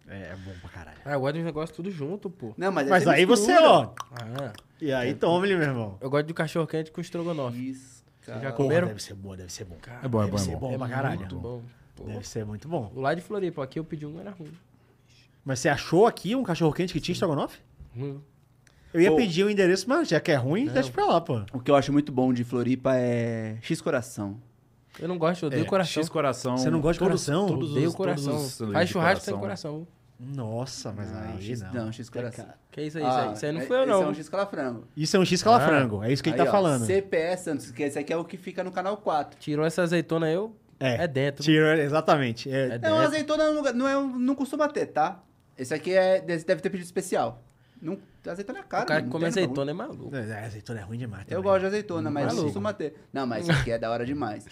A: É, é bom pra caralho.
B: Ah, eu gosto de um negócio tudo junto, pô.
C: Não, mas, é
A: Mas aí você,
C: mistura.
A: ó.
B: Ah,
A: E aí, toma ele, meu irmão.
B: eu gosto de cachorro quente com estrogonofe.
C: Isso,
B: Vocês
C: cara.
B: já comeram?
A: deve ser boa, deve ser bom.
E: É bom, é
A: deve
E: bom, é
A: ser
E: bom.
A: bom pra
B: é
A: caralho.
B: muito bom. pô.
A: Deve ser muito bom.
B: O lá de Floripa, aqui eu pedi um, era ruim.
A: Mas você achou aqui um cachorro-quente que tinha estrogonofe?
B: Ruim.
A: Eu ia
C: Pô.
A: pedir o endereço, mas já que é ruim, deixa pra lá, pô.
C: O que eu acho muito bom de Floripa é X coração.
B: Eu não gosto, eu odeio
E: É,
B: coração.
E: X coração.
A: Você não gosta de coração?
E: Todos
B: Odeio
E: os,
B: coração.
E: Todos os sanduíches
B: Faz
E: de né?
B: churrasco sem coração.
A: Nossa, mas aí
C: Ah, X,
A: não.
C: X coração.
B: Que é isso aí, isso aí. Isso aí não foi eu,
C: Isso é
B: não.
C: um X calafrango.
A: Isso é um X calafrango, é isso que ele
C: Aí,
A: tá
C: ó,
A: falando.
C: CPS Santos, que esse aqui é o que fica no canal 4.
B: Tirou essa azeitona aí, eu...
A: É.
B: É dentro.
A: Tira, exatamente. É,
B: É
C: Não,
B: dentro.
C: azeitona não, não, é, um- não costuma ter, tá? Esse aqui é, desse deve ter pedido especial. Não, azeitona é caro.
B: o cara que
C: não
B: come
C: tem no bagulho.
B: azeitona é maluco.
A: é, azeitona é ruim demais.
C: Eu
A: também.
C: gosto de azeitona, mas não
B: Maluco.
C: costuma ter. Não, mas isso aqui é da hora demais.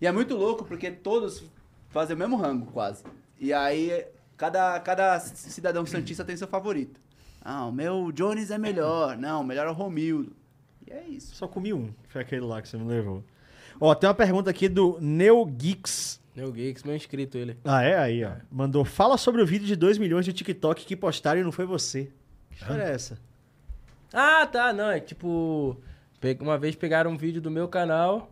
C: E é muito louco porque todos fazem o mesmo rango, quase. E aí, cada, cada cidadão santista tem seu favorito. Ah, o meu Jones é melhor. Não, o melhor é o Romildo. E é isso.
A: Só comi um. Foi aquele lá que você me levou. Ó, tem uma pergunta aqui do Neo Geeks.
B: Meu Geeks, meu inscrito, ele.
A: Ah, é? Aí, ó. Mandou, fala sobre o vídeo de 2 milhões de TikTok que postaram e não foi você. Que história é essa?
B: Ah, tá, não, é tipo... pe- Uma vez pegaram um vídeo do meu canal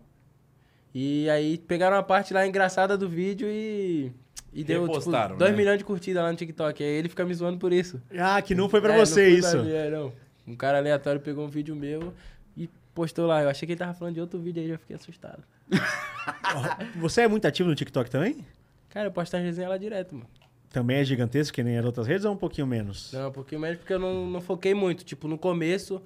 B: e aí pegaram a parte lá engraçada do vídeo e... E deu, tipo,
E: Repostaram,
B: 2
E: né?
B: milhões de curtidas lá no TikTok. Aí ele fica me zoando por isso.
A: Ah, que não foi pra
B: É,
A: você
B: não foi
A: isso.
B: pra mim, é, não. Um cara aleatório pegou um vídeo meu e postou lá. Eu achei que ele tava falando de outro vídeo aí, já fiquei assustado.
A: Você é muito ativo no TikTok também?
B: Cara, eu posto as resenhas lá direto, mano.
A: Também é gigantesco, que nem as outras redes, ou um pouquinho menos?
B: Não, um pouquinho menos porque eu não, não foquei muito. Tipo, no começo,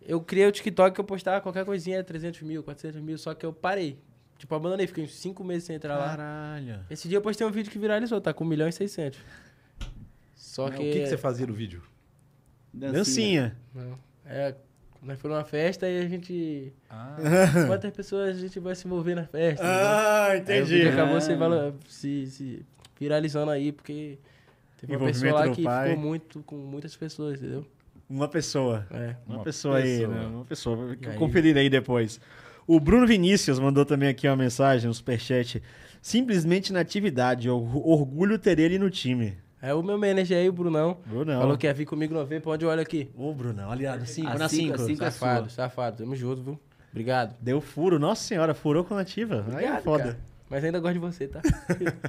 B: eu criei o TikTok que eu postava qualquer coisinha, 300 mil, 400 mil, só que eu parei. Tipo, abandonei, fiquei uns 5 meses sem entrar lá.
A: Caralho.
B: Esse dia eu postei um vídeo que viralizou, tá com 1 milhão e 600. Só
E: Mas
B: que...
E: O que, que você fazia no vídeo?
A: Dancinha.
B: Não. É, nós fomos numa festa e a gente...
E: Ah.
B: Quantas pessoas a gente vai se envolver na festa? né?
A: Ah,
B: Aí o vídeo
A: entendi.
B: acabou se, valo- se- se viralizando aí, porque... Teve uma pessoa
A: Envolvimento
B: lá
A: do
B: que
A: pai.
B: ficou muito com muitas pessoas, entendeu?
A: Uma pessoa.
B: É.
A: Uma,
E: Uma
A: pessoa, aí,
E: pessoa.
A: né? Uma pessoa.
B: E aí?
A: Conferindo aí depois. O Bruno Vinícius mandou também aqui uma mensagem, um superchat. Simplesmente na atividade. or- Orgulho ter ele no time.
B: Aí É o meu manager aí, o Brunão,
A: Brunão.
B: falou que ia vir comigo no pra onde eu olho aqui.
A: Ô, Bruno, olha na 5,
B: Ah,
C: A
A: na
C: cinco,
A: 5.
C: a cinco. é
B: safado,
C: sua.
B: safado. Tamo junto, viu? Obrigado.
A: Deu furo, nossa senhora, furou com a nativa. Aí é
B: Obrigado,
A: foda.
B: cara. Mas ainda gosto de você, tá?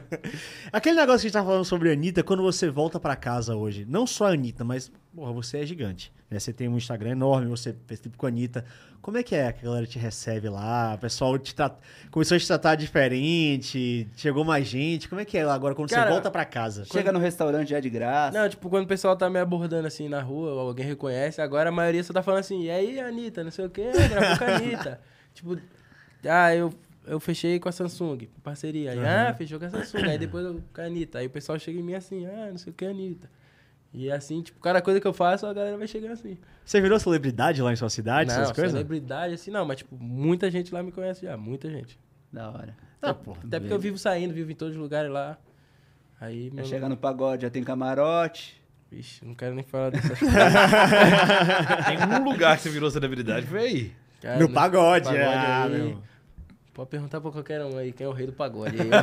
A: Aquele negócio que a gente tava falando sobre a Anitta, quando você volta pra casa hoje, não só a Anitta, mas, porra, você é gigante. né? Você tem um Instagram enorme, você fez tipo com a Anitta. Como é que é que a galera te recebe lá? O pessoal te tra- começou a te tratar diferente, chegou mais gente. Como é que é lá agora quando
B: Cara,
A: você volta pra casa?
C: Chega no restaurante, já é de graça.
B: não, tipo, quando o pessoal tá me abordando assim na rua, ou alguém reconhece, agora a maioria só tá falando assim, e aí, Anitta, não sei o quê, gravou com a Anitta. tipo, ah, eu, eu fechei com a Samsung, parceria. Aí, ah, fechou com a Samsung, aí depois eu, com a Anitta. Aí o pessoal chega em mim assim, ah, não sei o que, Anitta. E assim, tipo, cada coisa que eu faço, a galera vai chegando assim.
A: Você virou celebridade lá em sua cidade,
B: não,
A: essas coisas?
B: celebridade assim não, mas tipo, muita gente lá me conhece já, muita gente.
C: Da hora.
A: Tá, porra.
B: Até porque eu vivo saindo, vivo em todos os lugares lá. Aí,
C: Já
B: meu.
C: chega no pagode, já tem camarote.
B: Vixe, não quero nem falar dessas coisas.
E: Tem um lugar que você virou celebridade, foi aí.
B: Cara,
A: No
B: né?
A: pagode,
B: Pagode
A: ah,
B: aí.
A: meu.
B: Pode perguntar pra qualquer um aí, quem é o rei do pagode. Aí, né?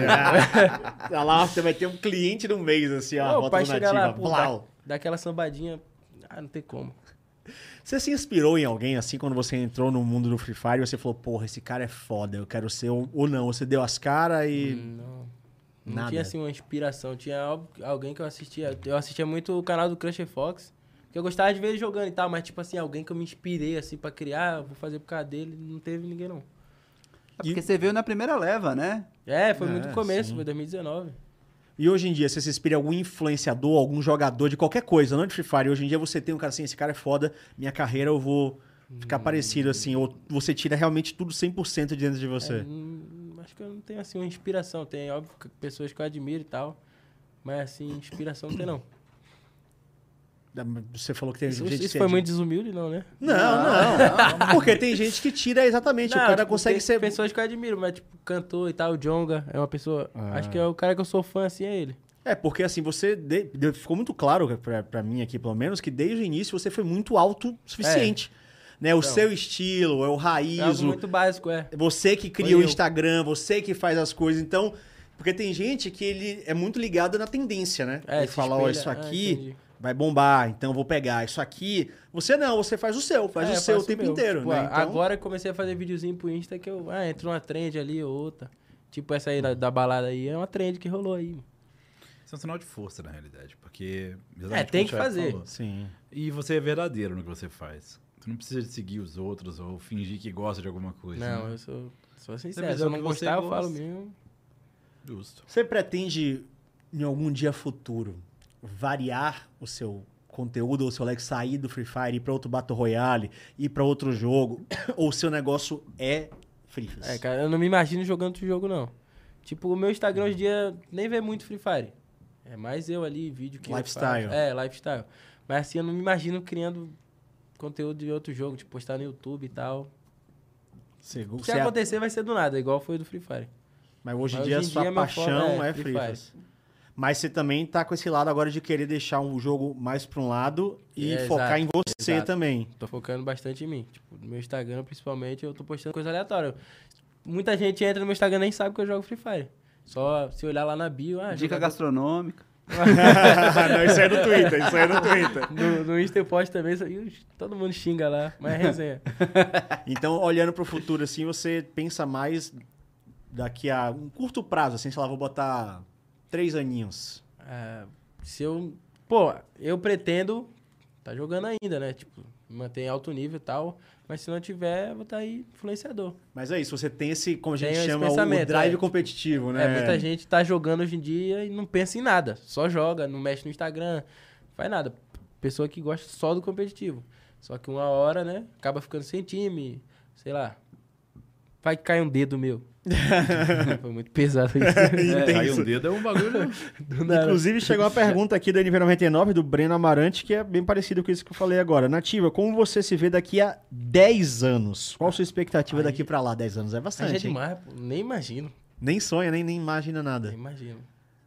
A: Tá lá, você vai ter um cliente no mês, assim, ó,
B: Não, o
A: bota
B: pai
A: no
B: chega lá,
A: nativa,
B: pô,
A: blau.
B: dá, dá aquela sambadinha. Ah, não tem como.
A: Você se inspirou em alguém assim quando você entrou no mundo do Free Fire e você falou, porra, esse cara é foda, eu quero ser um-" ou, ou não. Você deu as caras e.
B: Não. Não
A: Nada.
B: tinha assim uma inspiração. Tinha al- alguém que eu assistia. Eu assistia muito o canal do Crusher Fox. Que eu gostava de ver ele jogando e tal, mas tipo assim, alguém que eu me inspirei assim pra criar, vou fazer por causa dele, não teve ninguém não.
C: É porque você veio na primeira leva, né?
B: É, foi muito
A: É,
B: no começo,
A: sim.
B: foi 2019.
A: E hoje em dia, você se inspira em algum influenciador, algum jogador de qualquer coisa, não de Free Fire. Hoje em dia você tem um cara assim, esse cara é foda, minha carreira eu vou ficar
B: Hum.
A: parecido assim. Ou você tira realmente tudo 100% de dentro de você.
B: É, hum, acho que eu não tenho assim uma inspiração. Tem, óbvio, que pessoas que eu admiro e tal. Mas assim, inspiração não tem não.
A: Você falou que tem
B: Isso,
A: gente
B: isso
A: que
B: foi
A: é-
B: muito desumilde, não, né?
A: Não, não, Porque tem gente que tira exatamente. o
B: Não,
A: cara
B: tipo,
A: consegue
B: tem
A: ser.
B: pessoas que eu admiro, mas tipo, cantor e tal, o Jonga é uma pessoa.
A: Ah.
B: Acho que é o cara que eu sou fã assim, é ele.
A: É, porque assim, você de- de- ficou muito claro pra, pra mim aqui, pelo menos, que desde o início você foi muito autossuficiente. Né? O
B: Então.
A: seu estilo, é o
B: É algo
A: raiz, o-
B: muito básico, é.
A: você que cria
B: Foi
A: o
B: eu.
A: Instagram, você que faz as coisas. Então, porque tem gente que ele é muito ligado na tendência, né?
B: É,
A: ele
B: se
A: fala, ó,
B: espelha.
A: isso
B: Ah,
A: aqui
B: entendi.
A: vai bombar, então eu vou pegar. Isso aqui, você não, você faz o seu, faz
B: É,
A: o
B: eu
A: seu o
B: faço
A: tempo
B: meu.
A: inteiro,
B: Tipo,
A: né?
B: ah,
A: Então,
B: Agora que comecei a fazer videozinho pro Insta que eu. Ah, entrou uma trend ali ou outra. Tipo essa aí da, da balada aí, é uma trend que rolou aí. mano.
E: Isso é um sinal de força, na realidade. Porque.
B: É,
E: exatamente
B: tem que
E: como o Thiago
B: fazer.
E: falou.
A: Sim.
E: E você é verdadeiro no que você faz. Você não precisa de seguir os outros ou fingir que gosta de alguma coisa.
B: Não,
E: né?
B: eu sou, sou sincero.
E: Mas é
B: Se eu
E: o
B: não
E: que você
B: gostar, eu
E: gosta.
B: falo mesmo.
E: Justo.
A: Você pretende, em algum dia futuro, variar o seu conteúdo ou seu leque, sair do Free Fire, ir pra outro Battle Royale, ir pra outro jogo? ou o seu negócio é Free Fire?
B: É, cara, eu não me imagino jogando outro jogo, não. Tipo, o meu Instagram hoje em dia nem vê muito Free Fire. É mais eu ali, vídeo que eu
A: Lifestyle.
B: faço. É, lifestyle. Mas assim, eu não me imagino criando conteúdo de outro jogo, tipo, postar no YouTube e tal.
A: Você-
B: Se
A: você é-
B: acontecer, vai ser do nada, igual foi o do Free Fire.
A: mas hoje em
B: Mas
A: dia a
B: hoje em
A: sua
B: dia, meu foco
A: paixão
B: é
A: é
B: Free
A: Free
B: Fire.
A: Fire. Mas você também tá com esse lado agora de querer deixar um jogo mais pra um lado e
B: É,
A: focar
B: exato,
A: em você
B: exato.
A: também.
B: Tô focando bastante em mim. Tipo, no meu Instagram, principalmente, eu tô postando coisa aleatória. Muita gente entra no meu Instagram e nem sabe que eu jogo Free Fire. Só se olhar lá na bio, ah,
C: Dica
B: jogador-
C: gastronômica.
A: Não, isso é no Twitter, isso é no Twitter.
B: no, no Insta eu posto também, só- Ih, todo mundo xinga lá, mas é resenha.
A: Então, olhando pro futuro, assim, você pensa mais daqui a um curto prazo, assim, sei lá, vou botar três aninhos.
B: Ah, se eu. Pô, eu pretendo. Tá jogando ainda, né? Tipo, Mantém alto nível e tal. Mas se não tiver, vou estar aí influenciador.
G: Mas é isso, você tem esse, como a gente
B: Tem esse
G: chama, o
B: pensamento,
G: drive
B: é.
G: competitivo, né?
B: É, muita gente tá jogando hoje em dia e não pensa em nada. Só joga, não mexe no Instagram, não faz nada. Pessoa que gosta só do competitivo. Só que uma hora, né, acaba ficando sem time, sei lá. Vai que cai um dedo meu. Foi muito pesado isso.
G: Intenso.
E: Aí um dedo é um bagulho.
B: Do nada.
A: Inclusive, chegou uma pergunta aqui da NV99, do Breno Amarante, que é bem parecido com isso que eu falei agora. Nativa, como você se vê daqui a 10 anos? Qual a sua expectativa daqui pra lá? 10 anos é
B: Mas
A: bastante,
B: é
A: hein?
B: demais, pô. Nem imagino.
A: Nem sonha, nem, nem imagina
B: Nem
E: É.
A: nada.
B: imagino.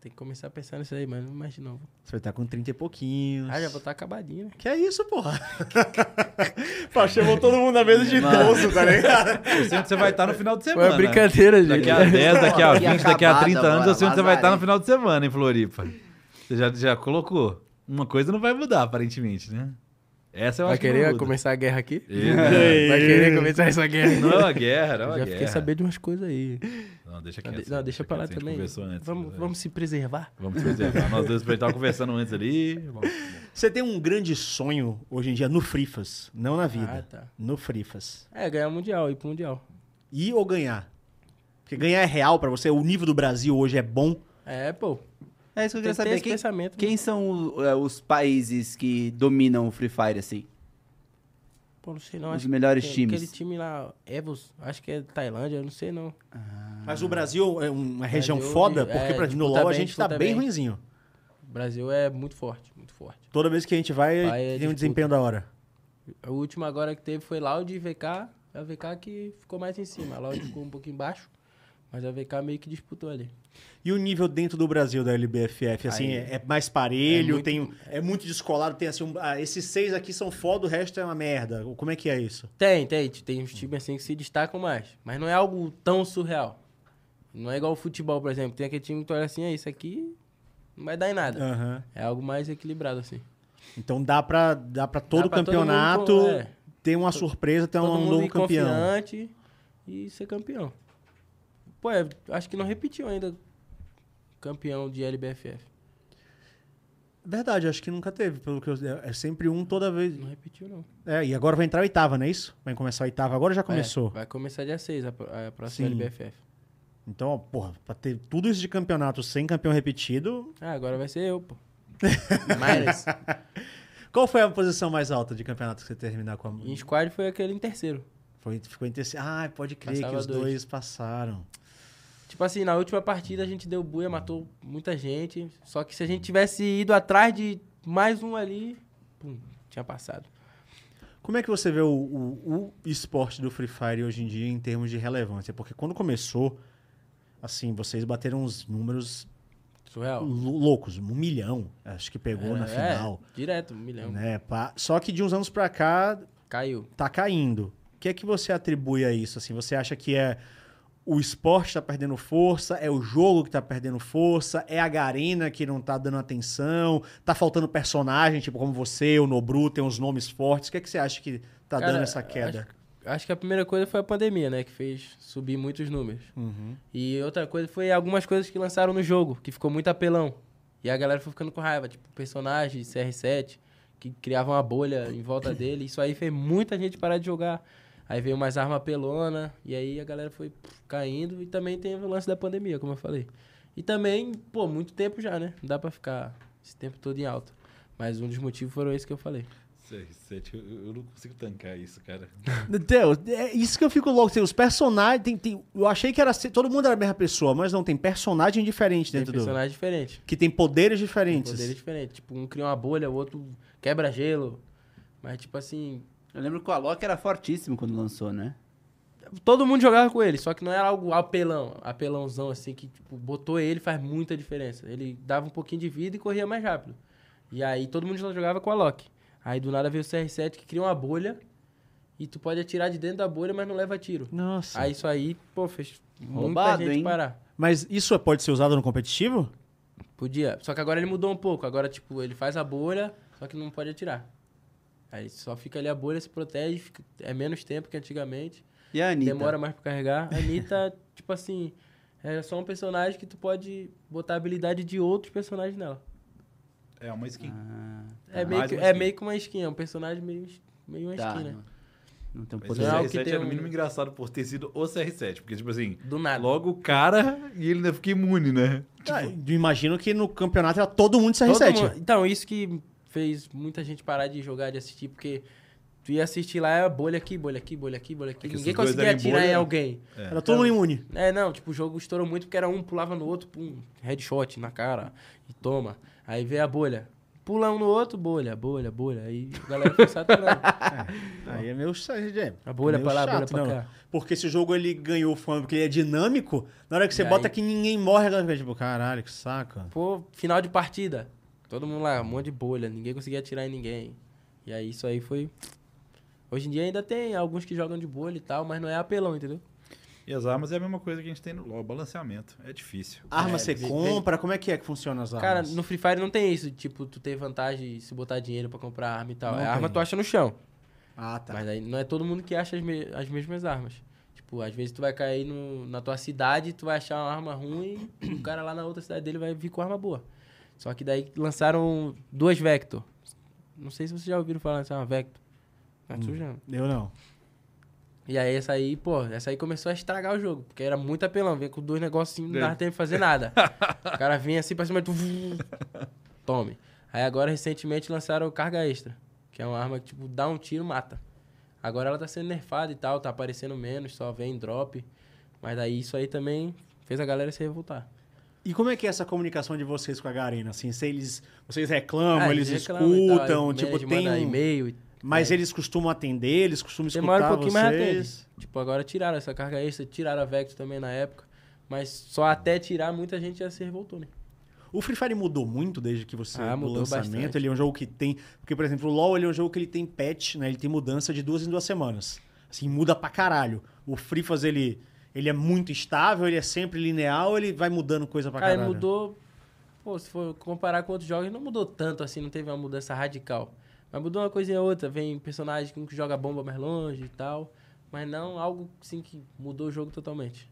B: Tem que começar a pensar nisso aí, mas não imagino. não.
A: Você vai estar com 30 e pouquinhos.
B: Ah, já vou estar acabadinho, né?
G: Que é isso, porra? Pá, chamou todo mundo na mesa de bolso, tá ligado?
H: Eu sei onde você vai estar no final de
B: Foi
H: semana.
B: uma brincadeira, gente.
E: Daqui a 10, daqui a
C: Aqui
E: 20, daqui a
C: acabado
E: 30 anos, eu sei onde
C: agora,
E: você vai estar no
C: azar,
E: final de semana em Floripa. Você já, já colocou. Uma coisa não vai mudar, aparentemente, né? Essa eu
B: Vai
E: acho que não
B: querer
E: muda.
B: começar a guerra aqui?
E: É.
B: Vai querer começar essa guerra?
E: Não é uma guerra, não
B: Eu
E: é uma
B: já
E: guerra.
B: fiquei sabendo de umas coisas aí.
E: Não, deixa
B: Não,
E: quieto.
B: Ah, de- não, deixa pra lá
E: quieto, a gente
B: também.
E: conversou antes. né?
B: Vamos, vamos se preservar.
E: Vamos se preservar. Nós dois estávamos conversando antes ali. Bom,
A: Você tem um grande sonho hoje em dia no Frifas, não na vida.
B: Ah, tá.
A: No Frifas.
B: É, ganhar mundial, ir pro mundial.
A: Ir ou ganhar? Porque ganhar é real pra você, o nível do Brasil hoje é bom.
B: É, pô.
C: É isso que eu
B: Tem
C: queria
B: que ter
C: saber.
B: esse
C: Quem,
B: pensamento.
C: quem são o- é, os países que dominam o Free Fire, assim?
B: Pô, não sei não.
C: Os
B: acho que
C: melhores
B: tem
C: times.
B: Aquele time lá, Evos, acho que é Tailândia, eu não sei não.
A: Mas o Brasil é uma região
B: Ah. Brasil,
A: foda,
B: é,
A: porque pra, no
B: disputa
A: LoL a
B: bem,
A: gente tá
B: disputa
A: bem
B: bem.
A: ruinzinho.
B: O Brasil é muito forte, muito forte.
A: Toda vez que a gente vai,
B: Vai, é
A: tem um
B: disputa.
A: desempenho da hora.
B: O último agora que teve foi Loud e É VK. A VK que ficou mais em cima. A Loud ficou um pouquinho embaixo, mas é a VK meio que disputou ali.
A: E o nível dentro do Brasil da LBFF, assim, é, é mais parelho, tem- é muito, descolado, tem assim, um- ah, esses seis aqui são foda, o resto é uma merda. Como é que é isso?
B: Tem, tem. Tem uns times assim que se destacam mais. Mas não é algo tão surreal. Não é igual o futebol, por exemplo. Tem aquele time que tu olha assim, é isso aqui não vai dar em nada.
A: Aham.
B: É algo mais equilibrado, assim.
A: Então dá pra, dá pra todo
B: Dá pra todo
A: campeonato
B: mundo, é.
A: ter uma surpresa, ter
B: Todo
A: um
B: mundo
A: novo
B: ir
A: campeão.
B: confiante e ser campeão. Pô, é, acho que não repetiu ainda campeão de LBFF.
A: Verdade, acho que nunca teve, pelo que eu, é sempre um toda vez.
B: Não repetiu, não.
A: É, e agora vai entrar a oitava, não é isso? Vai começar a oitava, agora já começou.
B: É, vai começar dia 6 a, pro- a próxima
A: Sim.
B: LBFF.
A: Então, ó, porra, pra ter tudo isso de campeonato sem campeão repetido,
B: Ah, agora vai ser eu, pô. Myres.
A: qual foi a posição mais alta de campeonato que você terminar com a
B: Em squad foi aquele em terceiro.
A: Foi, ficou em terceiro. Ah, pode crer que
B: Passava
A: os dois.
B: dois.
A: passaram.
B: Tipo assim, na última partida a gente deu buia, matou muita gente. Só que se a gente tivesse ido atrás de mais um ali, pum, tinha passado.
A: Como é que você vê o, o- o esporte do Free Fire hoje em dia em termos de relevância? Porque quando começou, assim, vocês bateram uns números
B: Surreal.
A: lou- loucos, um milhão, acho que pegou na
B: É,
A: final.
B: direto, um milhão.
A: Né? Pá. Só que de uns anos pra cá,
B: Caiu.
A: tá caindo. O que é que você atribui a isso? Assim, você acha que é o esporte tá perdendo força, é o jogo que tá perdendo força, é a Garena que não tá dando atenção, tá faltando personagem, tipo como você, o Nobru, tem uns nomes fortes. O que é que você acha que tá
B: Cara,
A: dando essa queda?
B: Acho que a primeira coisa foi a pandemia, né? Que fez subir muitos números. E outra coisa foi algumas coisas que lançaram no jogo, que ficou muito apelão. E a galera foi ficando com raiva, tipo, personagem de CR7, que criava uma bolha em volta dele. Isso aí fez muita gente parar de jogar. Aí veio umas armas pelona, e aí a galera foi pff, caindo. E também tem o lance da pandemia, como eu falei. E também, pô, muito tempo já, né? Não dá pra ficar esse tempo todo em alta. Mas um dos motivos foram esse que eu falei.
E: CR7, eu, eu não consigo tancar isso, cara.
A: Deus, é isso que eu fico louco. Tem os personagens. Tem, tem- eu achei que era se- todo mundo era a mesma pessoa, mas não, tem personagem diferente
B: Tem
A: dentro
B: personagem diferente.
A: do. Que tem poderes diferentes.
B: Poder é diferente. Tipo, um cria uma bolha, o outro quebra gelo. Mas, tipo assim,
C: Eu lembro que o Alok era fortíssimo quando lançou, né?
B: todo mundo jogava com ele, só que não era algo apelão, apelãozão, assim, que, tipo, botou ele faz muita diferença. Ele dava um pouquinho de vida e corria mais rápido. E aí todo mundo só jogava com a Loki. Aí do nada veio o CR7 que cria uma bolha e tu pode atirar de dentro da bolha, mas não leva tiro.
A: Nossa.
B: Aí isso aí, pô, fez
C: Roubado,
B: muita gente
C: hein?
B: parar.
A: Mas isso é, pode ser usado no competitivo?
B: Podia. Só que agora ele mudou um pouco. Agora, tipo, ele faz a bolha, só que não pode atirar. Aí só fica ali a bolha, se protege, fica- é menos tempo que antigamente.
C: E a Anitta?
B: Demora mais pra carregar. A Anitta, tipo assim, é só um personagem que tu pode botar a habilidade de outros personagens nela.
E: É uma skin.
B: É,
E: mais
B: meio, que,
C: Ah,
B: é
E: uma skin.
B: meio que uma skin, é um personagem meio meio uma
C: Tá,
B: esquina.
C: não, não tem um
E: Mas é
C: poder.
E: o
B: Não, que
E: CR7
B: tem
E: era
B: um- Ah.
E: no mínimo engraçado por ter sido o CR7. Porque, tipo assim,
B: Do nada.
E: logo o cara e ele ainda fica imune, né?
A: Ah, eu imagino que no campeonato era todo mundo
B: Todo
A: CR7.
B: mundo- Então, isso que fez muita gente parar de jogar, de assistir, porque tu ia assistir lá, é bolha aqui, bolha aqui, bolha aqui, bolha aqui.
E: É que
B: Ninguém
E: esses dois
B: conseguia
E: eram em
B: atirar
E: bolha.
B: em alguém.
A: Era todo mundo imune.
B: É, não, tipo, o jogo estourou muito porque era um, pulava no outro, pum, headshot na cara, e toma. Aí veio a bolha. Pula um no outro, bolha, bolha, bolha. Aí a galera foi saturando.
A: Aí é meio, é,
B: A bolha
A: meio
B: pra lá, a bolha
A: chato,
B: pra
A: não.
B: cá.
A: Porque se o jogo ele ganhou fama porque ele é dinâmico, na hora que você
B: E
A: bota
B: aí-
A: que ninguém morre, a galera fica tipo, caralho, que saca.
B: Pô, final de partida. Todo mundo lá, um monte de bolha, ninguém conseguia atirar em ninguém. E aí isso aí foi. Hoje em dia ainda tem alguns que jogam de bolha e tal, mas não é apelão, entendeu?
E: E as armas é a mesma coisa que a gente tem no LoL. Balanceamento. É difícil.
A: Arma
B: É,
A: você
B: tem-
A: compra, como é que é que funciona as armas?
B: Cara, no Free Fire não tem isso, tipo, tu ter vantagem se botar dinheiro pra comprar arma e tal.
A: Não
B: a arma
A: tem.
B: tu acha no chão.
A: Ah, tá.
B: Mas aí não é todo mundo que acha as, me- as mesmas armas. Tipo, às vezes tu vai cair no- na tua cidade, tu vai achar uma arma ruim, o cara lá na outra cidade dele vai vir com arma boa. Só que daí lançaram duas Vector. Não sei se vocês já ouviram falar nessa arma, Vector. Tá sujando.
A: Eu não.
B: E aí essa aí, pô, essa aí começou a estragar o jogo, porque era muito apelão, vinha com dois negocinhos, não
A: É.
B: dava tempo de fazer nada. o cara vinha assim pra cima, tu... Tome. Aí agora, recentemente, lançaram o Carga Extra, que é uma arma que, tipo, dá um tiro, mata. Agora ela tá sendo nerfada e tal, tá aparecendo menos, só vem drop. Mas daí isso aí também fez a galera se revoltar.
A: E como é que é essa comunicação de vocês com a Garena? Assim, se eles, vocês reclamam,
B: Ah,
A: eles
B: reclamam e
A: escutam,
B: tal, aí
A: tipo,
B: manager
A: tem
B: manda
A: um-
B: e-mail e
A: Mas eles costumam atender, eles costumam escutar
B: Demora um pouquinho,
A: vocês.
B: mas atende. Tipo, agora tiraram essa carga extra, tiraram a Vector também na época. Mas só até tirar, muita gente já se revoltou, né?
A: O Free Fire mudou muito desde que você
B: Ah,
A: do
B: mudou
A: lançamento.
B: bastante.
A: Ele é um jogo que tem. Porque, por exemplo, o LoL ele é um jogo que ele tem patch, né? Ele tem mudança de duas em duas semanas. Assim, muda pra caralho. O Free Fire, ele, ele é muito estável, ele é sempre linear, ou ele vai mudando coisa pra
B: Cara,
A: caralho.
B: mudou. Pô, se for comparar com outros jogos, não mudou tanto assim, não teve uma mudança radical. Mas mudou uma coisinha ou outra. Vem personagem que joga bomba mais longe e tal. Mas não algo assim que mudou o jogo totalmente.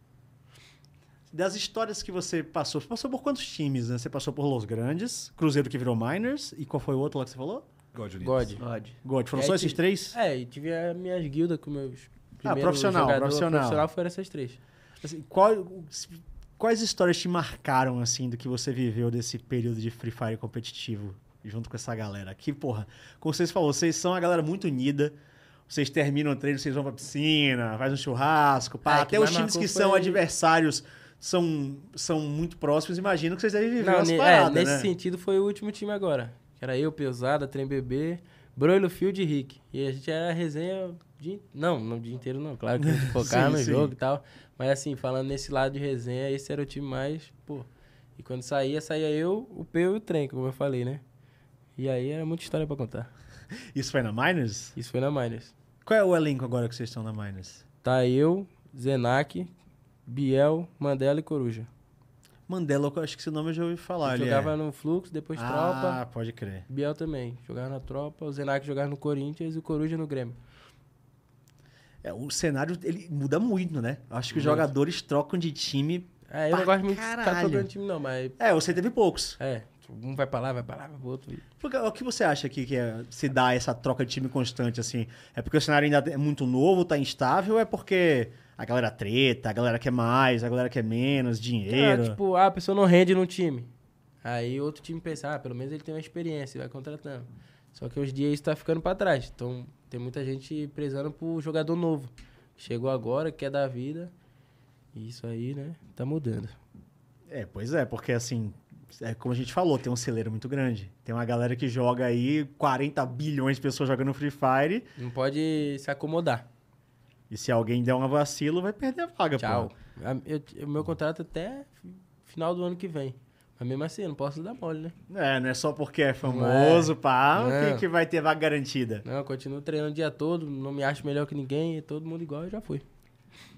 A: Das histórias que você passou, você passou por quantos times, né? Você passou por Los Grandes, Cruzeiro que virou Miners, e qual foi o outro lá que você falou?
E: God, Unidos.
A: é.
B: God.
C: Pode.
A: God, foram
B: E aí
A: só esses
B: tive-
A: três?
B: É, e tive as minhas guildas com meus. primeiros
A: Ah, profissional,
B: jogador,
A: profissional.
B: profissional foram essas três.
A: Assim, qual- quais histórias te marcaram, assim, do que você viveu desse período de Free Fire competitivo, junto com essa galera? Que, porra, como vocês falaram, vocês são uma galera muito unida. Vocês terminam o treino, vocês vão pra piscina, faz um churrasco, pá.
B: Ah, que
A: Até
B: mais
A: os times
B: marcou
A: que são
B: foi-
A: adversários são, são muito próximos. Imagino que vocês devem viver
B: Não,
A: umas
B: ne-
A: paradas,
B: é, nesse
A: né?
B: sentido foi o último time agora. Que era eu, Pesada, Trem Bebê, Broilo Field e Rick. E a gente era resenha. De, não, não o dia inteiro não, claro que a gente
A: Sim,
B: focava no
A: sim.
B: jogo e tal. Mas assim, falando nesse lado de resenha, esse era o time mais, pô. E quando saía, saía eu, o Peu e o Trem, como eu falei, né? E aí era muita história pra contar.
A: Isso foi na Miners?
B: Isso foi na Miners.
A: Qual é o elenco agora que vocês estão na Miners?
B: Tá eu, Zenac, Biel, Mandela e Coruja.
A: Mandela, eu acho que esse nome eu já ouvi falar.
B: Eu
A: Ele
B: jogava
A: é...
B: no Fluxo, depois Tropa.
A: Ah, pode crer.
B: Biel também, jogava na tropa, o Zenac jogava no Corinthians e o Coruja no Grêmio.
A: É, o cenário ele muda muito, né? Acho que os jogadores trocam de time.
B: É, eu
A: Pra
B: não gosto muito de ficar
A: caralho.
B: trocando time não, mas
A: É, você teve poucos.
B: é, um vai pra lá, vai pra lá, vai pro outro.
A: Porque, o que você acha que, que é- se dá essa troca de time constante, assim? É porque o cenário ainda é muito novo, tá instável, ou é porque a galera treta, a galera quer mais, a galera quer menos, dinheiro.
B: É, tipo, ah, a pessoa não rende num time. Aí outro time pensa, ah, pelo menos ele tem uma experiência, vai contratando. Só que hoje em dia isso tá ficando pra trás. Então tem muita gente prezando pro jogador novo. Chegou agora, quer dar vida. E isso aí, né, tá mudando.
A: É, pois é, porque assim, é como a gente falou, tem um celeiro muito grande. Tem uma galera que joga aí 40 bilhões de pessoas jogando Free Fire,
B: Não pode se acomodar.
A: e se alguém der um vacilo, vai perder a vaga,
B: Tchau.
A: pô.
B: A- eu- O meu contrato é até final do ano que vem. Mas mesmo assim, eu não posso dar mole, né?
A: É, não é só porque é famoso, pá, Ah,
B: Não.
A: que, que vai ter vaga garantida.
B: Não, eu continuo treinando o dia todo, não me acho melhor que ninguém, é todo mundo igual, eu já fui.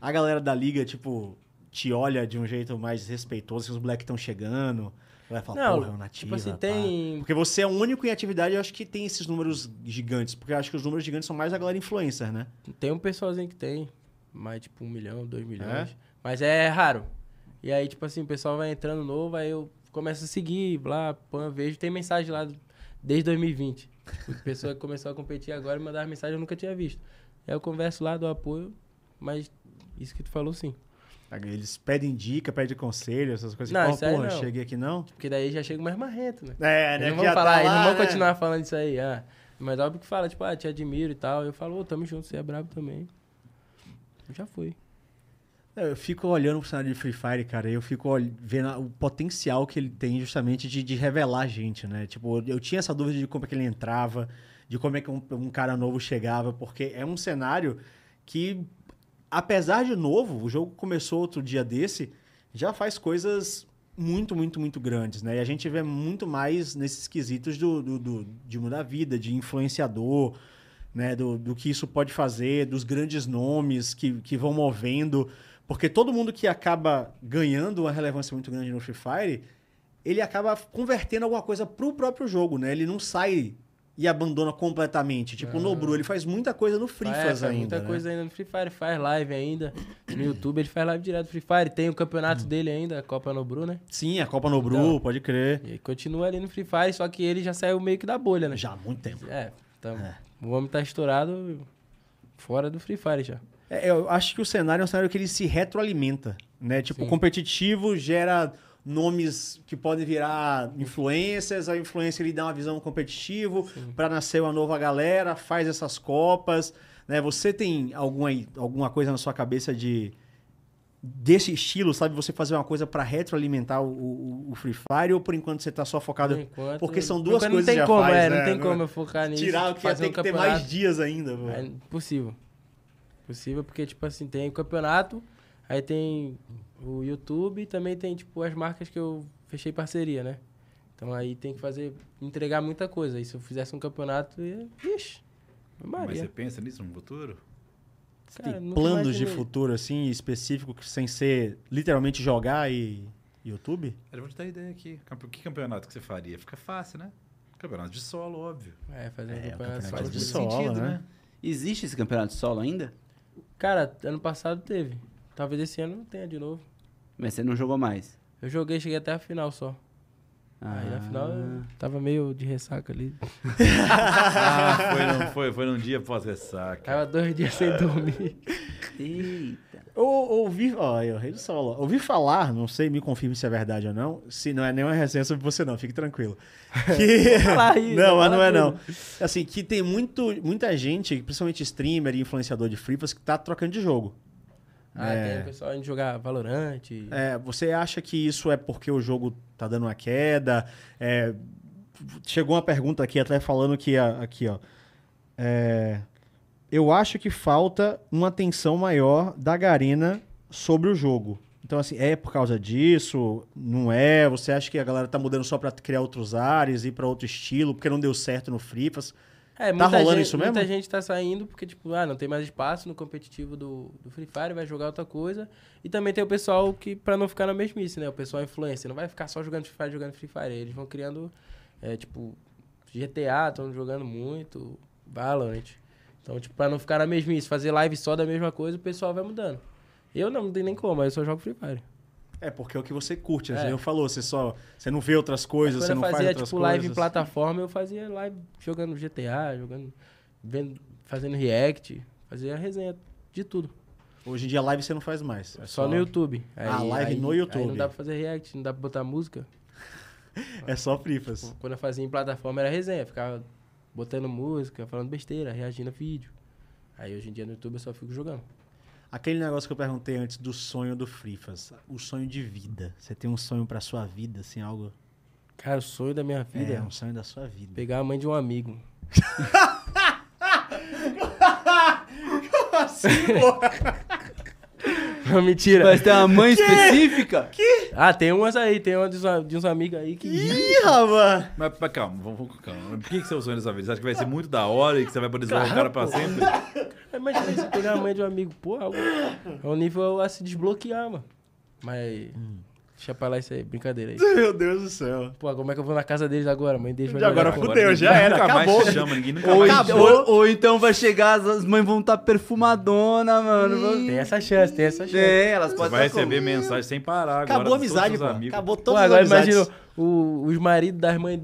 A: A galera da liga, tipo, te olha de um jeito mais respeitoso, assim, os moleques estão chegando. Vai falar,
B: Não,
A: porra, é um nativo.
B: tipo assim, tem-
A: Porque você é o único em atividade, eu acho que tem esses números gigantes. Porque eu acho que os números gigantes são mais a galera influencer, né?
B: Tem um pessoalzinho que tem, mais tipo um milhão, dois milhões, mas é raro. E aí, tipo assim, o pessoal vai entrando novo, aí eu começo a seguir, blá, pã, vejo, tem mensagem lá do- desde 2020. Tipo, pessoa que começou a competir agora e mandava mensagem eu nunca tinha visto. Aí eu converso lá, do apoio, mas isso que tu falou sim.
A: Eles pedem dica, pedem conselho, essas coisas.
B: Não,
A: Não,
B: isso aí
A: porra,
B: não.
A: cheguei aqui não?
B: Porque daí já chega mais marrento, né?
A: É,
B: Eles não
A: que já
B: vão
A: tá
B: falar, eles
A: lá,
B: não vão
A: né?
B: continuar falando isso aí. Ah, mas óbvio que fala, tipo, ah, te admiro e tal. Eu falo, ô, tamo junto, você é brabo também. Eu já fui.
A: É, Eu fico olhando pro cenário de Free Fire, cara, e eu fico ol- vendo a- o potencial que ele tem justamente de, de revelar a gente, né? Tipo, eu tinha essa dúvida de como é que ele entrava, de como é que um, um cara novo chegava, porque é um cenário que, apesar de novo, o jogo começou outro dia desse, já faz coisas muito, muito, muito grandes, né? E a gente vê muito mais nesses quesitos do, do, do- de mudar a vida, de influenciador, né? Do, do que isso pode fazer, dos grandes nomes que, que vão movendo. Porque todo mundo que acaba ganhando uma relevância muito grande no Free Fire, ele acaba convertendo alguma coisa pro próprio jogo, né? Ele não sai e abandona completamente. Tipo, o Nobru, ele faz muita coisa no Free
B: Faz,
A: Faz
B: É. faz
A: ainda,
B: muita
A: né?
B: coisa ainda no Free Fire, faz live ainda. No YouTube ele faz live direto do Free Fire. Tem o
A: Hum.
B: campeonato dele ainda, a Copa Nobru, né?
A: Sim, a Copa Nobru,
B: Então.
A: pode crer.
B: E aí continua ali no Free Fire, só que ele já saiu meio que da bolha, né?
A: Já há muito tempo.
B: É, então, o homem tá estourado fora do Free Fire já.
A: É, eu acho que o cenário é um cenário que ele se retroalimenta, né? Tipo,
B: Sim.
A: o competitivo gera nomes que podem virar influências, a influência ele dá uma visão competitivo para nascer uma nova galera, faz essas copas, né? Você tem alguma, alguma coisa na sua cabeça de desse estilo, sabe? Você fazer uma coisa para retroalimentar o, o- o Free Fire ou por enquanto você tá só focado
B: Por enquanto-
A: porque são duas
B: Enquanto
A: coisas
B: não
A: que
B: tem
A: já
B: como,
A: faz,
B: é,
A: né?
B: não tem
A: Não-
B: como eu focar nisso.
A: tirar o que ia
B: fazer
A: ter
B: um
A: que ter
B: campeonato.
A: mais dias ainda, pô.
B: É impossível. Possível, porque, tipo assim, tem o campeonato, aí tem o YouTube e também tem, tipo, as marcas que eu fechei parceria, né? Então aí tem que fazer, entregar muita coisa. E se eu fizesse um campeonato, ia. Ixi,
E: Mas você
B: Maria.
E: pensa nisso no futuro?
B: Cara,
A: é Tem
B: nunca
A: planos de
B: imaginei.
A: futuro, assim, específico, que- sem ser literalmente jogar e YouTube?
E: Eu vou te dar ideia aqui. Campe- Que campeonato que você faria? Fica fácil, né? Campeonato de solo, óbvio.
B: É, fazer um
A: É, o
B: campeonato,
A: campeonato
B: só
A: de
B: de-
A: solo, né?
C: Existe esse campeonato solo ainda?
B: Cara, ano passado teve. Talvez esse ano não tenha de novo.
C: Mas você não jogou mais.
B: Eu joguei, cheguei até a final só. Aí na final
C: Ah,
A: Ah.
B: eu tava meio de ressaca ali.
E: Ah, foi num, foi, foi num dia
A: É.
E: pós-ressaca.
B: Tava dois dias sem dormir. é.
C: Eita.
A: Eu ouvi, ó, eu rei do solo. Ouvi falar, não sei, me confirme se é verdade ou não. Se não é nenhuma resenha sobre você, não, fique tranquilo. Que-
B: falar aí,
A: não,
B: vai
A: mas não é
B: falar
A: não. Assim, que tem muito, muita gente, principalmente streamer e influenciador de Free Fire, que tá trocando de jogo.
B: Ah,
A: É.
B: tem o pessoal indo jogar Valorante.
A: É, você acha que isso é porque o jogo tá dando uma queda? É, chegou uma pergunta aqui até falando que a- aqui, ó. É, eu acho que falta uma atenção maior da Garena sobre o jogo. Então, assim, é por causa disso? Não é? Você acha que a galera tá mudando só pra criar outros ares, ir pra outro estilo, porque não deu certo no Free? Faz-
B: É,
A: Tá rolando
B: gente,
A: isso
B: Muita
A: mesmo?
B: gente tá saindo porque, tipo, ah, não tem mais espaço no competitivo do, do Free Fire, vai jogar outra coisa. E também tem o pessoal que, pra não ficar na mesmice, né? O pessoal influencer, não vai ficar só jogando Free Fire, jogando Free Fire. Eles vão criando, é, tipo, GTA, estão jogando muito, Valorant. Então, tipo, pra não ficar na mesmice, fazer live só da mesma coisa, o pessoal vai mudando. Eu não, não tem nem como, eu só jogo Free Fire.
A: É, porque é o que você curte, né?
B: É.
A: Eu falou, você só. Você não vê outras coisas,
B: Mas
A: você
B: quando
A: não
B: eu
A: faz
B: fazia,
A: outras
B: tipo,
A: coisas.
B: live em plataforma, eu fazia live jogando GTA, jogando, vendo, fazendo react, fazia resenha de tudo.
A: Hoje em dia, live você não faz mais. É
B: Só no YouTube.
A: Ah, live no
B: Aí
A: YouTube.
B: não dá pra fazer react, não dá pra botar música.
A: É só Free Fire.
B: Quando eu fazia em plataforma era resenha, ficava botando música, falando besteira, reagindo a vídeo. Aí hoje em dia no YouTube eu só fico jogando.
A: Aquele negócio que eu perguntei antes do sonho do Frifas, o sonho de vida. Você tem um sonho pra sua vida, assim, algo?
B: Cara, o sonho da minha
A: É,
B: vida é
A: um sonho da sua vida.
B: pegar a mãe de um amigo.
A: assim,
B: Não, mentira.
C: Mas tem uma mãe específica?
B: Ah, tem umas aí, tem uma de uns, de uns amigos aí que.
A: Ih, rapaz!
E: Mas, mas calma, vamos, vamos com calma. Por que, que você usou nessa vez? Você acha que vai ser muito da hora e que você vai poder zoar o cara pra sempre?
B: Imagina você pegar a mãe de um amigo, pô, algo- é um nível a se desbloquear, mano. Mas.
C: Hum.
B: Deixa pra lá isso aí, brincadeira aí.
A: Meu Deus do céu.
B: Pô, como é que eu vou na casa deles agora? A mãe deles vai
A: Já
B: me olhar
A: agora
B: como?
A: fudeu, já
E: Ninguém
A: era,
E: nunca mais
A: acabou.
E: te chama, ninguém nunca
C: Ou,
E: mais te
C: então-
E: chama.
C: ou- ou então vai chegar, as- as mães vão estar perfumadona, mano.
B: Tem essa chance, tem essa chance.
C: É, elas
E: Você
C: podem
E: vai
C: tá com-
E: receber mensagem sem parar agora.
A: Acabou a
E: de todos
A: amizade,
E: os
A: pô.
E: amigos.
A: Acabou
B: Pô,
A: todas as
B: agora
A: amizades.
B: imagina o- os maridos das mães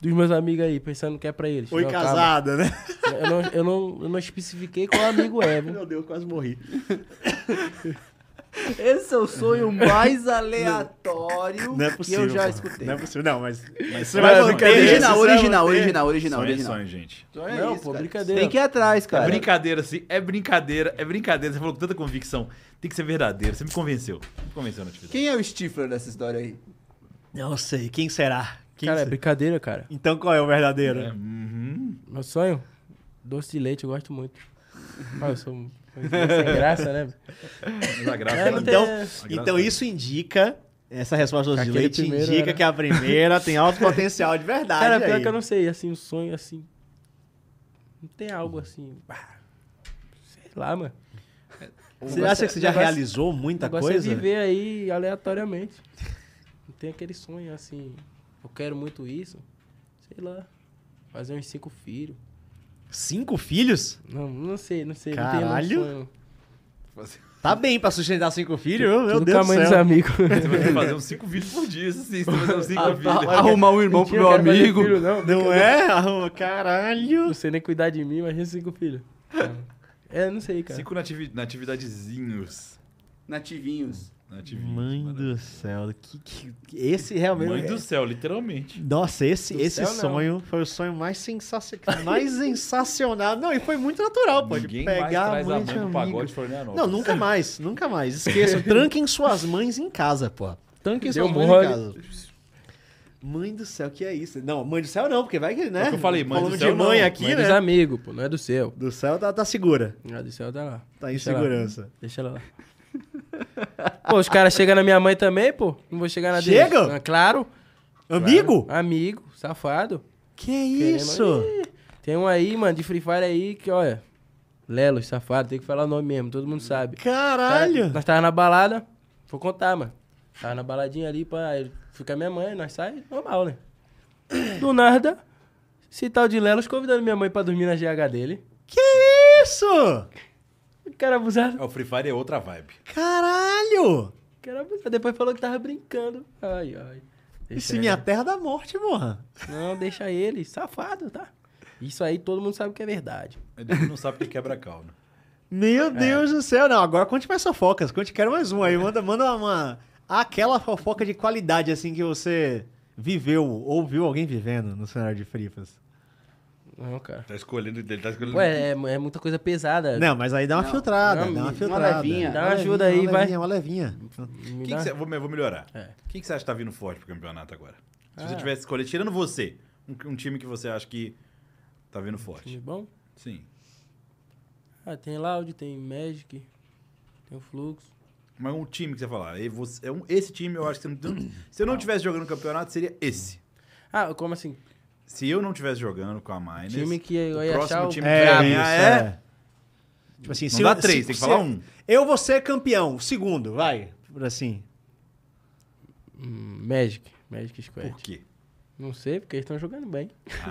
B: dos meus amigos aí, pensando que é pra eles.
A: Oi,
B: Não, calma.
A: casada, né?
B: Eu não, eu, não, eu não especifiquei qual amigo é, viu?
A: Meu Deus, quase morri.
C: Esse é o sonho mais aleatório
A: Não é possível.
C: que eu já
A: pô.
C: escutei.
A: Não é possível, não, mas. mas você
C: Mas, é
A: manter esse, É.
C: original,
A: você vai
C: original,
A: manter.
C: original, original,
E: Sonho é
C: original.
E: sonho, gente.
C: É
B: Não,
C: isso,
B: pô,
C: cara.
B: brincadeira.
C: Tem que ir atrás, cara.
E: É brincadeira, assim. É brincadeira, é brincadeira. Você falou com tanta convicção. Tem que ser verdadeiro. Você me convenceu. Me convenceu né, na atividade.
C: Quem é o Stifler dessa história aí?
A: Não sei, quem será? Quem
B: Cara, é
A: se-
B: brincadeira, cara.
A: Então qual é o verdadeiro?
E: É, uhum.
B: Meu sonho? Doce de leite, eu gosto muito. Ah, eu sou um- sem graça, né?
E: Mas a graça
B: É,
E: tá
B: não
E: ali.
B: tem...
A: Então,
E: Engraçado.
A: então isso indica. Essa resposta do doce de
B: Aquele
A: leite
B: primeiro
A: indica
B: era-
A: que a primeira tem alto potencial de verdade.
B: Cara, pior
A: aí.
B: que eu não sei, assim, um sonho, assim... Não tem algo assim... bah, Sei lá, mano.
A: Você acha que você já
B: negócio-
A: realizou
B: O
A: muita
B: negócio é
A: coisa?
B: viver aí aleatoriamente. Não tem aquele sonho, assim... Eu quero muito isso. Sei lá. Fazer uns cinco filhos.
A: Cinco filhos?
B: Não, não sei, não sei. Não
A: Caralho.
B: tenho um sonho.
A: Tá bem pra sustentar cinco filhos, Oh, meu
B: Tudo
A: Deus do
B: tamanho dos
A: céu.
B: amigos.
E: Você vai ter que fazer uns 5 vídeos por dia, isso sim. Você vai fazer uns 5 vídeos.
C: Arrumar um irmão pro
B: Mentira, eu quero
C: meu
B: fazer
C: amigo.
B: filho, não.
A: Não é? Ah, Caralho.
B: Não sei nem cuidar de mim, imagina cinco filhos. É, não sei, cara.
E: Cinco nativi- natividadezinhos.
C: Nativinhos.
E: Nativinhos.
A: Mãe
E: Maravilha.
A: do céu. Que, que- esse realmente. é
E: Mãe do céu, literalmente.
A: Nossa, esse,
B: Do
A: esse
B: céu, não.
A: sonho foi o sonho mais sensacional. mais sensacional. Não, e foi muito natural, pode
E: Ninguém mais
A: pegar
E: traz a mãe
A: muito
E: do
A: amigo.
E: pagode de Florianópolis.
A: Não, nunca mais, nunca mais. Esqueçam, tranquem suas mães em casa, pô. Tranquem
B: Deu
A: suas mães
B: mole.
A: em casa. Mãe do céu, que é isso? Não, mãe do céu não, porque vai que, né?
E: É o que eu falei, mãe do
A: Falando
E: céu
A: de mãe
E: não,
A: aqui,
B: Não é
A: né?
B: dos amigos, pô, não é do céu.
A: Do céu tá, tá segura,
B: Não é do céu, tá lá.
A: tá em
B: Deixa ela-
A: segurança.
B: Deixa ela lá. Pô, os caras chegam na minha mãe também, pô. Não vou chegar na deles.
A: Chegam?
B: Ah, claro.
A: Amigo?
B: Amigo, safado.
A: Que
E: é
B: Querendo-
A: isso?
B: Tem um aí, mano, de Free Fire aí que, olha. Lelos, safado, tem que falar o nome mesmo, todo mundo sabe.
A: Caralho!
E: Tá,
B: Cara, nós tava na balada, vou contar, mano. Tava na baladinha ali pra. ele Fica minha mãe, nós sai normal, né? Do nada, esse tal de Lelos convidando minha mãe pra dormir na GH dele.
A: Que isso?
B: Cara abusado,
E: É, O Free Fire é outra vibe.
A: Caralho!
B: cara abusado. Depois falou que tava brincando. Ai, ai.
A: Isso
B: ele.
E: é.
A: minha terra da morte, morra.
B: Não, deixa ele, safado, tá? Isso aí todo mundo sabe que é verdade.
E: Ele não sabe o que quebra cal, né?
A: Meu Deus do céu, não. Agora conte mais fofocas. Conte, quero mais uma aí. Manda, manda uma, uma- Aquela fofoca de qualidade, assim, que você viveu ou viu alguém vivendo no cenário de Fripas.
B: Não, cara.
E: Tá escolhendo, ele tá escolhendo.
B: Ué, é, é muita coisa pesada.
A: Não, mas aí dá uma
C: Não,
A: filtrada,
B: não,
A: dá uma
B: uma
A: filtrada.
C: levinha.
B: Dá uma ajuda aí,
A: uma
B: vai.
A: levinha, Uma levinha.
B: Me
E: Quem
B: dá-
E: que cê- vou, me- vou melhorar.
B: É.
E: Quem que você acha que tá vindo forte pro campeonato agora? Se você
B: Ah.
E: tivesse escolher, tirando você, um, um time que você acha que tá vindo
B: um Time
E: forte.
B: bom?
E: Sim.
B: Ah, tem Loud, tem Magic, tem o Fluxo.
E: Mas um time que você falar, e você- é um- esse time eu acho que você não, tem- se eu
B: Tá.
E: não tivesse jogando no campeonato, seria esse.
B: Ah, como assim?
E: Se eu não tivesse jogando com a Miners,
B: Time que eu
E: o
B: ia
E: É próximo
B: achar o
E: time que
A: É,
E: vai
A: isso,
E: ganhar é...
A: é. Tipo assim,
E: Não
A: se
E: dá
A: eu-
E: três,
A: se-
E: tem que
A: se-
E: falar um.
A: Eu vou ser campeão, segundo, vai. Assim.
B: Hum, Magic. Magic Squad.
E: Por quê?
B: Não sei, porque eles estão jogando bem.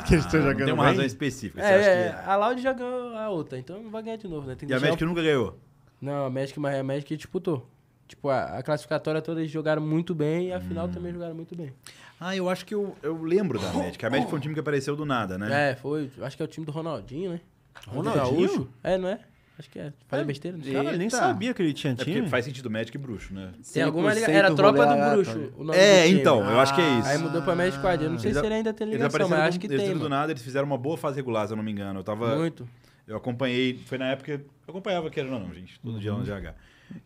A: que eles tão
E: não
A: jogando
E: Tem uma
A: bem?
E: razão específica. você
B: É, é,
E: acha
B: a Loud já ganhou a outra, então não vai ganhar de novo, né? Tem
E: que...
B: que
E: E a
B: deixar
E: Magic
B: o-
E: nunca ganhou.
B: Não, a Magic, mas a Magic disputou. Tipo, a, a classificatória toda eles jogaram muito bem e a final
E: Hum.
B: também jogaram muito bem.
E: Ah, eu acho que eu, eu lembro da Magic. A Magic foi um time que apareceu do nada, né?
B: É, foi. Acho que é o time do Ronaldinho, né?
A: Ronaldinho?
B: Gaúcho. É, não é? Acho que é. Falei besteira, não sei.
A: Cara, eu nem
C: Eita.
A: sabia que ele tinha
E: É porque
A: time.
E: faz sentido Magic e bruxo, né?
B: Tem alguma liga...
C: 100%
B: Era a Tropa
C: rolê
B: do
C: aleatório.
B: Bruxo. o nome do
E: É,
B: time. Ah,
E: então, eu acho que é isso.
B: Aí mudou pra Magic Squad. Eu não sei
E: Eles
B: se
E: a-
B: ele ainda tem
E: Eles
B: ligação,
E: apareceram
B: mas
E: do-
B: acho que
E: eles
B: tem,
E: do
B: mano.
E: nada, eles fizeram uma boa fase regular, se eu não me engano. Eu tava.
B: Muito.
E: Eu acompanhei, foi na época. Eu acompanhava, querendo ou não, gente. Todo
B: Uhum.
E: dia lá no GH.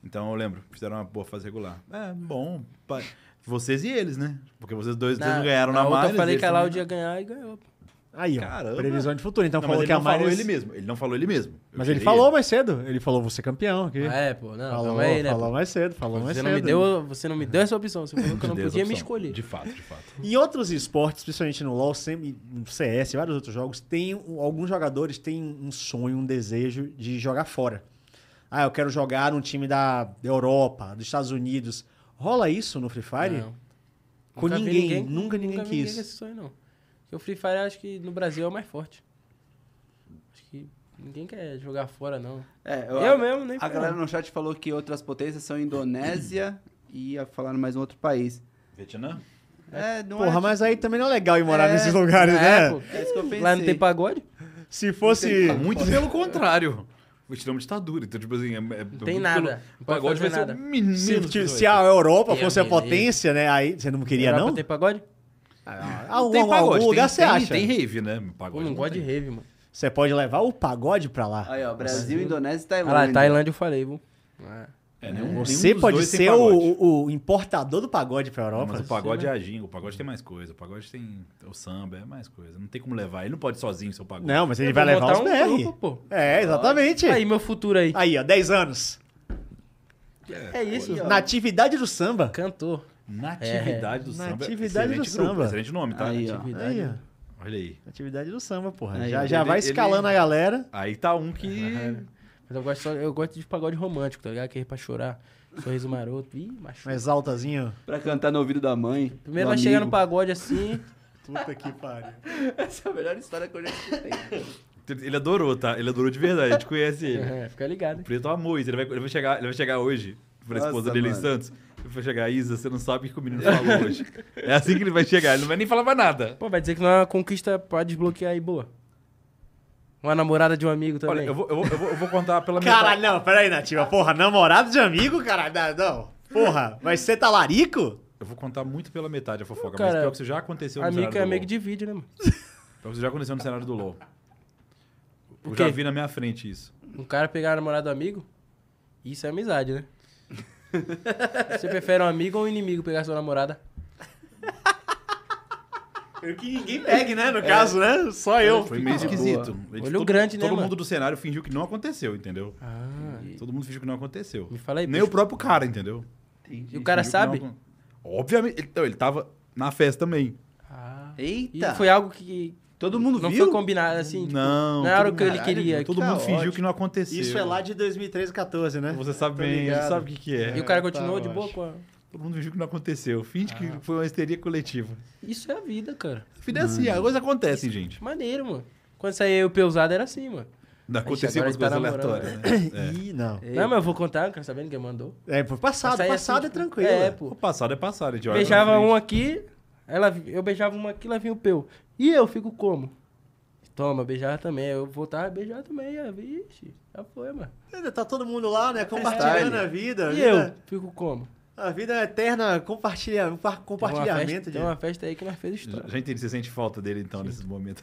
E: Então eu lembro, fizeram uma boa fase regular. É, bom. pa- Vocês e eles, né? Porque vocês dois vocês não ganharam na,
B: outra
E: Miners.
B: Eu falei
E: eles
B: que a
E: também
B: Loud ia ganhar e ganhou. pô.
A: Aí, ó.
E: Caramba.
A: Previsão de futuro. Então
E: não, mas
A: falou
E: ele
A: que a
E: não falou
A: Marius...
E: ele mesmo. Ele não falou ele mesmo. Eu
A: Mas ele
E: tirei
A: falou mais cedo. Ele falou, você campeão aqui.
B: Ah, É, pô, não,
A: falou,
B: calma aí, né?
A: falou
B: pô.
A: mais cedo, falou mais
E: é
B: Você
A: cedo.
B: não, me deu, você não me deu essa opção. Você falou que eu não
E: Deu essa
B: podia me
E: opção.
B: escolher.
E: De fato, de fato.
A: Em outros esportes, principalmente no LoL, sempre- no CS, vários outros jogos, tem um, alguns jogadores têm um sonho, um desejo de jogar fora. Ah, eu quero jogar num time da Europa, dos Estados Unidos. Rola isso no Free Fire?
B: Não.
A: Com
B: Nunca vi
A: ninguém, nunca ninguém
B: vi
A: quis.
B: ninguém assim. com esse sonho, não. Porque o Free Fire acho que no Brasil é o mais forte. Acho que ninguém quer jogar fora, não.
C: É,
B: Eu,
C: a-
B: mesmo, nem
C: A galera no chat falou que outras potências são Indonésia e ia falar mais um outro país.
E: Vietnã?
C: É, não
A: Porra,
C: é,
A: mas aí também não é legal ir morar
C: É,
A: nesses lugares, né?
B: pô.
C: É isso que eu pensei.
B: Lá não tem pagode?
A: Se fosse.
E: Tá Muito pelo contrário. Vou te dar uma ditadura. Então, tipo assim, é, é-
B: Não tem nada.
E: O
B: Não pode
E: pagode
B: fazer
E: vai ser
B: nada.
E: um menino.
A: Se,
E: que
A: se-
E: vai
A: se
E: ter.
A: a Europa
B: Eu
A: fosse a
B: me livre.
A: potência, né? Aí você não queria,
B: Europa
A: não? Ah,
B: tem pagode?
A: Algum,
E: tem pagode.
A: algum lugar
E: tem,
A: você
E: tem-
A: acha.
E: Tem rave, né? Pagode.
B: Pô, não gosto de
E: tem.
B: rave, mano.
A: Você pode levar o pagode pra lá.
C: tipo- Aí, ó, Brasil, Indonésia e
B: Ah
C: Tailândia.
B: lá, Tailândia eu falei, viu? Ah,
E: É, nenhum- nenhum
A: Você
E: dos
A: pode
E: dois tem
A: ser
E: pagode.
A: o, o importador do pagode pra
E: Não,
A: Europa.
E: mas o pagode é a ginga, o pagode tem mais coisa. O pagode tem o samba, é mais coisa. Não tem como levar. Ele não pode ir sozinho seu pagode.
A: Não, mas ele
B: eu
A: vai
B: vou
A: levar
B: montar
A: os
B: um
A: BR.
B: grupo, pô.
A: É, exatamente.
B: Aí, meu futuro aí.
A: Aí, ó, 10 anos.
B: É isso, ó.
A: Na atividade do samba.
B: Cantor.
E: Natividade do
A: É.
E: samba. é
A: Natividade do
E: excelente
A: samba.
E: grupo, excelente nome, tá?
C: Aí, ó.
B: Atividade.
A: Aí, ó.
E: Olha aí.
A: Atividade do samba, porra.
C: Aí,
A: já
C: ó.
A: já vai
E: Ele-
A: escalando
E: ele-
A: a galera.
E: Aí tá um que.
B: Mas eu gosto, só- eu gosto de pagode romântico, tá ligado? Que é pra chorar. Sorriso maroto. Ih, macho.
A: Um exaltazinho.
C: Pra cantar no ouvido da mãe.
B: Primeiro
C: do
B: vai chegar
C: amigo.
B: no pagode assim.
A: Puta que pariu.
C: Essa é a melhor história que eu já escutei.
E: Ele adorou, tá? Ele adorou de verdade, a gente conhece ele.
B: é, fica ligado.
E: O Preto amou isso. Ele vai, ele vai, chegar, ele vai chegar hoje pra
C: Nossa,
E: esposa dele
C: mano.
E: em Santos. Ele vai chegar, Isa, você não sabe o que o menino falou hoje. É assim que ele vai chegar, ele não vai nem falar mais nada.
B: Pô, vai dizer que não é uma conquista pra desbloquear aí, boa. Uma namorada de um amigo também.
E: Olha, eu vou, eu vou- eu vou- eu vou contar pela
A: Caralho,
E: metade.
A: não, peraí, Nativa. Porra, namorado de amigo, caralho. Não, porra, vai ser talarico?
E: Eu vou contar muito pela metade a fofoca,
B: Pô, cara,
E: mas pior que isso já aconteceu no
B: Amigo
E: cenário
B: é
E: do
B: amigo
E: LOL.
B: de vídeo, né, mano?
E: Pior que isso já aconteceu no cenário do LoL. Eu
B: O
E: já
B: quê?
E: vi na minha frente isso.
B: Um cara pegar a namorada do amigo, isso é amizade, né? Você prefere um amigo ou um inimigo pegar sua namorada?
A: Eu que ninguém pegue, né? No caso, né? Só eu.
E: Foi meio esquisito.
B: Olho
E: Todo-
B: grande, né,
E: Todo
B: mano?
E: mundo do cenário fingiu que não aconteceu, entendeu?
B: Ah,
E: Todo mundo fingiu que não aconteceu.
B: me fala aí.
E: Nem
B: pô.
E: o próprio cara, entendeu?
B: E o cara
E: Fingiu que
B: sabe?
E: não acon- Obviamente. Então, ele tava na festa também.
B: Ah. E
C: Eita!
B: foi algo que
C: Todo mundo
B: não
C: viu?
B: foi combinado, assim, tipo,
E: não.
B: não era
E: todo
B: o que ele
E: mundo-
B: queria.
E: Todo
C: Tá
E: mundo fingiu
C: ótimo.
E: que não aconteceu.
A: Isso é lá de 2013, 14, né?
E: Você sabe bem,
A: ligado.
E: você sabe o que, que é.
B: E o cara
A: tá
B: continuou de boa
A: ótimo.
B: com a...
E: Todo mundo fingiu que não aconteceu. Finge
B: Ah.
E: que foi uma histeria coletiva.
B: Isso é a vida, cara.
E: A vida é assim, as coisas acontecem, gente.
B: Maneiro, mano. Quando saía eu peusado era assim, mano.
E: Não aconteceu
B: agora
E: umas
B: ele tá
E: coisas
B: namorando,
E: aleatórias, né?
A: Ih, não.
B: Não, mas eu vou contar, eu quero saber ninguém mandou.
A: É, foi passado.
B: Essa aí,
A: passado
B: assim,
A: é
B: tipo,
A: tranquilo.
B: É,
E: O
B: pô.
E: passado é passado, a gente olha
B: Beijava
E: pra frente.
B: um aqui, ela, eu beijava uma aqui, ela vinha o peu. E eu fico como? Toma, beijava também. Eu voltava a beijar também. ah, Vixe, já foi, mano.
A: Ainda Tá todo mundo lá,
B: É
A: né? Compartilhando a vida. a
B: E
A: vida-
B: eu fico como?
A: A vida é eterna compartilha, um par-
B: Tem uma
A: compartilhamento.
B: festa- Tem uma festa aí que nós fez
E: Já,
B: história.
E: já entendi, você sente falta dele então nesses momentos.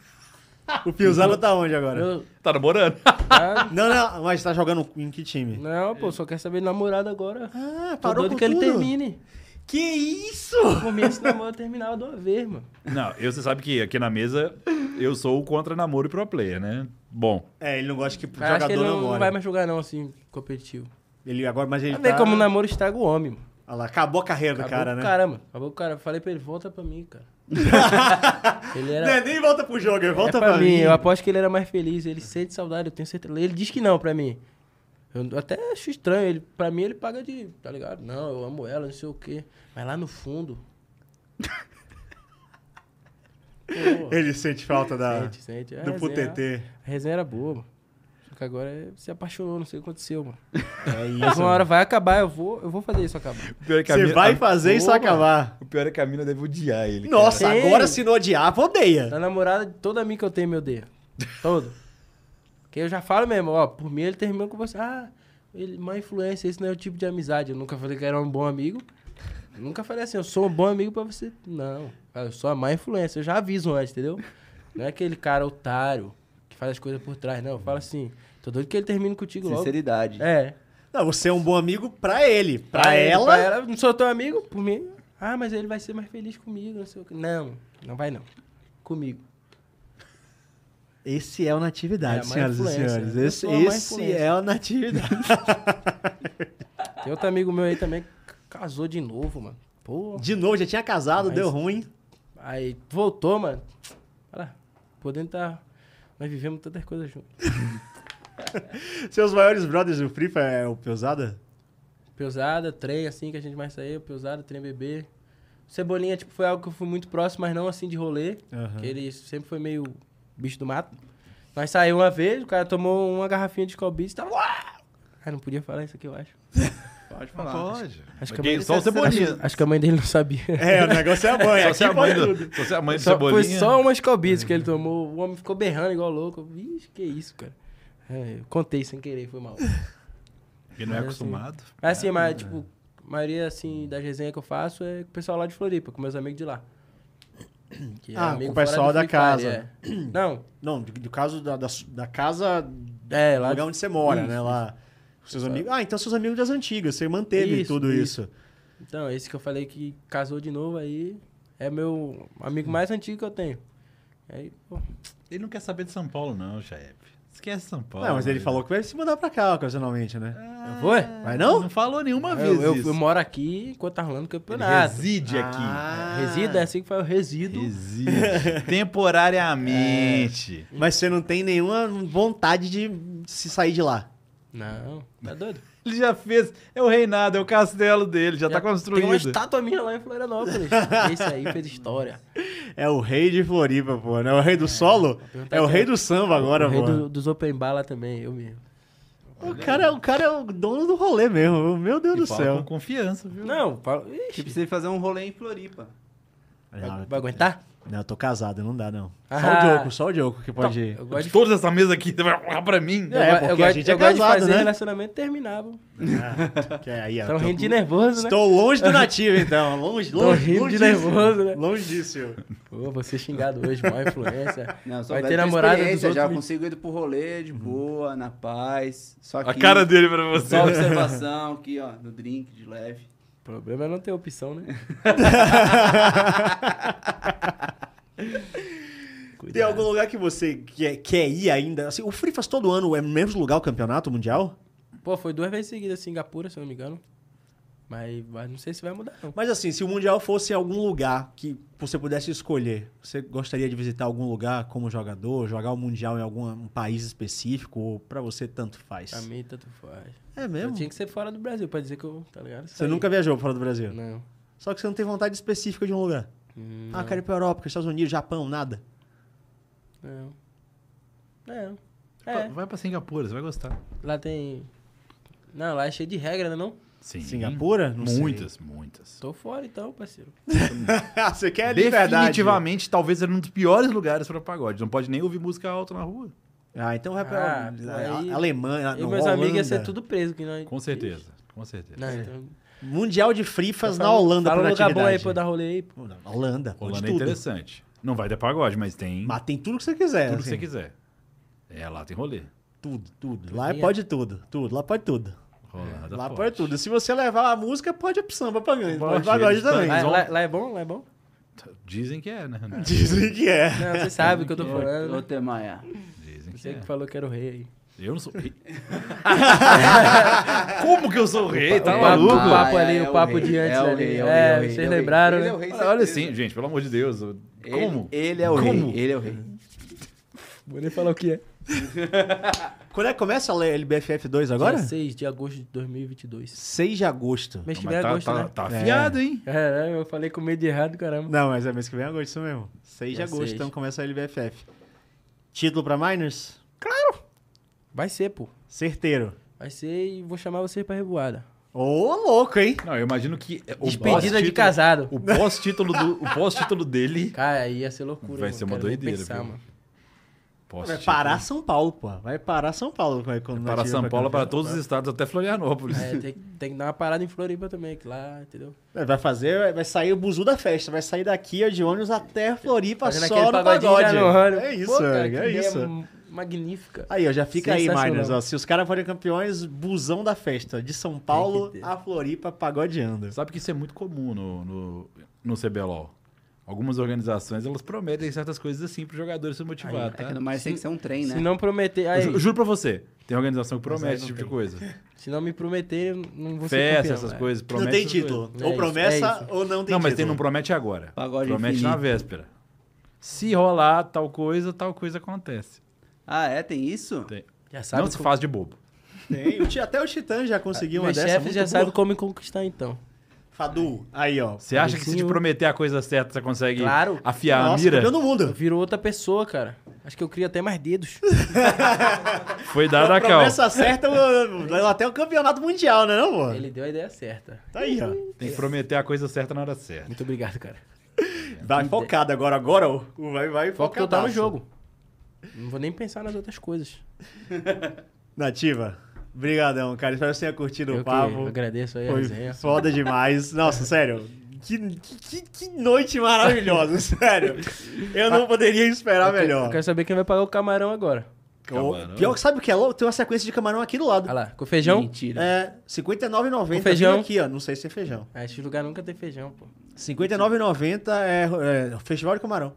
A: de... O Piozano tá onde agora?
B: Eu,
E: Tá namorando?
B: tá-
A: Não, não, mas tá jogando em que time?
B: não, pô, só quero saber de namorado agora.
A: Ah,
B: Tô
A: parou
B: doido
A: com
B: que ele
A: tudo?
B: termine.
A: Que isso?
B: Começo do namoro terminava de uma vez, mano.
E: Não, eu, você sabe que aqui na mesa eu sou o contra namoro e pro player, né? Bom,
A: É, ele não gosta que o
B: Cara, acho que
A: jogador
B: ele não, não
A: namore.
B: vai mais jogar, não, assim, competitivo.
A: Ele agora, mas ele
B: Tá vendo
A: tá...
B: como o namoro estraga o homem, mano.
A: Olha lá, acabou a carreira
B: Acabou
A: do cara,
B: com
A: né?
B: o cara, mano. Acabou com o cara. Falei pra ele, volta pra mim, cara. ele era.
A: Não é nem volta pro jogo, ele
B: é
A: volta
B: pra mim. Eu aposto que ele era mais feliz. Ele sente saudade, eu tenho certeza. Ele diz que não pra mim. Eu até acho estranho. Ele, pra mim, ele paga de. Tá ligado? Não, eu amo ela, não sei o quê. Mas lá no fundo. Pô,
A: Ele sente falta da...
B: sente, sente. A
A: do
B: resenha-
A: PTT.
B: A resenha era boa, mano. Só que agora ele se apaixonou, não sei o que aconteceu, mano.
A: É
B: Mas uma hora vai acabar, eu vou, eu vou fazer isso acabar.
E: o pior é que a
A: Você
E: mina-
A: vai
E: a-
A: fazer e só
B: Pô,
A: acabar.
E: O pior é que a mina deve odiar ele.
A: Nossa,
B: Ei.
A: agora se não odiava, odeia.
B: Da namorada, de toda amiga que eu tenho, meu Deus. Todo. que eu já falo mesmo, ó, por mim ele terminou com você. Ah, ele, má influência, esse não é o tipo de amizade. Eu nunca falei que era um bom amigo. Eu nunca falei assim, eu sou um bom amigo pra você. Não, eu sou a má influência, eu já aviso antes, entendeu? Não é aquele cara otário que faz as coisas por trás, não. Eu falo assim, tô doido que ele termine contigo logo.
C: Sinceridade.
B: É.
A: Não, você é um bom amigo pra ele. Pra,
B: ele,
A: ela...
B: pra ela, não sou teu amigo, por mim. Ah, mas ele vai ser mais feliz comigo, não sei o quê. Não, não vai não. Comigo.
A: Esse é o
B: É a
A: Natividade,
B: má
A: senhoras e
B: influência.
A: senhores.
B: Eu
A: Esse,
B: sou a má
A: esse
B: influência.
A: é o Natividade.
B: Tem outro amigo meu aí também que casou de novo, mano. Pô.
A: De novo, já tinha casado,
B: Mas-
A: deu ruim.
B: Aí voltou, mano. Olha, podendo tá. Nós vivemos tantas coisas juntos.
A: Seus maiores brothers do Free Fire é o Peusada?
B: Peusada, trem, assim, que a gente mais saiu. Peusada, trem bebê. Cebolinha, tipo, foi algo que eu fui muito próximo, mas não assim de rolê. Que ele sempre foi meio bicho do mato. Nós saímos uma vez, o cara tomou uma garrafinha de Scobis e tava. "Uau!" Ah, não podia falar isso aqui, eu acho.
C: Pode
E: Não
C: falar.
E: pode.
B: Acho que, a
E: Porque
B: mãe,
E: só o Cebolinha.
B: acho que a mãe dele não sabia.
A: É, o negócio é a mãe.
E: Só
A: Aqui
E: se a mãe
A: pode
E: do,
A: tudo.
E: só se a mãe do
B: Só- foi
E: Cebolinha.
B: só um. uma escobitas que ele tomou. O homem ficou berrando igual louco. Vixe, que isso, cara. É, eu contei sem querer, foi mal.
E: Ele não é acostumado.
B: Mas assim, mas, tipo, a maioria assim, das resenhas que eu faço é com o pessoal lá de Floripa, com meus amigos de lá. Que é
A: Ah,
B: amigo
A: com o
B: fora
A: pessoal
B: do
A: da
B: Free Fire,
A: casa.
B: é. Não,
A: Não, do, do caso da, da, su- da casa, do
B: é, lá.
A: lugar onde você mora,
B: Isso,
A: né? Lá. os Seus
B: Exato.
A: amigos. Ah, então seus amigos das antigas, você manteve
B: Isso,
A: tudo
B: isso.
A: isso.
B: Então, esse que eu falei que casou de novo aí é meu amigo mais antigo que eu tenho. Aí, pô,
E: Ele não quer saber de São Paulo, não, Jaep. Esquece São Paulo.
A: Não, mas é. ele
E: velho.
A: falou que vai se mudar pra cá ocasionalmente, né?
B: eu vou? é?
A: Vai não?
E: Não falou nenuma
B: Eu,
E: vez
B: eu-
E: isso.
B: eu moro aqui enquanto tá rolando o
E: Ele
B: campeonato.
E: reside aqui.
A: Ah.
B: Resido, é assim que fala, eu resido.
E: Reside. Temporariamente.
A: Mas você não tem nenhuma vontade de se sair de lá.
B: Não, tá doido?
E: Ele já fez. É o reinado, é o castelo dele,
A: É,
E: já, tá
A: um
B: Tem uma
E: construído.
B: estátua minha lá em Florianópolis. Esse aí fez história.
A: É o rei de Floripa, pô. Não é o rei do solo?
B: perguntar
A: É o
B: que
A: rei
B: é-
A: do samba agora,
B: o rei
A: pô.
B: do- dos open bar lá também, eu mesmo.
A: O, cara, é- o cara é o dono do rolê mesmo. viu? Meu Deus do
E: E fala com
A: céu.
E: confiança, viu?
B: Não, Paulo...
C: Que
B: Ixi,
C: precisa fazer um rolê em Floripa.
B: vai, vai aguentar?
A: Não, eu tô casado, não dá, não. Só
B: Ah. Então,
A: o Diogo, só o Diogo que pode ir.
B: Tá, Eu
E: De
B: gosto de...
E: todas essa mesa aqui, você vai falar pra mim.
A: É,
B: eu go-
A: porque
B: eu
A: a
B: gosto-
A: gente é
B: eu gosto de
A: casado,
B: fazer
A: né?
B: relacionamento terminar, pô.
A: Que é aí, ó,
B: Tão
A: tô-
B: rindo de nervoso, né?
A: Estou longe do nativo, então. Longe,
B: Tô
A: longe.
B: rindo
A: longe
B: de nervoso, né?
A: Longe disso. eu.
B: Pô, vou ser xingado hoje, má influência.
C: Não, eu sou
B: Vai
C: velho,
B: ter
C: tenho
B: namorada dos
C: experiência, Já
B: outros. Uhum.
C: consigo ir pro rolê de boa, na paz. Só que
E: A cara dele pra você.
C: Só observação aqui, ó, no drink, de leve.
B: O problema é não ter opção, né?
A: Tem algum lugar que você quer, quer ir ainda? Assim, o Free faz todo ano, é no mesmo lugar o campeonato mundial?
B: Pô, foi duas vezes seguidas Singapura, se eu não me engano. Mas, mas não sei se vai mudar, não.
A: Mas assim, se o mundial fosse algum lugar que você pudesse escolher, você gostaria de visitar algum lugar como jogador, jogar o mundial em algum um país específico ou pra você tanto
B: Pra
A: faz?
B: mim, tanto faz.
A: É
B: Eu
A: mesmo?
B: tinha que ser fora do Brasil pra dizer que eu... Tá ligado?
A: Você
B: Saí.
A: nunca viajou pra fora do Brasil?
B: Não.
A: Só que você não tem vontade específica de um lugar.
B: Hum,
A: Ah, quero ir pra Europa, Estados Unidos, Japão, nada.
B: Não. Não. É.
E: Vai pra Singapura, você vai gostar.
B: Lá tem. Não, lá é cheio de regra, né? Não?
E: Sim.
A: Singapura? Não sei.
E: muitas, muitas.
B: Tô fora então, parceiro.
A: Ah, você quer É liberdade?
E: Definitivamente, talvez era um dos piores lugares pra pagode. Não pode nem ouvir música alta na rua.
A: Ah, então vai pra
B: Ah, pô, aí-
A: Alemanha,
B: e
A: Ah, não,
B: meus amigos ia ser
A: Holanda.
B: tudo preso. Que nós...
E: Com certeza, com certeza.
B: Não, então...
A: Mundial de frifas na
B: Fala-
A: Holanda
B: Fala
A: por
B: um lugar bom aí
A: atividade.
B: pra eu dar rolê aí. pô.
A: Holanda,
E: Holanda
A: onde
E: é
A: tudo.
E: interessante. Não vai ter pagode, mas tem
A: Mas tem tudo que você quiser.
E: tudo
A: assim.
E: que você quiser. É, lá tem rolê.
A: Tudo, tudo. Lá
B: Minha.
E: é-
A: pode tudo, tudo. Lá pode tudo.
E: Holanda
A: É, lá pode.
E: pode
A: tudo. Se você levar a música, pode ir pro samba pra mim. Pode
E: é Pode, um-
A: pagode
E: eles tão-
A: também.
B: Lá,
E: vão-
B: lá- lá é bom? Lá é bom?
E: Dizem que é, né?
A: Dizem que é.
B: Não, você sabe o que eu tô
C: Ô,
B: falando.
C: ô,
B: né?
C: Temaia.
E: Dizem que
B: Você
E: é.
B: que falou que era o rei aí.
E: Eu não sou rei. Como que eu sou rei? Tá
B: o papo,
E: maluco?
B: o papo
C: Ah, é,
B: ali,
C: é
B: o
C: o
B: papo
C: rei,
B: de antes
C: é o
B: ali.
C: rei, é o rei, é
B: É,
C: o rei,
B: vocês
C: é o rei.
B: lembraram,
C: Ele é o
B: né?
C: rei.
E: Olha, olha assim, gente, pelo amor de Deus. Como?
C: Ele, ele é o
E: Como?
C: rei. Ele é o rei.
B: Vou nem falar o que é.
A: Quando é que começa a LBFF 2 agora?
B: Dia 6 de agosto de 2022.
A: 6 de agosto.
B: Mês que vem é
E: Mas tá,
B: agosto,
E: tá,
B: né?
E: tá
A: É.
E: afiado, hein?
B: Caramba, eu falei com medo errado, caramba.
A: Não, mas é mês que vem é agosto isso mesmo. 6 de
B: É
A: agosto,
B: seis.
A: então começa a LBFF. Título pra Miners?
B: Vai ser, pô.
A: Certeiro.
B: Vai ser e vou chamar vocês pra reboada.
A: Ô, louco, hein?
E: Não, eu imagino que é o
B: Despedida de
E: pós-título-
B: casado.
E: O pós-título do- o pós-título dele.
B: Cara, ia ser loucura.
E: Vai
B: mano.
E: ser uma
B: Quero nem
E: doideira,
B: pensar,
E: viu?
B: mano.
A: Vai
E: Pós-título.
A: parar São Paulo, pô. Vai parar São Paulo. Vai, quando nós
E: Para
A: tiver
E: São Paulo, para
A: campeonato.
E: todos os estados, até Florianópolis.
B: É, tem, tem que dar uma parada em Floripa também, que lá, entendeu?
A: É, Vai fazer, vai- vai sair o buzu da festa, vai sair daqui ó, de ônibus até Florippa
B: Fazendo
A: Tá só
B: aquele
A: no
B: pagodinho
A: pagode.
B: já no rádio.
A: É isso,
B: Pô, cara,
A: amigo,
B: que
A: é
B: ideia
A: isso.
B: m- Magnífica.
A: Aí, ó, já fica aí,
B: Sensacional.
A: Miners, ó. Se os caras forem campeões, busão da festa. De São Paulo
B: ter.
A: a Floripa pagodeando.
E: Sabe que isso é muito comum no, no, no CBLOL. Algumas organizações, elas prometem certas coisas assim para os jogadores se motivar,
C: É que
E: tá?
C: no mais tem que ser um trem, né?
B: Se não prometer,
E: Eu
B: aí,
E: ju- juro pra você, tem organização que
A: aí
E: promete esse
A: não
E: tipo de
A: tem.
E: coisa.
B: se não me prometer, eu não vou ser
E: Festa,
B: campeão,
E: essas
B: é.
E: coisas, promete.
A: não tem
E: essas coisas.
A: título.
B: É
A: ou
B: isso, é
A: promessa
B: isso.
A: ou não tem
E: Não, mas tem,
A: título.
E: não promete agora.
C: Pagode
E: promete na
C: infinito.
E: véspera. Se rolar tal coisa, tal coisa acontece.
C: Ah, é? Tem isso?
E: Tem-
B: Já sabe
E: Não se
B: como-
E: faz de bobo.
A: Tem. O Ti- Até o Titã já conseguiu uma
B: Meu
A: dessa.
B: Ah, chefe
A: muito
B: já
A: boa.
B: sabe como me conquistar, então.
A: Fadu, aí, ó.
E: Você acha que se te
B: Parecinho.
E: prometer a coisa certa, você consegue
B: Claro.
E: afiar a
A: Nossa,
E: mira?
A: campeão do
B: Eu
A: mundo.
B: viro outra pessoa, cara. Acho que eu crio até mais dedos.
E: Foi dada a cal.
A: Promessa certa, mano, leva até o campeonato mundial, né, não, pô?
B: Ele deu a ideia certa.
A: Tá aí, ó.
I: Tem que prometer a coisa certa na hora certa.
B: Muito obrigado, cara.
A: Vai focado agora, agora ó. vai, vai
B: Foco total no
A: focadaço.
B: jogo. Não vou nem pensar nas outras coisas.
A: Nativa, brigadão, cara. Espero que você tenha curtido
B: Eu
A: o
B: que
A: papo.
B: agradeço aí a
A: Foi
B: resenha.
A: foda demais. Nossa, sério. Que, que, que noite maravilhosa, sério. Eu não poderia esperar
B: Eu que- Eu
A: melhor.
B: quero saber quem vai pagar o camarão agora.
I: Camarão.
A: Pior que sabe o que é louco? Tem uma sequência de camarão aqui do lado.
B: Olha lá, com feijão.
C: Mentira.
A: É, R$59,90
B: Com feijão?
A: vem aqui, ó. Não sei se é feijão.
B: Ah, esse lugar nunca tem feijão, pô.
A: R$59,90 é, é Festival de Camarão.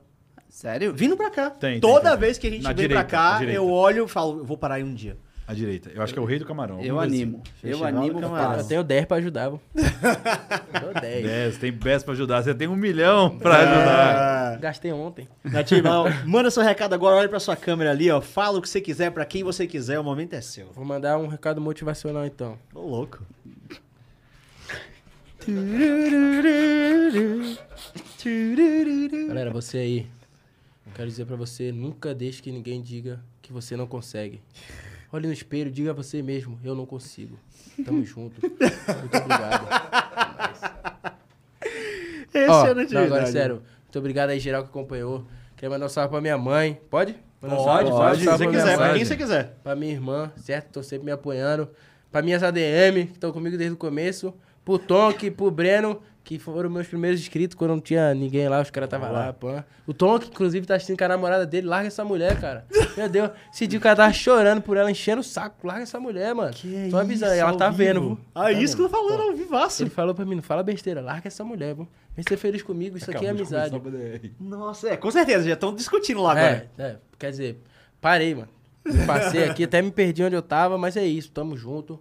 C: Sério?
A: Vindo pra cá.
I: Tem, tem,
A: Toda
I: tem.
A: vez que a gente
I: Na
A: vem
I: direita,
A: pra cá,
I: na direita.
A: eu olho e falo, eu vou parar aí um dia.
I: À direita. Eu acho que é o rei do camarão.
C: Eu
I: alguma coisa
C: animo.
E: assim.
C: Eu
A: Festival
C: animo
A: do camarão.
B: Eu
C: fácil.
B: tenho 10 pra ajudar, pô. Dou 10.
I: assim. É, você tem 10 pra ajudar. Você tem um milhão pra
A: É.
I: ajudar.
B: Gastei ontem.
A: Nativa, manda seu recado agora, olha pra sua câmera ali, ó. Fala o que você quiser, pra quem você quiser, o momento é seu.
B: Vou mandar um recado motivacional então.
A: Ô, louco.
B: Galera, você aí. Quero dizer pra você, nunca deixe que ninguém diga que você não consegue. Olhe no espelho, diga a você mesmo, eu não consigo. Tamo junto. Muito obrigado.
A: Esse
B: Ó,
A: é o
B: não,
A: Natividade.
B: agora, sério. Muito obrigado aí, geral, que acompanhou. Queria mandar um salve pra minha mãe. Pode? Mandar um
C: Pode,
B: salve?
C: pode.
B: Um salve
A: Se você
B: pra minha
A: quiser, pra
B: mãe.
A: quem você quiser.
B: Pra minha irmã, certo? Tô sempre me apoiando. Pra minhas ADM, que estão comigo desde o começo. Pro Tonk, pro Breno, que foram meus primeiros inscritos quando não tinha ninguém lá, os caras estavam lá, pã. O Tonk, inclusive, tá assistindo com a namorada dele. Larga essa mulher, cara. Meu Deus, esse dia o cara tava chorando por ela, enchendo o saco. Larga essa mulher, mano. Que Tô avisando, ela tá vendo, viu?
A: Ah,
B: Tá
A: isso que eu
B: vendo.
A: tô falando, ao vivaço.
B: Ele falou pra mim, não fala besteira, larga essa mulher, viu? Vem ser feliz comigo, isso aqui é amizade.
A: Nossa, é, com certeza, já estão discutindo lá agora.
B: É, é, quer dizer, parei, mano. Passei aqui, até me perdi onde eu tava, mas é isso, tamo junto.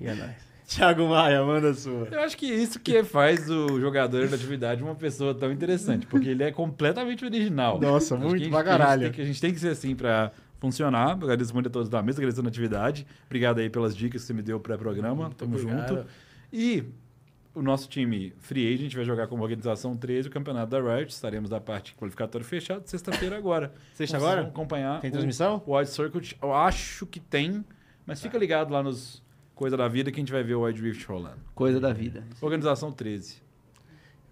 B: E é nóis.
A: Thiago Maia, manda a sua.
E: Eu acho que isso que faz o jogador da atividade uma pessoa tão interessante, porque ele é completamente original.
A: Nossa,
E: Acho
A: muito
E: que a gente-
A: pra
E: que a gente
A: caralho.
E: tem que- A gente, tem que ser assim pra funcionar. Agradeço muito a todos da mesa, agradeço a atividade. Obrigado aí pelas dicas que você me deu pré-programa. Tamo
B: obrigado.
E: junto. E o nosso time Free Agent vai jogar como organização 13 o campeonato da Riot. Estaremos da parte qualificatória fechada sexta-feira agora.
A: Sexta
E: Vocês
A: agora?
E: vão acompanhar.
A: Tem
E: o-
A: transmissão?
E: o Wide Circuit, eu acho que tem, mas
I: Tá.
E: fica ligado lá nos Coisa da Vida que a gente vai ver o Wide Rift rolando.
C: Coisa da vida.
E: Organização 13.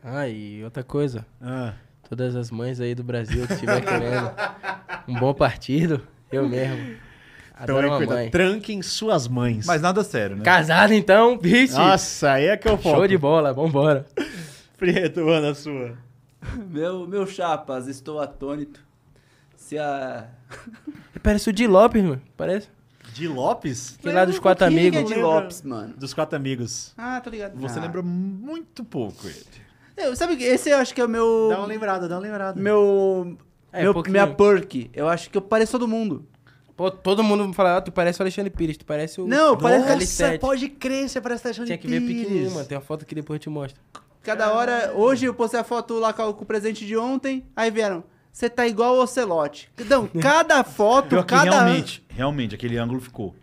B: Ah, e outra coisa,
A: Ah.
B: todas as mães aí do Brasil que estiver querendo um bom partido, eu mesmo.
A: Então,
B: Adoro
A: aí,
B: é uma
A: cuidado.
B: mãe.
A: Tranquem suas mães.
I: Mas nada sério, né?
B: Casado então, bicho.
A: Nossa, aí é que eu foco.
B: Show de bola, vambora.
A: Preto, manda a sua.
C: Meu, meu chapas, estou atônito. Se a.
B: Parece o Di Lopes, mano. Parece.
A: De Lopes?
B: Que lá dos quatro
C: Quem que
B: amigos.
C: É de Lopes, mano.
A: Dos quatro amigos.
C: Ah, tô ligado.
I: Você
C: Ah.
I: lembra muito pouco ele.
C: Eu, sabe que esse eu acho que é o meu.
A: Dá uma lembrada, dá uma lembrada.
C: Meu.
B: É,
C: meu
B: pouquinho.
C: minha perk. Eu acho que eu pareço todo mundo.
B: Pô, todo mundo fala, ah, tu parece o Alexandre Pires, tu parece o.
C: Não, parece que
B: L7.
A: pode crer, você parece que tá achando
B: Tinha que ver pequenininho, mano. Tem uma foto que depois eu te mostro.
C: Cada hora. Hoje eu postei a foto lá com com o presente de ontem. Aí vieram. Você tá igual o Ocelote. Então, cada foto,
I: Pior que
C: cada.
I: Então, realmente, realmente, aquele ângulo ficou.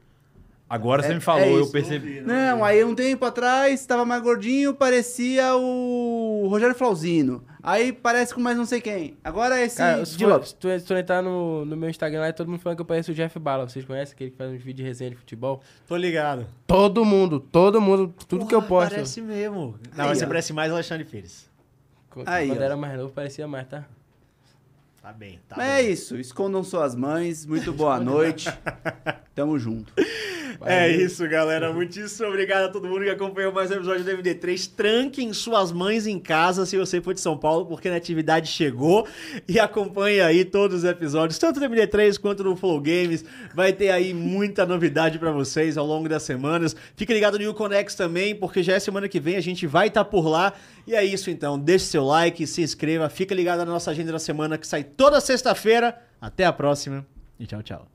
I: Agora você me falou,
C: é
I: eu
C: isso.
I: percebi.
C: Não, aí um tempo atrás tava mais gordinho, parecia o Rogério Flauzino. Aí parece com mais não sei quem. Agora é esse
B: Cara, se,
C: de
B: for-
C: Lopes.
B: se tu, é, se tu entrar no, no meu Instagram lá, é todo mundo falando que eu pareço o Jeff Bala. Vocês conhecem aquele que faz uns vídeos de resenha de futebol?
A: Tô ligado.
B: Todo mundo, todo mundo, tudo que eu posto.
A: Parece mesmo. Não,
C: Aí,
A: mas você
C: ó.
A: parece mais Alexandre Pires.
B: Quando
C: Aí, ó.
B: era mais novo, parecia mais, tá?
A: Tá bem, tá
C: Mas é
A: bem.
C: isso. Escondam suas mães. Muito boa noite. Tamo junto.
A: É isso, galera. Muitíssimo obrigado a todo mundo que acompanhou mais um episódio do MD3. Tranquem suas mães em casa se você for de São Paulo, porque a atividade chegou. E acompanhe aí todos os episódios, tanto do MD3 quanto do Flow Games. Vai ter aí muita novidade pra vocês ao longo das semanas. Fique ligado no Uconex também, porque já é semana que vem, a gente vai estar por lá. E é isso então. Deixe seu like, se inscreva, fica ligado na nossa agenda da semana que sai toda sexta-feira. Até a próxima e tchau, tchau.